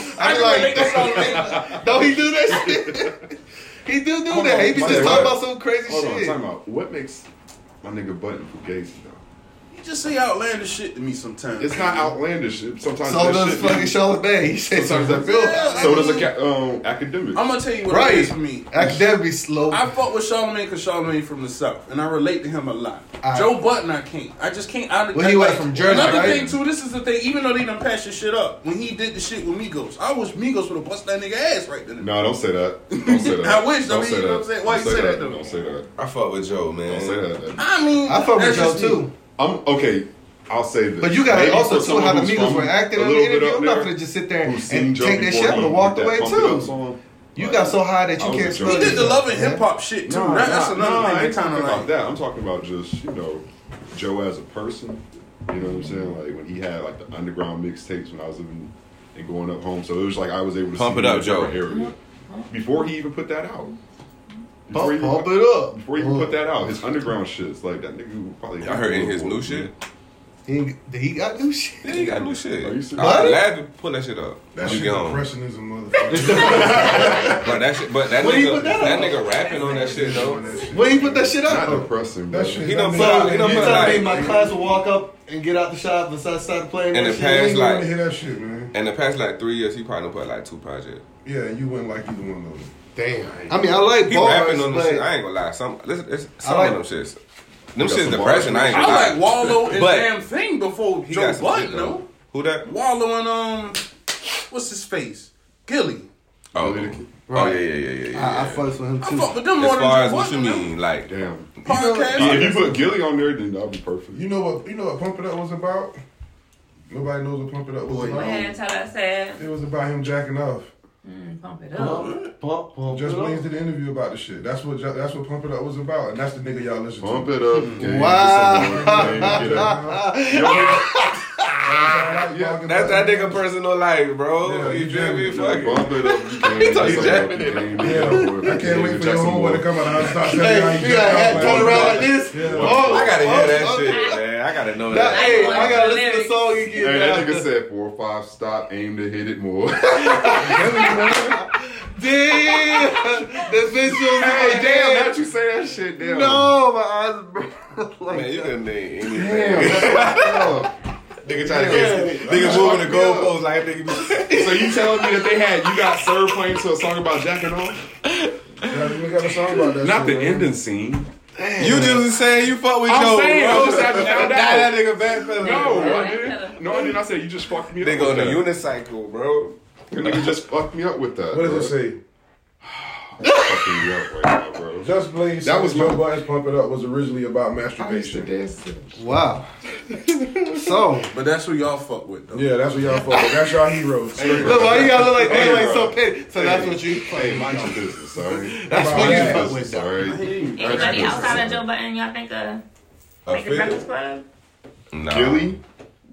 Speaker 4: I be like, don't he do that shit? He do do
Speaker 8: Hold
Speaker 4: that.
Speaker 8: on,
Speaker 4: He be
Speaker 8: my
Speaker 4: just
Speaker 8: nigga.
Speaker 4: talking about some crazy
Speaker 8: Hold on,
Speaker 4: shit.
Speaker 8: time out. What makes my nigga Button fugazi though?
Speaker 13: He just say outlandish shit to me sometimes.
Speaker 8: It's not outlandish. It- Sometimes
Speaker 4: So
Speaker 8: that
Speaker 4: does
Speaker 8: shit-
Speaker 4: fucking Charlamagne. He said
Speaker 8: Sometimes
Speaker 4: something
Speaker 8: that
Speaker 4: to Bill.
Speaker 8: So does a ca- um, academic.
Speaker 13: I'm gonna tell you what
Speaker 8: Right.
Speaker 13: it is for me.
Speaker 4: Academic be slow.
Speaker 13: I fuck with Charlamagne because Charlamagne from the South, and I relate to him a lot.
Speaker 4: Alright.
Speaker 13: Joe Button, I can't. I just can't. I,
Speaker 4: Well,
Speaker 13: I,
Speaker 4: he was from Jersey,
Speaker 13: Another
Speaker 4: right?
Speaker 13: thing too. This is the thing. Even though they done passed your shit up, when he did the shit with Migos, I wish Migos would have bust that nigga ass right then. and
Speaker 8: No, don't say that. Don't say that.
Speaker 13: I wish, I
Speaker 8: Don't
Speaker 13: mean,
Speaker 8: say
Speaker 13: you know
Speaker 8: that.
Speaker 13: what I'm saying? Why
Speaker 8: Don't
Speaker 13: you say that, though?
Speaker 8: Don't say that.
Speaker 6: I fuck with Joe, man.
Speaker 8: Don't say that.
Speaker 13: I mean,
Speaker 4: I fuck with
Speaker 8: that's
Speaker 4: Joe
Speaker 8: just me.
Speaker 4: too.
Speaker 8: I'm okay. I'll say this.
Speaker 4: But you gotta
Speaker 8: Maybe
Speaker 4: also
Speaker 8: for
Speaker 4: too how
Speaker 8: someone
Speaker 4: the
Speaker 8: who's
Speaker 4: Migos
Speaker 8: from
Speaker 4: were acting
Speaker 8: a
Speaker 4: in the
Speaker 8: little bit
Speaker 4: interview.
Speaker 8: up
Speaker 4: I'm not
Speaker 8: there,
Speaker 4: gonna just sit there
Speaker 8: who's seen
Speaker 4: and
Speaker 8: Joe
Speaker 4: take that
Speaker 8: before
Speaker 4: shit. I'm
Speaker 8: he
Speaker 4: gonna walk
Speaker 8: did
Speaker 4: away
Speaker 8: that Pump It Up
Speaker 4: too.
Speaker 8: song,
Speaker 4: You
Speaker 8: like,
Speaker 4: got so high that
Speaker 8: I
Speaker 4: you
Speaker 8: was
Speaker 4: can't
Speaker 8: a
Speaker 4: spell.
Speaker 8: Joe
Speaker 13: He did the
Speaker 8: Button.
Speaker 13: love and hip hop shit too.
Speaker 8: No,
Speaker 13: That- that's
Speaker 8: no,
Speaker 13: another
Speaker 8: no,
Speaker 13: thing.
Speaker 8: I
Speaker 13: They kind
Speaker 8: ain't talking
Speaker 13: of
Speaker 8: about
Speaker 13: like
Speaker 8: that. I'm talking about just you know Joe as a person. You know what I'm saying? Like when he had like the underground mixtapes when I was living and going up home. So it was like I was able to
Speaker 6: Pump
Speaker 8: see
Speaker 6: it up,
Speaker 8: him in a different
Speaker 6: Joe.
Speaker 8: Area. Before he even put that out.
Speaker 4: Pump-
Speaker 8: he even-
Speaker 4: pump it up.
Speaker 8: Before he even put that out, his underground shits like that nigga probably.
Speaker 6: I heard in his new shit.
Speaker 4: He, he got new shit.
Speaker 6: Yeah, he got new shit.
Speaker 8: Are you serious?
Speaker 6: I'm glad to pull that shit up.
Speaker 12: That
Speaker 6: when you
Speaker 12: shit
Speaker 6: get home.
Speaker 12: depression is a motherfucker.
Speaker 6: But that shit, but that
Speaker 12: When he
Speaker 6: nigga,
Speaker 12: put that
Speaker 6: that,
Speaker 12: up?
Speaker 6: nigga rapping on that shit though.
Speaker 4: When he put that shit
Speaker 8: Not
Speaker 4: up.
Speaker 8: depressing. That shit.
Speaker 6: He done put
Speaker 4: So
Speaker 6: out,
Speaker 4: you
Speaker 6: he done put
Speaker 4: telling me my
Speaker 6: out, like,
Speaker 4: class will walk up and get out the shop and start start playing
Speaker 6: In
Speaker 4: that
Speaker 6: the
Speaker 4: shit?
Speaker 6: past, like-
Speaker 12: hear that shit, man.
Speaker 6: in the past like three years, he probably done put like two projects.
Speaker 12: Yeah, you wouldn't like either one of them.
Speaker 4: Damn. I mean, I like
Speaker 6: he
Speaker 4: bars,
Speaker 6: rapping on the
Speaker 4: but-
Speaker 6: shit. I ain't gonna lie. Some, listen, it's, some
Speaker 4: like-
Speaker 6: of them shits. Them
Speaker 8: got
Speaker 6: shits
Speaker 8: some
Speaker 6: depression.
Speaker 8: bars.
Speaker 6: I ain't gonna
Speaker 13: I like
Speaker 6: lie.
Speaker 13: Wallow and
Speaker 6: But
Speaker 13: damn thing before
Speaker 6: he
Speaker 13: Joe
Speaker 6: got some shit
Speaker 13: Button
Speaker 6: though.
Speaker 13: though.
Speaker 6: Who that?
Speaker 13: Wallow and um, what's his face? Gilly.
Speaker 6: Oh, oh yeah, yeah, yeah, yeah, yeah.
Speaker 4: I, I fucks with him
Speaker 13: I
Speaker 4: too.
Speaker 13: fuck with them
Speaker 6: as
Speaker 13: more than
Speaker 6: far
Speaker 13: Joe
Speaker 6: as what you
Speaker 13: Button.
Speaker 6: mean, like
Speaker 8: Damn.
Speaker 13: Podcast.
Speaker 8: If you put Gilly on there, then that'd be perfect.
Speaker 12: You know what? You know what? Pump it up was about. Nobody knows what pump it up was
Speaker 11: Go ahead and
Speaker 12: about.
Speaker 11: tell us that.
Speaker 12: It was about him jacking off.
Speaker 11: Mm, pump it up.
Speaker 4: Pump, pump, pump
Speaker 12: Just
Speaker 4: it up.
Speaker 12: Blaze did an interview about the shit. That's what Ju- that's what Pump It Up was about, and that's the nigga y'all listen
Speaker 8: Pump
Speaker 12: to.
Speaker 8: it up. gang.
Speaker 4: Wow.
Speaker 6: that's that nigga personal life, bro. you feel me? Fuck it.
Speaker 8: Bump it up.
Speaker 6: He talking japping it.
Speaker 12: Yeah, I can't wait for your homeboy to come out of the house and start telling you how
Speaker 4: Hey,
Speaker 12: you
Speaker 4: you got
Speaker 12: jacked
Speaker 4: head
Speaker 12: off.
Speaker 4: turn around like this. Oh,
Speaker 6: I gotta
Speaker 4: oh,
Speaker 6: hear that
Speaker 4: oh.
Speaker 6: shit, man. I gotta know
Speaker 4: That-
Speaker 6: that.
Speaker 4: hey, I gotta listen to the song you
Speaker 8: Hey, that nigga
Speaker 4: get.
Speaker 8: said four or five stop, aim to hit it more.
Speaker 4: Damn, the visuals.
Speaker 8: hey,
Speaker 4: in my
Speaker 8: damn,
Speaker 4: head.
Speaker 8: how'd you say that shit? Damn.
Speaker 4: No, my eyes. bro, like
Speaker 6: Man, you
Speaker 4: that.
Speaker 6: couldn't name anything.
Speaker 8: Damn. that's fucked up.
Speaker 6: Nigga trying to get nigga moving the goalposts like nigga. be-
Speaker 8: so you telling me that they had you got served playing to a song about jacking off?
Speaker 12: Yeah, we got a song about that
Speaker 8: Not
Speaker 12: shit,
Speaker 8: the
Speaker 12: man.
Speaker 8: ending scene.
Speaker 6: You just saying you fuck with
Speaker 8: I'm
Speaker 6: Joe.
Speaker 8: saying,
Speaker 6: bro.
Speaker 8: I just had to
Speaker 6: Nah,
Speaker 8: find out.
Speaker 6: that nigga back feeling.
Speaker 8: No,
Speaker 6: bro.
Speaker 8: I didn't. No, I didn't. I said you just fucked me up.
Speaker 6: nigga
Speaker 8: with
Speaker 6: on the
Speaker 8: that.
Speaker 6: unicycle, bro.
Speaker 8: Your nigga just fucked me up with that.
Speaker 12: What
Speaker 8: bro.
Speaker 12: does it say?
Speaker 8: Fucking me up right now, bro.
Speaker 12: Just Blaze.
Speaker 8: That
Speaker 12: That
Speaker 8: was
Speaker 12: was Joe
Speaker 8: my-
Speaker 12: Button's Pump It Up was originally about masturbation.
Speaker 4: Wow. So,
Speaker 13: But that's who y'all fuck with though.
Speaker 12: Yeah, that's what y'all fuck. with. That's y'all heroes.
Speaker 4: look, why you gotta look like that?
Speaker 8: Hey,
Speaker 4: Like
Speaker 8: bro.
Speaker 4: so petty. So that's what you.
Speaker 8: Hey, mind your business, sorry.
Speaker 4: That's
Speaker 8: Mind
Speaker 4: what
Speaker 8: your
Speaker 4: you fuck
Speaker 8: business,
Speaker 4: with,
Speaker 8: sorry. Mind
Speaker 11: Anybody
Speaker 8: your
Speaker 11: outside of Joe Button y'all think of like the
Speaker 6: figure?
Speaker 11: Breakfast Club?
Speaker 6: Nah.
Speaker 8: Gilly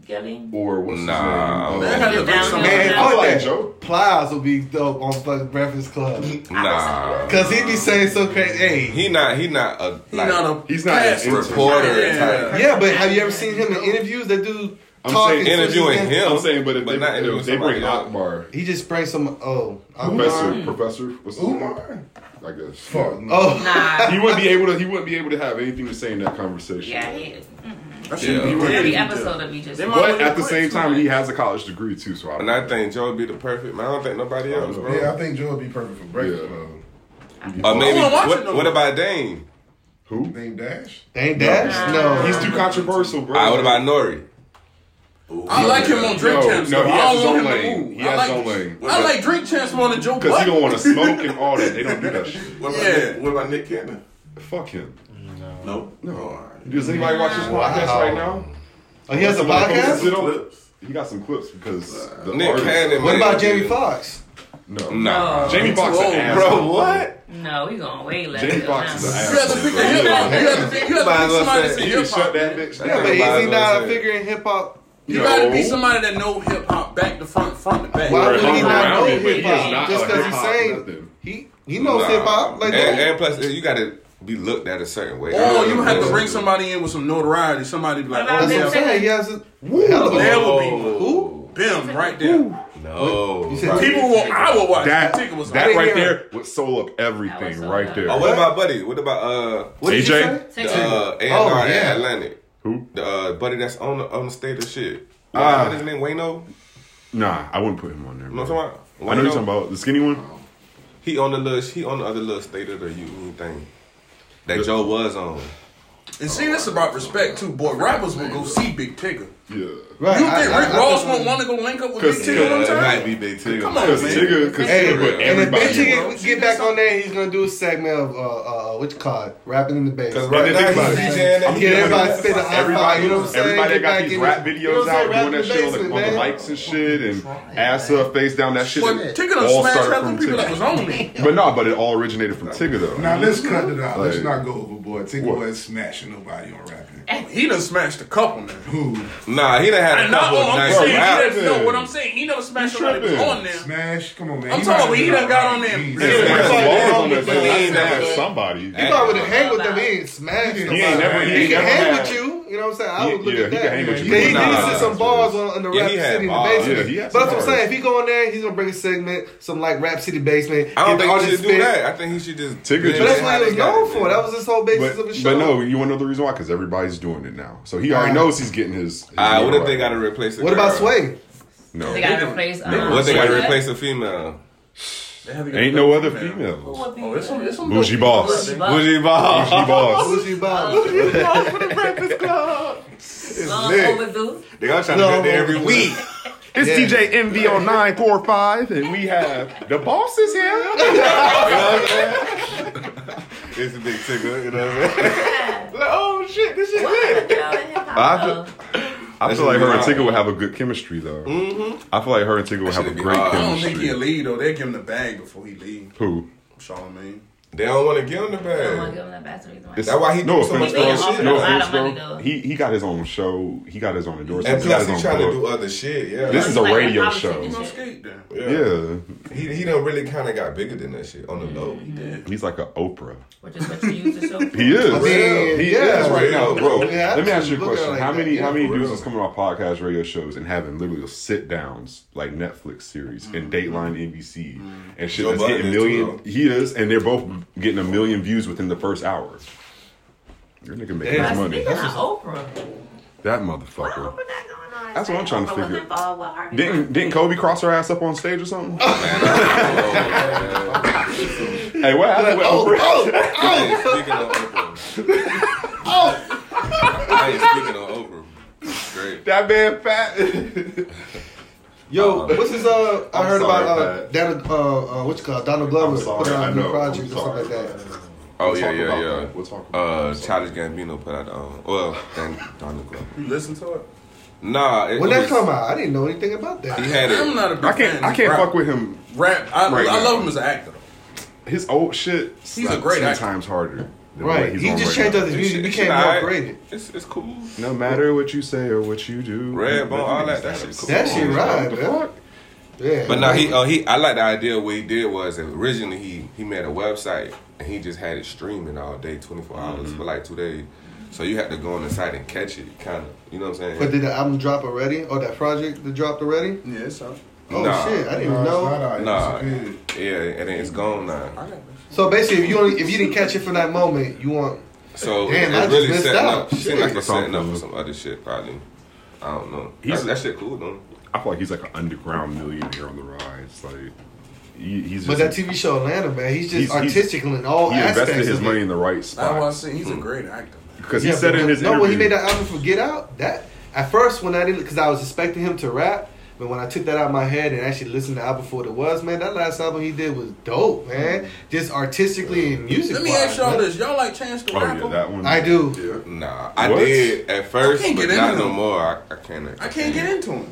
Speaker 11: Gilly?
Speaker 8: or what's
Speaker 6: Nah.
Speaker 8: his name?
Speaker 13: Man, I gotta bring some-
Speaker 4: Man,
Speaker 8: I
Speaker 4: fuck
Speaker 8: like
Speaker 4: that.
Speaker 8: Joe.
Speaker 4: Plies will be dope on fucking Breakfast Club.
Speaker 6: Nah.
Speaker 4: Cause he be saying so crazy. Hey,
Speaker 6: He not. He not a.
Speaker 13: He
Speaker 6: Like,
Speaker 13: not a
Speaker 8: He's not an
Speaker 13: pastor.
Speaker 6: reporter
Speaker 13: Yeah.
Speaker 6: type.
Speaker 4: yeah, but have you ever seen him in interviews? That dude
Speaker 8: I'm
Speaker 4: talking,
Speaker 8: saying
Speaker 4: so
Speaker 6: interviewing
Speaker 4: he-
Speaker 6: him.
Speaker 8: I'm saying, but if
Speaker 6: But
Speaker 8: they,
Speaker 6: not interviewing
Speaker 8: they
Speaker 6: somebody
Speaker 8: bring
Speaker 6: else.
Speaker 8: Akbar,
Speaker 4: He just brings some. Oh, I-
Speaker 8: professor, professor, what's his name?
Speaker 12: Umar?
Speaker 8: I guess.
Speaker 12: Fuck. no.
Speaker 4: Oh,
Speaker 11: Nah.
Speaker 8: He wouldn't be able to. He wouldn't be able to have anything to say in that conversation.
Speaker 11: Yeah, he.
Speaker 8: That
Speaker 6: Yeah.
Speaker 8: shit be weird.
Speaker 11: Every episode of me just.
Speaker 13: They
Speaker 8: But at the same time, he has a college degree too. So I
Speaker 6: And I think Joe would be the perfect man. I don't think nobody else, bro.
Speaker 12: Yeah, I think Joe would be perfect for breakfast.
Speaker 8: Yeah. uh,
Speaker 12: Club.
Speaker 6: Or Uh, maybe.
Speaker 13: I wanna watch it
Speaker 6: What,
Speaker 13: though.
Speaker 6: what about Dane?
Speaker 8: who?
Speaker 12: Name Dash.
Speaker 4: ain't that? No,
Speaker 8: He's too controversial, bro.
Speaker 6: Ah, what about Nori?
Speaker 13: I like him on drink
Speaker 8: No,
Speaker 13: champs.
Speaker 8: no,
Speaker 13: though.
Speaker 8: he
Speaker 13: I
Speaker 8: has
Speaker 13: don't
Speaker 8: his
Speaker 13: want
Speaker 8: own
Speaker 13: him to
Speaker 8: lane.
Speaker 13: move.
Speaker 8: He
Speaker 13: I
Speaker 8: has
Speaker 13: like,
Speaker 8: his own lane.
Speaker 13: I like drink champs more than Joe
Speaker 8: Because he
Speaker 13: Button.
Speaker 8: don't want to smoke and all that. They don't do that shit.
Speaker 13: Yeah.
Speaker 18: What about Nick Cannon?
Speaker 8: Fuck him. No.
Speaker 18: Nope.
Speaker 8: No. Does anybody watch this podcast
Speaker 6: Wow.
Speaker 8: right now?
Speaker 4: Oh, he has a
Speaker 8: Somebody
Speaker 4: podcast?
Speaker 8: posted it on- He got some clips because the
Speaker 6: Nick
Speaker 8: artist-
Speaker 6: Cannon,
Speaker 4: What about Jamie Foxx?
Speaker 8: No.
Speaker 6: Nah.
Speaker 8: No. Jamie Foxx
Speaker 6: Whoa,
Speaker 8: an ass.
Speaker 6: bro, what?
Speaker 11: No, we going way left.
Speaker 8: Jamie
Speaker 11: field
Speaker 8: Foxx
Speaker 11: now.
Speaker 8: is an ass.
Speaker 6: You have to pick a hip hop. You have to pick- you have to pick somebody that's in
Speaker 8: You can
Speaker 6: hip hop,
Speaker 8: shut that
Speaker 6: man.
Speaker 8: bitch
Speaker 6: Yeah,
Speaker 4: Yeah,
Speaker 8: down.
Speaker 4: but
Speaker 6: Might as
Speaker 4: isn't
Speaker 6: well
Speaker 4: that
Speaker 6: say
Speaker 4: a
Speaker 6: it.
Speaker 4: figure in hip hop?
Speaker 13: You gotta be somebody that know hip hop back to front, front to back.
Speaker 4: Why would he not know
Speaker 6: it, but he
Speaker 4: hip
Speaker 6: is
Speaker 4: hop?
Speaker 6: not
Speaker 4: Just
Speaker 6: a
Speaker 4: because he's
Speaker 6: hip-hop
Speaker 4: saying he he knows hip hop like
Speaker 6: and,
Speaker 4: that.
Speaker 6: and plus, you got to be looked at a certain way.
Speaker 13: Or Oh, you have to bring somebody in with some notoriety. Somebody be like,
Speaker 4: That's
Speaker 13: oh,
Speaker 4: what I'm
Speaker 13: yeah.
Speaker 4: saying. He has a hell of a-
Speaker 13: There would be Bim right there.
Speaker 6: Oh. No.
Speaker 13: People will, I will watch.
Speaker 8: That,
Speaker 13: Meticulous. I
Speaker 8: that
Speaker 13: didn't
Speaker 8: right
Speaker 13: hear
Speaker 8: there would soul up everything right there.
Speaker 6: Oh, what about buddy? What about uh
Speaker 8: What did you AJ? say?
Speaker 6: The, uh,
Speaker 8: Texas.
Speaker 6: A&R
Speaker 8: Oh,
Speaker 6: at
Speaker 8: yeah.
Speaker 6: Atlantic.
Speaker 8: Who?
Speaker 6: The uh, buddy that's on the on the state of shit.
Speaker 8: Ah.
Speaker 6: Uh, what is his name? Wayno.
Speaker 8: Nah, I wouldn't put him on there.
Speaker 6: You know
Speaker 8: Bro.
Speaker 6: what I'm talking about?
Speaker 8: I know
Speaker 6: Wayno?
Speaker 8: you're talking about the skinny one.
Speaker 6: He on the little. He on the other little state of the union thing that Joe was on.
Speaker 13: And see, this about respect too, boy. Rappers will go see Big Tigger.
Speaker 8: Yeah.
Speaker 13: you think Rick Ross won't want to go link up with Big Tigger one time?
Speaker 6: Uh, be Big Tigger.
Speaker 13: Come on, Because man. Tigger- 'cause
Speaker 4: Hey,
Speaker 13: Tigger put
Speaker 4: and if
Speaker 13: everybody
Speaker 4: Big
Speaker 13: in,
Speaker 4: Tigger
Speaker 13: bro.
Speaker 4: get back on there, he's gonna do a segment of uh, uh, what you call it, rapping in the bass.
Speaker 8: Because right now,
Speaker 4: he's DJing.
Speaker 8: I'm
Speaker 4: Get everybody
Speaker 8: everybody,
Speaker 4: spit the
Speaker 8: everybody,
Speaker 4: everybody, you know what I'm saying?
Speaker 8: everybody that
Speaker 4: Get
Speaker 8: got
Speaker 4: back
Speaker 8: these
Speaker 4: in
Speaker 8: rap
Speaker 4: the-
Speaker 8: videos
Speaker 4: you know what I'm
Speaker 8: out
Speaker 4: saying? Rap
Speaker 8: doing that
Speaker 4: in the
Speaker 8: shit on the,
Speaker 4: basement,
Speaker 8: on the
Speaker 4: man.
Speaker 8: mics and shit and ass up, face down, that shit.
Speaker 13: Well,
Speaker 8: it
Speaker 13: Tigger done
Speaker 8: all
Speaker 13: smashed
Speaker 8: started
Speaker 13: half
Speaker 8: from
Speaker 13: the people that
Speaker 8: Tigger.
Speaker 13: was on it.
Speaker 8: But no, but it all originated from Tigger though.
Speaker 12: Now let's cut it out. Let's
Speaker 8: Like-
Speaker 12: not go overboard. Tigger wasn't smashing nobody on rapping.
Speaker 13: He done smashed a couple now.
Speaker 6: Nah, he done had a
Speaker 13: And not
Speaker 6: couple
Speaker 13: all
Speaker 6: of
Speaker 13: I'm
Speaker 6: nice
Speaker 13: saying,
Speaker 6: raps.
Speaker 13: he done, no, what I'm saying, he never smashed nobody that was on there.
Speaker 12: Smash, come on, man.
Speaker 13: I'm
Speaker 12: He
Speaker 13: talking about
Speaker 12: might
Speaker 13: he
Speaker 12: have
Speaker 13: done
Speaker 12: been
Speaker 13: got
Speaker 12: alright.
Speaker 13: on there.
Speaker 12: He
Speaker 13: and
Speaker 12: did.
Speaker 13: did
Speaker 12: That's
Speaker 13: it.
Speaker 12: why
Speaker 8: Balls on
Speaker 12: He
Speaker 8: that
Speaker 12: done
Speaker 8: bitch.
Speaker 12: that.
Speaker 8: That's somebody.
Speaker 4: He probably would have hang with them. He ain't smashed.
Speaker 8: He
Speaker 4: nobody.
Speaker 8: ain't never- he
Speaker 4: He
Speaker 8: ain't
Speaker 4: can
Speaker 8: never
Speaker 4: hang
Speaker 8: had-
Speaker 4: with you. You know what I'm saying? I
Speaker 8: Yeah,
Speaker 4: would look
Speaker 8: yeah,
Speaker 4: at
Speaker 8: he
Speaker 4: that.
Speaker 8: can hang with you.
Speaker 4: Yeah, He
Speaker 8: Nah,
Speaker 4: did sit some
Speaker 8: nah,
Speaker 4: bars on in the
Speaker 8: yeah,
Speaker 4: Rap
Speaker 8: he had
Speaker 4: City in the
Speaker 8: bars. Yeah,
Speaker 4: basement.
Speaker 8: he
Speaker 4: but that's
Speaker 8: had some
Speaker 4: what I'm
Speaker 8: bars.
Speaker 4: saying. If he go in there, he's gonna bring a segment, some like Rap City basement.
Speaker 6: I
Speaker 4: get the
Speaker 6: don't think he
Speaker 4: artists
Speaker 6: should do
Speaker 4: spit.
Speaker 6: that. I think he should just.
Speaker 8: Tigger
Speaker 4: But that's
Speaker 8: just.
Speaker 4: what he was known for. That was his whole basis
Speaker 8: But,
Speaker 4: of his show.
Speaker 8: but no, you want to know the reason why? Because everybody's doing it now. So he already
Speaker 4: Ah.
Speaker 8: knows he's getting his. his
Speaker 6: Ah, what
Speaker 8: number
Speaker 6: if they
Speaker 8: right.
Speaker 6: got to replace it?
Speaker 4: What about Sway?
Speaker 8: No.
Speaker 11: They gotta replace, um,
Speaker 6: What they got to
Speaker 11: Sway.
Speaker 6: replace a female?
Speaker 8: Ain't no other females.
Speaker 13: Oh, it's some, it's some
Speaker 8: Bougie
Speaker 13: dope-
Speaker 8: boss.
Speaker 13: Bougie
Speaker 8: Bougie boss. Bougie boss.
Speaker 4: Bougie Bob.
Speaker 13: Bougie boss for the Breakfast Club.
Speaker 11: Long
Speaker 8: lit.
Speaker 11: overdue.
Speaker 8: They all
Speaker 11: trying to get there
Speaker 8: every week. It's DJ MV on 945, and we have the boss is here.
Speaker 6: It's a big tickle, you know what I mean?
Speaker 13: oh shit, this is lit.
Speaker 8: I feel, I
Speaker 6: That
Speaker 8: feel
Speaker 6: should be
Speaker 8: like her and
Speaker 6: hard.
Speaker 8: Tigger would have a good chemistry, though.
Speaker 6: Mm-hmm.
Speaker 13: Mhm.
Speaker 8: I feel like her and Tigger would have a great
Speaker 13: I don't think
Speaker 8: chemistry.
Speaker 13: he'll leave though. They'll give him the bag before he leave.
Speaker 8: Who?
Speaker 13: Charlemagne.
Speaker 6: They don't want to give him the
Speaker 11: I don't wanna
Speaker 6: bag.
Speaker 11: give him that bastard either.
Speaker 6: That's why he
Speaker 8: no
Speaker 6: do so
Speaker 8: offense,
Speaker 6: much other
Speaker 8: though.
Speaker 6: shit.
Speaker 8: No
Speaker 6: He offering a
Speaker 8: offense,
Speaker 6: lot of
Speaker 8: though.
Speaker 11: money,
Speaker 8: He he got his own show. He got his own endorsement.
Speaker 6: And plus,
Speaker 8: got
Speaker 6: he
Speaker 8: his
Speaker 6: trying
Speaker 8: own
Speaker 6: to
Speaker 8: book.
Speaker 6: do other shit. Yeah,
Speaker 8: This is a radio show.
Speaker 13: He gonna skate then.
Speaker 6: Yeah. He he done really kind of got bigger than that shit on the low. He did.
Speaker 8: He's like an Oprah.
Speaker 11: Which is what you use the show for.
Speaker 8: He is.
Speaker 6: I mean,
Speaker 8: he
Speaker 6: yeah,
Speaker 8: is right now, bro.
Speaker 6: yeah,
Speaker 8: Let me ask you a
Speaker 6: look at it
Speaker 8: question.
Speaker 6: like
Speaker 8: how
Speaker 6: that,
Speaker 8: many
Speaker 6: yeah,
Speaker 8: how many
Speaker 6: for
Speaker 8: dudes
Speaker 6: real.
Speaker 8: is coming on podcast radio shows and having literally sit downs like Netflix series and Dateline NBC and shit
Speaker 6: Mm-hmm. Joe
Speaker 8: that's
Speaker 6: Budden
Speaker 8: getting
Speaker 6: is too,
Speaker 8: million he is and they're both getting a million views within the first hour. Your nigga making his money.
Speaker 11: Speaking of uh, Oprah,
Speaker 8: That motherfucker. That's what I'm trying to figure.
Speaker 11: involved with Harvey.
Speaker 8: Didn't didn't Kobe cross her ass up on stage or something?
Speaker 6: Oh,
Speaker 8: hey, what happened with
Speaker 6: Oh.
Speaker 8: Oprah?
Speaker 6: I ain't speaking on Oprah. I ain't speaking on Oprah. It's Great.
Speaker 8: That man
Speaker 6: Oh,
Speaker 8: fat.
Speaker 4: Yo, what's his uh? I
Speaker 6: I'm
Speaker 4: heard
Speaker 6: sorry,
Speaker 4: about uh, Donald, uh, uh, what you call it? Donald Glover
Speaker 6: sorry,
Speaker 4: putting
Speaker 6: I
Speaker 4: out a new
Speaker 6: know,
Speaker 4: project or something like that.
Speaker 6: Oh
Speaker 8: We'll
Speaker 6: yeah,
Speaker 8: talk
Speaker 6: yeah,
Speaker 8: about
Speaker 6: yeah.
Speaker 8: that. We'll talk
Speaker 6: uh, Childish Gambino put out. Um, well, then Donald Glover.
Speaker 13: You listen to it?
Speaker 6: Nah, it,
Speaker 4: When
Speaker 6: it
Speaker 4: that
Speaker 6: was-
Speaker 4: come out, I didn't know anything about that.
Speaker 6: He had it.
Speaker 13: I'm not a big I can't- fan of I can't rap. fuck
Speaker 8: with him.
Speaker 13: Rap. I,
Speaker 8: Right
Speaker 13: I
Speaker 8: now.
Speaker 13: love him as an actor.
Speaker 8: His old shit.
Speaker 13: He's a great
Speaker 8: ten
Speaker 13: actor.
Speaker 8: times harder. than what
Speaker 4: Right,
Speaker 8: he's
Speaker 4: he
Speaker 8: on
Speaker 4: just
Speaker 8: right
Speaker 4: changed
Speaker 8: now.
Speaker 4: up his music,
Speaker 6: shit-
Speaker 4: became
Speaker 6: shit
Speaker 4: more
Speaker 6: alright.
Speaker 4: upgraded.
Speaker 6: It's it's cool.
Speaker 8: No matter what you say or what you do,
Speaker 6: Red Bone, all that, that
Speaker 8: That's
Speaker 6: shit cool.
Speaker 4: That shit
Speaker 6: What
Speaker 4: right,
Speaker 6: the
Speaker 4: man. Yeah.
Speaker 6: But now he, uh, he, I like the idea. What he did was that originally he he made a website and he just had it streaming all day, twenty four
Speaker 4: Mm-hmm.
Speaker 6: hours for like two days. So you had to go on the site and catch it, kind of. You know what I'm
Speaker 8: uh,
Speaker 6: saying?
Speaker 4: But did the album drop already? Or that project that dropped already?
Speaker 13: Yeah, it's out.
Speaker 4: Oh
Speaker 6: Nah.
Speaker 4: shit, I didn't
Speaker 6: Nah,
Speaker 4: even
Speaker 6: it's
Speaker 4: know.
Speaker 6: nah, yeah, and then it's gone now.
Speaker 4: So basically, if you only, if you didn't catch it from that moment, you want.
Speaker 6: So
Speaker 4: damn, I just
Speaker 6: it's really
Speaker 4: missed
Speaker 6: setting
Speaker 4: out.
Speaker 6: up. Seems like
Speaker 4: Shit.
Speaker 6: it's setting up for some other shit, probably. I don't know.
Speaker 8: He's-
Speaker 6: That, that shit cool though.
Speaker 8: I feel like he's like an underground millionaire on the rise. Like he, he's
Speaker 4: But
Speaker 8: just.
Speaker 4: that TV show Atlanta, man, he's just
Speaker 8: He's- he's-
Speaker 4: artistic in all
Speaker 8: he
Speaker 4: aspects.
Speaker 8: invested his
Speaker 4: of
Speaker 8: money
Speaker 4: it.
Speaker 8: in the right Mm-hmm.
Speaker 13: That's why I
Speaker 8: spot.
Speaker 13: say he's a great actor.
Speaker 8: Because he
Speaker 4: Yeah,
Speaker 8: said
Speaker 4: but
Speaker 8: in his
Speaker 4: no, when he
Speaker 8: interview,
Speaker 4: made that album for Get Out, that at first when I didn't, because I was expecting him to rap, But when I took that out of my head and actually listened to album for what it was, man, that last album he did was dope, man. Just artistically and music.
Speaker 13: Let me ask y'all this. Y'all like Chance
Speaker 8: Oh,
Speaker 13: the Rapper?
Speaker 4: that one. I do.
Speaker 6: Nah, I
Speaker 4: What?
Speaker 6: did at first,
Speaker 4: I can't
Speaker 6: but
Speaker 4: get
Speaker 6: not
Speaker 4: into
Speaker 6: no
Speaker 4: them.
Speaker 6: more. I, I can't.
Speaker 13: I can't get into him.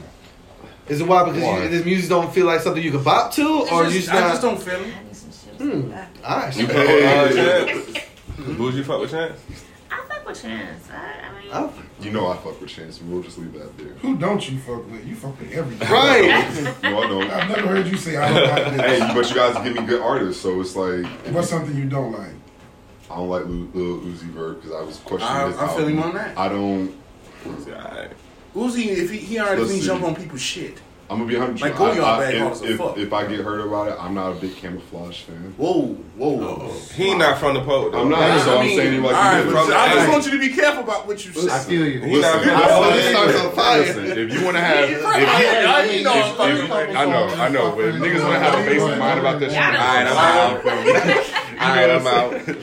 Speaker 4: Is it why? Because
Speaker 6: Why?
Speaker 4: You, this music don't feel like something you can bop to, or
Speaker 13: It's
Speaker 4: Oh, you
Speaker 13: just-
Speaker 4: just
Speaker 13: I
Speaker 4: not.
Speaker 13: just don't feel him.
Speaker 4: Hmm. All right.
Speaker 6: You
Speaker 4: shit.
Speaker 8: Oh,
Speaker 6: fuck with uh, Chance? Bougie fuck with Chance?
Speaker 11: I fuck with Chance. I, I mean,
Speaker 8: You know I fuck with Chance. We'll just leave that there.
Speaker 12: Who don't you fuck with? You fuck with everything.
Speaker 8: no, I don't.
Speaker 12: I've never heard you say I don't like
Speaker 8: hey,
Speaker 12: this.
Speaker 8: but you guys give me good artists, so it's like
Speaker 12: What's something you don't like?
Speaker 8: I don't like Lil, Lil Uzi Vert because I was questioning
Speaker 13: I-
Speaker 8: his
Speaker 13: I feel him
Speaker 8: album.
Speaker 13: on that.
Speaker 8: I don't.
Speaker 13: Uzi, if he, he already
Speaker 8: Let's
Speaker 13: can
Speaker 8: see.
Speaker 13: jump on people's shit.
Speaker 8: I'm gonna be 100.
Speaker 13: Like, go
Speaker 8: I-
Speaker 13: y'all
Speaker 8: I-
Speaker 13: bag hard
Speaker 8: if,
Speaker 13: as a
Speaker 8: if,
Speaker 13: fuck.
Speaker 8: if I get hurt about it, I'm not a big camouflage fan.
Speaker 13: Whoa, whoa.
Speaker 6: He not from the pole. though.
Speaker 8: I'm not,
Speaker 6: Nah,
Speaker 8: so
Speaker 6: I
Speaker 8: I'm
Speaker 6: mean,
Speaker 8: saying he like
Speaker 6: all right,
Speaker 8: he
Speaker 6: but
Speaker 8: from
Speaker 13: I
Speaker 8: the
Speaker 13: just
Speaker 8: alley.
Speaker 13: want you to be careful about what you say.
Speaker 8: I feel you.
Speaker 13: He not-
Speaker 8: Listen,
Speaker 13: I
Speaker 8: listen,
Speaker 13: feel you.
Speaker 8: listen, if you want to have, if you,
Speaker 13: Right, I- I know I'm
Speaker 8: if,
Speaker 13: fucking
Speaker 8: if, I know, I know, but if niggas want to have a basic mind about this shit, all
Speaker 6: right, I'm out. All right, I'm out.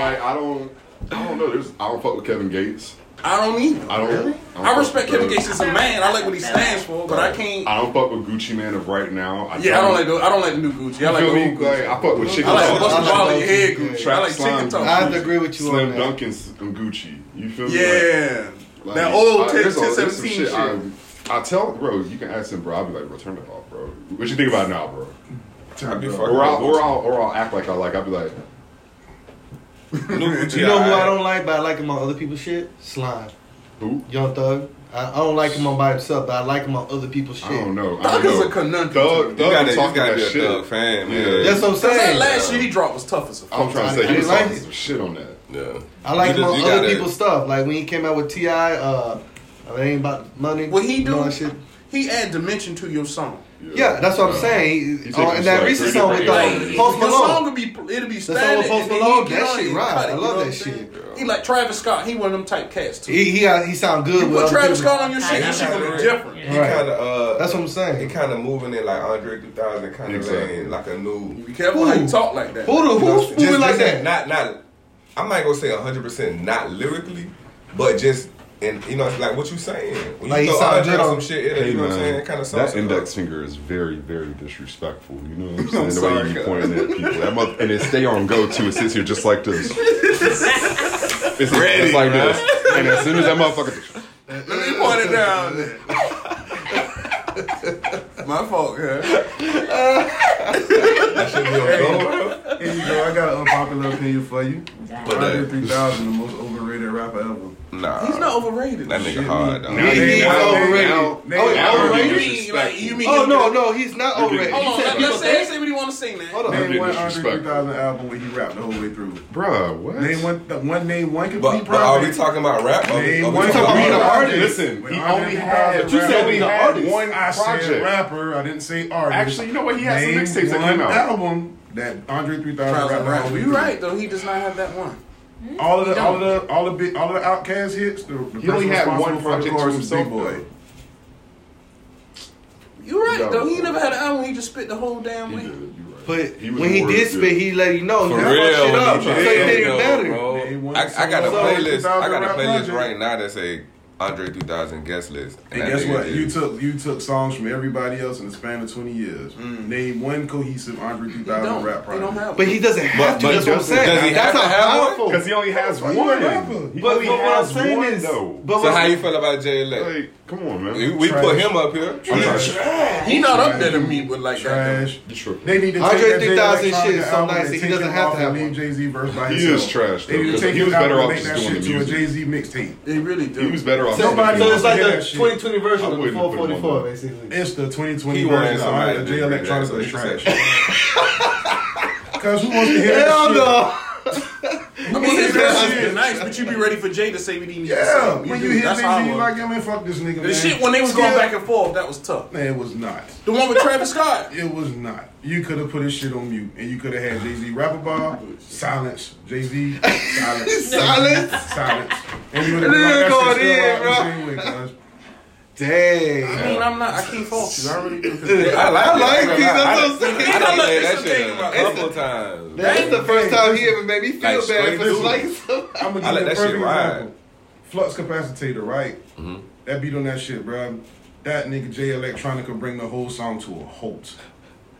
Speaker 8: Like I don't, I don't know. There's, I don't fuck with Kevin Gates.
Speaker 13: I don't either.
Speaker 8: I don't. don't
Speaker 13: I respect
Speaker 8: fuck
Speaker 13: Kevin
Speaker 8: with the-
Speaker 13: Gates as a man. I like what he stands for, but I can't.
Speaker 8: I don't fuck with Gucci Man of right now.
Speaker 13: Yeah, I don't like the I don't like the new Gucci. I like
Speaker 8: you
Speaker 13: the
Speaker 8: feel
Speaker 13: old
Speaker 8: me? Like,
Speaker 13: Gucci.
Speaker 8: I fuck with chicken.
Speaker 13: I like
Speaker 8: Talk.
Speaker 13: bust the ball in your head
Speaker 8: Yeah.
Speaker 13: Gucci. I
Speaker 8: Trap
Speaker 13: like chicken
Speaker 8: slime
Speaker 13: talk.
Speaker 8: Gucci.
Speaker 13: Gucci.
Speaker 8: Slim Duncan's and Gucci. You feel me?
Speaker 13: Yeah.
Speaker 8: Like,
Speaker 13: That old
Speaker 8: I-
Speaker 13: 10,
Speaker 8: there's all-
Speaker 13: 10,
Speaker 8: there's some
Speaker 13: 17 shit.
Speaker 8: I, I tell bro, you can ask him, bro. I'll be like, bro, turn it off, bro. What you think about it now, bro?
Speaker 12: Turn it off.
Speaker 8: or, I'll, or I'll or I'll act like I like. I'll be like,
Speaker 4: you know who I don't like, but I like him on other people's shit? Slime.
Speaker 8: Who?
Speaker 4: Young Thug. I, I don't like him on by himself, but I like him on other people's shit.
Speaker 8: I don't know. I don't know. Thug, thug,
Speaker 6: You gotta-
Speaker 8: be
Speaker 6: you
Speaker 8: talking
Speaker 6: gotta
Speaker 8: that
Speaker 6: be a
Speaker 8: shit.
Speaker 6: Thug fan, man.
Speaker 8: Yeah.
Speaker 4: That's what I'm
Speaker 13: Cause that
Speaker 4: saying.
Speaker 13: last year he dropped was tough as a fuck.
Speaker 8: I'm trying to say
Speaker 4: I
Speaker 8: he was
Speaker 4: didn't like
Speaker 8: talking
Speaker 4: it.
Speaker 8: some shit on that.
Speaker 6: Yeah.
Speaker 4: I like
Speaker 8: You
Speaker 4: him
Speaker 8: just-
Speaker 4: on
Speaker 8: you
Speaker 4: other
Speaker 8: gotta-
Speaker 4: people's stuff. Like when he came out with T.I., uh, it ain't about money.
Speaker 13: What he
Speaker 4: you know,
Speaker 13: do?
Speaker 4: and shit.
Speaker 13: He add dimension to your song.
Speaker 4: Yeah, that's what I'm
Speaker 8: Uh,
Speaker 4: saying. He- on- and that recent song with uh, Post
Speaker 13: Your song
Speaker 4: Malone.
Speaker 13: would be it'll be
Speaker 4: song with
Speaker 13: standing.
Speaker 4: Post
Speaker 13: and then
Speaker 4: Malone,
Speaker 13: he'd get
Speaker 4: that
Speaker 13: on
Speaker 4: shit
Speaker 13: it and
Speaker 4: right.
Speaker 13: cut
Speaker 4: I
Speaker 13: it,
Speaker 4: love
Speaker 13: you know
Speaker 4: that
Speaker 13: what I'm saying? He like Travis Scott. He one of them type cats too.
Speaker 4: He he, got, he sound good.
Speaker 13: You
Speaker 4: with
Speaker 13: put
Speaker 4: other
Speaker 13: Travis
Speaker 4: people.
Speaker 13: Scott on your shit, your shit gonna be different.
Speaker 6: He kind of uh,
Speaker 4: that's what I'm saying.
Speaker 6: He kind of moving it like Andre 2000, kind of
Speaker 8: Exactly.
Speaker 6: lane, like a new.
Speaker 13: You be careful how you talk like that.
Speaker 4: Who the- who- who
Speaker 6: just,
Speaker 4: moving like
Speaker 6: just Not not. I'm not gonna say 100 percent not lyrically, but just and you know it's like what you saying. When
Speaker 8: Like,
Speaker 6: you
Speaker 8: he
Speaker 6: throw
Speaker 8: sound
Speaker 6: Andre
Speaker 8: good
Speaker 6: on
Speaker 8: on-
Speaker 6: some shit, it, you know what I'm
Speaker 8: man,
Speaker 6: saying? Kind of
Speaker 8: that
Speaker 6: sounds.
Speaker 8: index finger is very, very disrespectful. You know what I'm saying?
Speaker 6: I'm
Speaker 8: the way
Speaker 6: sorry,
Speaker 8: you be
Speaker 6: God.
Speaker 8: pointing at people. That mother, and it stay on go too. It sits here just like this. It's,
Speaker 13: Ready,
Speaker 8: it's like
Speaker 13: bruh.
Speaker 8: this. And as soon as that motherfucker,
Speaker 13: Let me point it down. there. My fault, yeah.
Speaker 21: Here you go. I got an unpopular opinion for you.
Speaker 6: But, uh,
Speaker 21: Andre 3000, the most overrated rapper ever.
Speaker 6: Nah.
Speaker 13: He's not overrated.
Speaker 6: That nigga hard.
Speaker 21: Now they-
Speaker 6: He- he
Speaker 21: now they-
Speaker 6: overrated.
Speaker 21: now-
Speaker 6: Now
Speaker 21: Oh,
Speaker 6: he
Speaker 21: now
Speaker 6: overrated.
Speaker 21: you
Speaker 13: mean, like, you mean
Speaker 4: Oh
Speaker 13: he'll
Speaker 4: no,
Speaker 13: get-
Speaker 4: no, he's not
Speaker 13: Hold
Speaker 4: overrated. He
Speaker 13: on,
Speaker 4: said
Speaker 13: let-
Speaker 4: people
Speaker 13: let's say,
Speaker 4: think-
Speaker 13: say what he want to say now.
Speaker 4: Hold
Speaker 21: Name one Andre 3000 album where he rapped the whole way through.
Speaker 8: Bruh, what?
Speaker 21: Name one, the one name, one complete
Speaker 6: But, but are we talking about rap? Are we,
Speaker 21: Name
Speaker 6: are we
Speaker 21: one
Speaker 6: talking about
Speaker 21: complete
Speaker 6: rap?
Speaker 21: artist.
Speaker 8: Listen,
Speaker 21: When
Speaker 8: he
Speaker 21: Andre
Speaker 8: only
Speaker 21: 3000
Speaker 8: had- you
Speaker 21: rapped-
Speaker 8: said he
Speaker 21: I
Speaker 8: had
Speaker 21: said
Speaker 8: one project.
Speaker 21: rapper. I didn't say artist.
Speaker 8: Actually, you know what? He had some
Speaker 21: Name
Speaker 8: mixtapes that
Speaker 21: one
Speaker 8: came out.
Speaker 21: album that Andre 3000
Speaker 13: Trials
Speaker 21: rapped.
Speaker 13: and
Speaker 21: the whole
Speaker 13: Rock.
Speaker 21: way
Speaker 13: You
Speaker 21: through.
Speaker 13: right though. He does not have that one.
Speaker 21: All of
Speaker 13: He
Speaker 21: the, all of
Speaker 13: don't.
Speaker 21: the, all the big, all of the Outcast hits. The, the
Speaker 8: He only
Speaker 21: person
Speaker 8: had one
Speaker 21: responsible for the
Speaker 8: project to
Speaker 21: chorus was
Speaker 8: himself,
Speaker 21: Big Boy.
Speaker 13: You right
Speaker 21: No.
Speaker 13: though. He never had an album. He just spit the whole damn way.
Speaker 4: But
Speaker 8: was
Speaker 4: when he
Speaker 8: worse,
Speaker 4: did spit, he let you know.
Speaker 6: For
Speaker 4: he
Speaker 6: real,
Speaker 4: fucked shit up.
Speaker 6: he
Speaker 4: So he
Speaker 6: did,
Speaker 4: did
Speaker 6: though,
Speaker 4: it better.
Speaker 6: bro. I, I got a playlist. I got a playlist right now that say Andre 3000 guest list.
Speaker 21: And
Speaker 6: I
Speaker 21: guess
Speaker 6: think
Speaker 21: what?
Speaker 6: it
Speaker 21: You
Speaker 6: is.
Speaker 21: took you took songs from everybody else in the span of twenty years.
Speaker 8: Mm.
Speaker 21: Name one cohesive Andre 3000 rap project.
Speaker 4: But he doesn't have to. That's what I'm saying. That's how powerful.
Speaker 8: Because he only has
Speaker 21: Why
Speaker 8: one.
Speaker 21: you a rapper?
Speaker 8: He
Speaker 4: But-
Speaker 8: only
Speaker 4: but what
Speaker 8: has
Speaker 4: I'm saying
Speaker 8: one,
Speaker 4: is-
Speaker 8: though.
Speaker 4: but
Speaker 6: so how you feel about Jay Lick?
Speaker 8: come on,
Speaker 4: Oh,
Speaker 8: man.
Speaker 6: We, we
Speaker 8: Trash.
Speaker 6: put him up here.
Speaker 13: He not up there to me with like
Speaker 21: Trash.
Speaker 13: that.
Speaker 8: Trash.
Speaker 21: They need to take
Speaker 13: Andre
Speaker 21: that Jay
Speaker 13: 3000
Speaker 21: Electronica
Speaker 13: shit is so
Speaker 21: album
Speaker 13: nice
Speaker 21: and
Speaker 13: that he
Speaker 21: take
Speaker 13: doesn't
Speaker 21: him
Speaker 13: have
Speaker 21: off
Speaker 13: to
Speaker 21: and
Speaker 13: have
Speaker 21: leave Jay-Z verse by
Speaker 8: He
Speaker 21: himself.
Speaker 8: is trash,
Speaker 21: They
Speaker 8: though,
Speaker 21: need to
Speaker 8: 'cause
Speaker 21: take
Speaker 8: he
Speaker 21: him
Speaker 8: was
Speaker 21: out
Speaker 8: better
Speaker 21: and
Speaker 8: off
Speaker 21: make
Speaker 8: just
Speaker 21: that
Speaker 8: doing
Speaker 21: shit
Speaker 8: the
Speaker 21: to a
Speaker 8: music.
Speaker 21: Jay-Z mixtape.
Speaker 13: They really do.
Speaker 8: He was better off.
Speaker 21: Nobody
Speaker 8: singing.
Speaker 21: wants to hear that shit.
Speaker 4: version
Speaker 8: I wouldn't have put him on there.
Speaker 4: basically.
Speaker 21: It's the 2020
Speaker 8: He wanted
Speaker 21: version.
Speaker 8: somebody
Speaker 21: Alright, the
Speaker 8: to
Speaker 21: Jay
Speaker 8: do that,
Speaker 21: Electronica
Speaker 8: so
Speaker 21: is
Speaker 8: he
Speaker 21: trash.
Speaker 8: said-
Speaker 21: Because who wants to hear
Speaker 4: Hell
Speaker 21: that
Speaker 13: I mean, his verse is nice, but you be ready for Jay to say what he
Speaker 21: shit?
Speaker 13: needs to
Speaker 21: Yeah.
Speaker 13: say.
Speaker 21: When
Speaker 13: do.
Speaker 21: you hear
Speaker 13: That's how I
Speaker 21: Jay-Z, you
Speaker 13: was.
Speaker 21: like, yeah, man, fuck this nigga, man.
Speaker 13: The shit when they was going
Speaker 21: Still-
Speaker 13: back and forth, that was tough.
Speaker 21: Man, it was not.
Speaker 13: The one with Travis Scott.
Speaker 21: It was not. You could have put his shit on mute, and you could have had Jay Z rapper bar silence, Jay Z silence,
Speaker 4: Silence?
Speaker 21: silence, and you would
Speaker 4: Nigga
Speaker 21: have
Speaker 4: going in, bro.
Speaker 21: been like, "That's
Speaker 4: Dang.
Speaker 13: I mean, I'm not. I can't fault you. I really do.
Speaker 4: I like it. I like
Speaker 13: That's
Speaker 4: it.
Speaker 13: what I'm saying.
Speaker 4: I
Speaker 13: I
Speaker 4: done
Speaker 13: like
Speaker 4: played
Speaker 13: this
Speaker 4: that shit
Speaker 13: thing
Speaker 4: a
Speaker 13: about
Speaker 4: couple
Speaker 13: it's-
Speaker 6: times.
Speaker 4: That's the first time he ever made me feel
Speaker 6: Like,
Speaker 4: bad
Speaker 6: straight
Speaker 4: for just
Speaker 6: through.
Speaker 4: liking somebody.
Speaker 21: I'm gonna give
Speaker 6: I
Speaker 21: you
Speaker 6: let
Speaker 21: a
Speaker 6: that shit
Speaker 21: perfect
Speaker 6: ride. Mm-hmm.
Speaker 21: example. Flux capacitor, right? That beat on that shit, bro.
Speaker 12: that nigga Jay Electronica bring the whole song to a halt.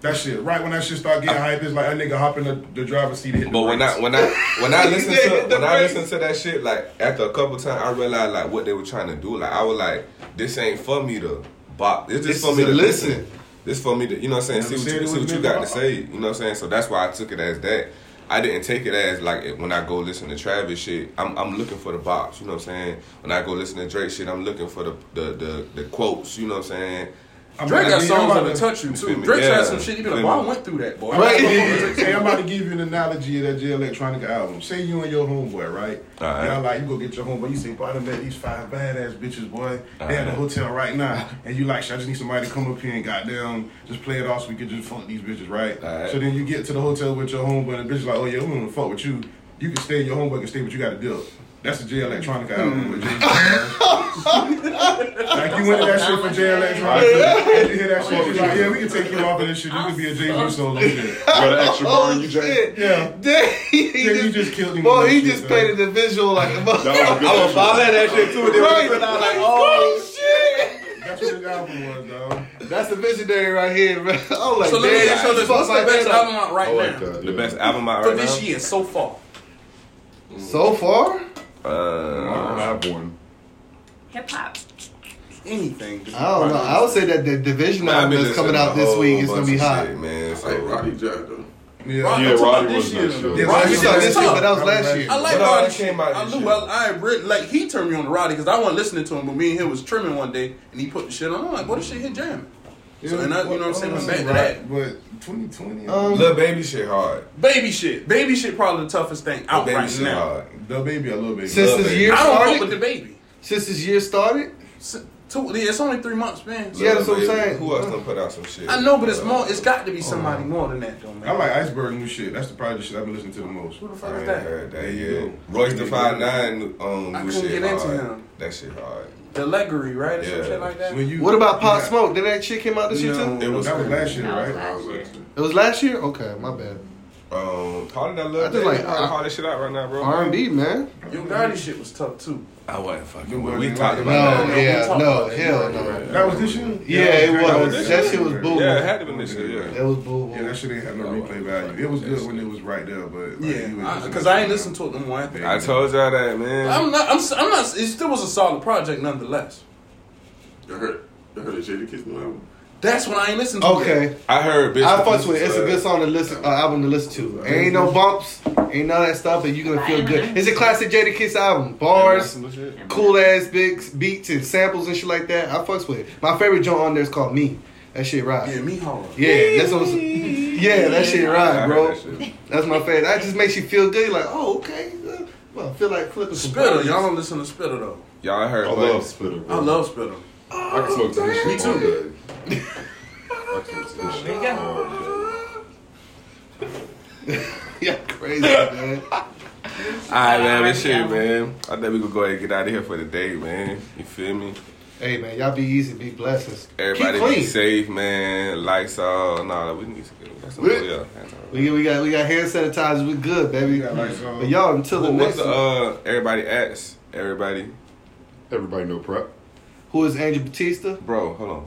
Speaker 12: That shit, right when that shit start getting hype, it's like that nigga hopping the, the driver's seat. and hit the
Speaker 6: But when
Speaker 12: brakes.
Speaker 6: I when I when I listen to when I listen to that shit, like after a couple times, I realized like what they were trying to do. Like I was like, this ain't for me to bop. This
Speaker 4: This
Speaker 6: just for
Speaker 4: is
Speaker 6: me
Speaker 4: a
Speaker 6: to
Speaker 4: listen.
Speaker 6: listen. This for me to you know what I'm saying. See
Speaker 4: Never
Speaker 6: what
Speaker 4: said
Speaker 6: you,
Speaker 4: it
Speaker 6: see
Speaker 4: was
Speaker 6: what
Speaker 4: meant
Speaker 6: you
Speaker 4: to
Speaker 6: got to say. You know what I'm saying. So that's why I took it as that. I didn't take it as like it- when I go listen to Travis shit, I'm I'm looking for the bops. You know what I'm saying. When I go listen to Drake shit, I'm looking for the the the, the quotes. You know what I'm saying.
Speaker 12: I'm
Speaker 13: Drake
Speaker 12: about
Speaker 13: got
Speaker 12: to-
Speaker 13: songs
Speaker 12: I'm about
Speaker 13: that'll
Speaker 12: to-
Speaker 13: touch you too.
Speaker 6: feel me?
Speaker 13: Drake
Speaker 6: Yeah.
Speaker 13: had some shit. You be like,
Speaker 6: Feel
Speaker 13: "Boy, I
Speaker 6: me?
Speaker 13: went through that, boy."
Speaker 12: Right. hey, I'm about to give you an analogy of that Jay Electronica album. Say you and your homeboy, right?
Speaker 6: Alright.
Speaker 12: Y'all like you go get your homeboy. You say, "Boy, I done met these five badass bitches, boy. They at the
Speaker 6: Alright.
Speaker 12: hotel right now." And you like, "Shit, "I just need somebody to come up here and goddamn just play it off so we can just fuck these bitches, right?"
Speaker 6: Alright.
Speaker 12: So then you get to the hotel with your homeboy, and the bitch like, "Oh yeah, we want to fuck with you. You can stay. Your homeboy can stay, but you got to deal." That's the Jay Electronica album. with Jay- like you went to that shit for Jay Electronica. and You hear that shit? You like, "Yeah, we can take you off of this shit. You could be a Jay Z solo." shit."
Speaker 4: Got an extra bar in you, Jay?
Speaker 12: Yeah.
Speaker 4: Damn, he, just,
Speaker 12: killed him.
Speaker 4: Boy, he just painted the visual like a motherfucker. I was
Speaker 6: violate that shit too. Then
Speaker 4: Right.
Speaker 6: we put out like,
Speaker 4: oh
Speaker 6: oh,
Speaker 4: shit.
Speaker 12: That's what the album was, though.
Speaker 4: That's a visionary right here, bro. I'm like,
Speaker 13: So let me
Speaker 4: damn,
Speaker 13: ask you this:
Speaker 4: fuck
Speaker 13: What's the
Speaker 4: like
Speaker 13: best
Speaker 4: that
Speaker 13: album
Speaker 4: up.
Speaker 13: out right now?
Speaker 6: the best album out
Speaker 13: For
Speaker 6: right
Speaker 13: this
Speaker 6: now.
Speaker 13: year so far.
Speaker 4: So far,
Speaker 6: Uh,
Speaker 8: I don't have one.
Speaker 13: Hip hop. Anything.
Speaker 4: I don't know. I would say that the division
Speaker 6: Nah, I've
Speaker 4: album
Speaker 6: been
Speaker 4: that's coming
Speaker 6: listening to
Speaker 4: out
Speaker 6: a
Speaker 4: this
Speaker 6: whole
Speaker 4: week is gonna
Speaker 6: bunch
Speaker 4: be
Speaker 6: of
Speaker 4: hot.
Speaker 6: shit, man. So Oh, Roddy Jack though.
Speaker 8: Yeah,
Speaker 6: I'm talking
Speaker 8: Roddy
Speaker 6: about this
Speaker 8: was not
Speaker 6: year,
Speaker 8: sure.
Speaker 6: though.
Speaker 8: Yeah,
Speaker 4: Roddy was this year, but that was last year.
Speaker 13: I like
Speaker 4: But, uh,
Speaker 13: Roddy.
Speaker 4: it
Speaker 13: Came out I knew. Well, I really, like he turned me on to Roddy because I wasn't listening to him, but me and him was trimming one day, and he put the shit on. I'm like, what the shit hit jam? So, and I, you know what I'm saying? Went back to that.
Speaker 12: But 2020,
Speaker 6: Um, Lil baby shit hard.
Speaker 13: Baby shit. Baby shit probably the toughest thing out
Speaker 6: Baby
Speaker 13: right
Speaker 6: shit
Speaker 13: now.
Speaker 6: hard.
Speaker 12: The baby, a little baby.
Speaker 4: Since this year
Speaker 13: I don't fuck
Speaker 4: started,
Speaker 13: with the baby.
Speaker 4: since this year started,
Speaker 13: Two, yeah, it's only three months, man.
Speaker 6: Yeah, that's what I'm
Speaker 13: Baby.
Speaker 6: saying. Who else gonna put out some shit?
Speaker 13: I know, but it's more. It's got to be somebody more than that, though, man.
Speaker 12: I like Iceberg new shit. That's the probably the shit I've been listening to the most. Who
Speaker 13: the
Speaker 6: I
Speaker 13: fuck
Speaker 6: ain't heard that yet. Royce the Five Nine um,
Speaker 13: I
Speaker 6: new
Speaker 13: couldn't
Speaker 6: shit
Speaker 13: get into
Speaker 6: hard.
Speaker 13: him.
Speaker 6: That shit hard.
Speaker 13: The Legory, right? Or some
Speaker 6: Yeah.
Speaker 13: shit like that.
Speaker 6: When you-
Speaker 4: what about Pop Smoke? Did that shit came out this year
Speaker 6: No,
Speaker 4: too?
Speaker 6: It was- that was last year,
Speaker 13: right?
Speaker 4: It was last year. Okay, my bad.
Speaker 6: Um, probably that
Speaker 4: I
Speaker 6: little.
Speaker 4: just like
Speaker 6: probably hard as shit out right now, bro.
Speaker 4: R and B, man.
Speaker 13: Your Gotti shit was tough too.
Speaker 6: I wasn't fucking.
Speaker 12: with it.
Speaker 6: We talked
Speaker 4: No,
Speaker 6: about that.
Speaker 4: yeah,
Speaker 6: We talked
Speaker 4: no,
Speaker 6: about that.
Speaker 4: hell no.
Speaker 12: That was this year.
Speaker 4: Yeah, it was. That shit was boo.
Speaker 6: Yeah, it had to be this year. Yeah.
Speaker 4: It was boo.
Speaker 12: Yeah, that shit ain't have no replay value. It was good when it was right there, but like, you was
Speaker 13: Yeah,
Speaker 12: listening
Speaker 13: because
Speaker 12: to
Speaker 13: I,
Speaker 12: it.
Speaker 13: ain't listened to it no more. I think.
Speaker 6: I told y'all that, man.
Speaker 13: I'm not. I'm, s- I'm not. It still was a solid project, nonetheless.
Speaker 18: I heard, I heard that Jada Kiss new album.
Speaker 13: That's when I ain't listened to it.
Speaker 4: Okay,
Speaker 6: I heard. Bitch,
Speaker 4: I fucks with it.
Speaker 6: This
Speaker 4: It's
Speaker 6: is
Speaker 4: a
Speaker 6: Love.
Speaker 4: good song to listen, uh, album to listen to. Ain't no bumps, ain't none of that stuff, and you gonna feel good. It's a classic Jada Kiss album. Bars, cool ass big beats and samples and shit like that. I fucks with it. My favorite joint on there is called Me. That shit right.
Speaker 13: Yeah, me hard.
Speaker 4: Yeah, that's what. Yeah, that shit
Speaker 6: I
Speaker 4: right,
Speaker 6: heard
Speaker 4: bro.
Speaker 6: that shit.
Speaker 4: That's my favorite. That just makes you feel good. You're like, oh, okay. uh, Well, I feel like flipping some
Speaker 13: Spitter.
Speaker 4: burgers.
Speaker 13: Y'all don't listen to Spitter though.
Speaker 6: Y'all heard.
Speaker 4: Oh,
Speaker 8: I love Splitter.
Speaker 13: I
Speaker 8: bro.
Speaker 13: love Spitter.
Speaker 8: I can smoke to this
Speaker 13: Me
Speaker 8: shit all
Speaker 13: too.
Speaker 8: day. I can smoke to this shit.
Speaker 4: Yeah, crazy man.
Speaker 6: All right, man. This shit, man. I think we could go ahead and get out of here for the day, man. You feel me?
Speaker 4: Hey man, y'all be easy, be blessings.
Speaker 6: Everybody
Speaker 4: Keep
Speaker 6: be
Speaker 4: clean.
Speaker 6: safe, man. Lights all. Nah, we need to get. That's
Speaker 4: We-
Speaker 6: what we are.
Speaker 4: We, we got we got hand sanitizers. We good, baby. but y'all until the
Speaker 6: Who-
Speaker 4: next.
Speaker 6: What's the, uh, everybody asks everybody.
Speaker 8: Everybody know prep.
Speaker 4: who is Angel Batista?
Speaker 6: Bro, hold on.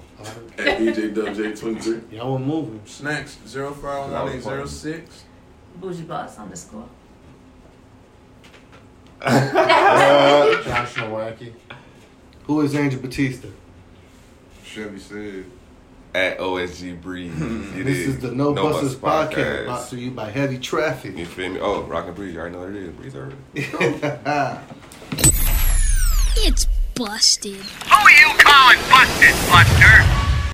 Speaker 18: At EJ J twenty three.
Speaker 4: Y'all were moving.
Speaker 13: Snacks zero five one eight zero six.
Speaker 11: Bougie Boss underscore.
Speaker 17: Josh Nowacki.
Speaker 4: Who is Angel Batista?
Speaker 12: Chevy said.
Speaker 6: At OSG Breeze. It
Speaker 4: this is the No, Busters
Speaker 6: Busters
Speaker 4: podcast, brought to you by Heavy Traffic.
Speaker 6: You feel me? Oh, Rock and Breeze. You already know what it is. Breeze already.
Speaker 2: It's busted.
Speaker 3: Who are you calling busted, Buster?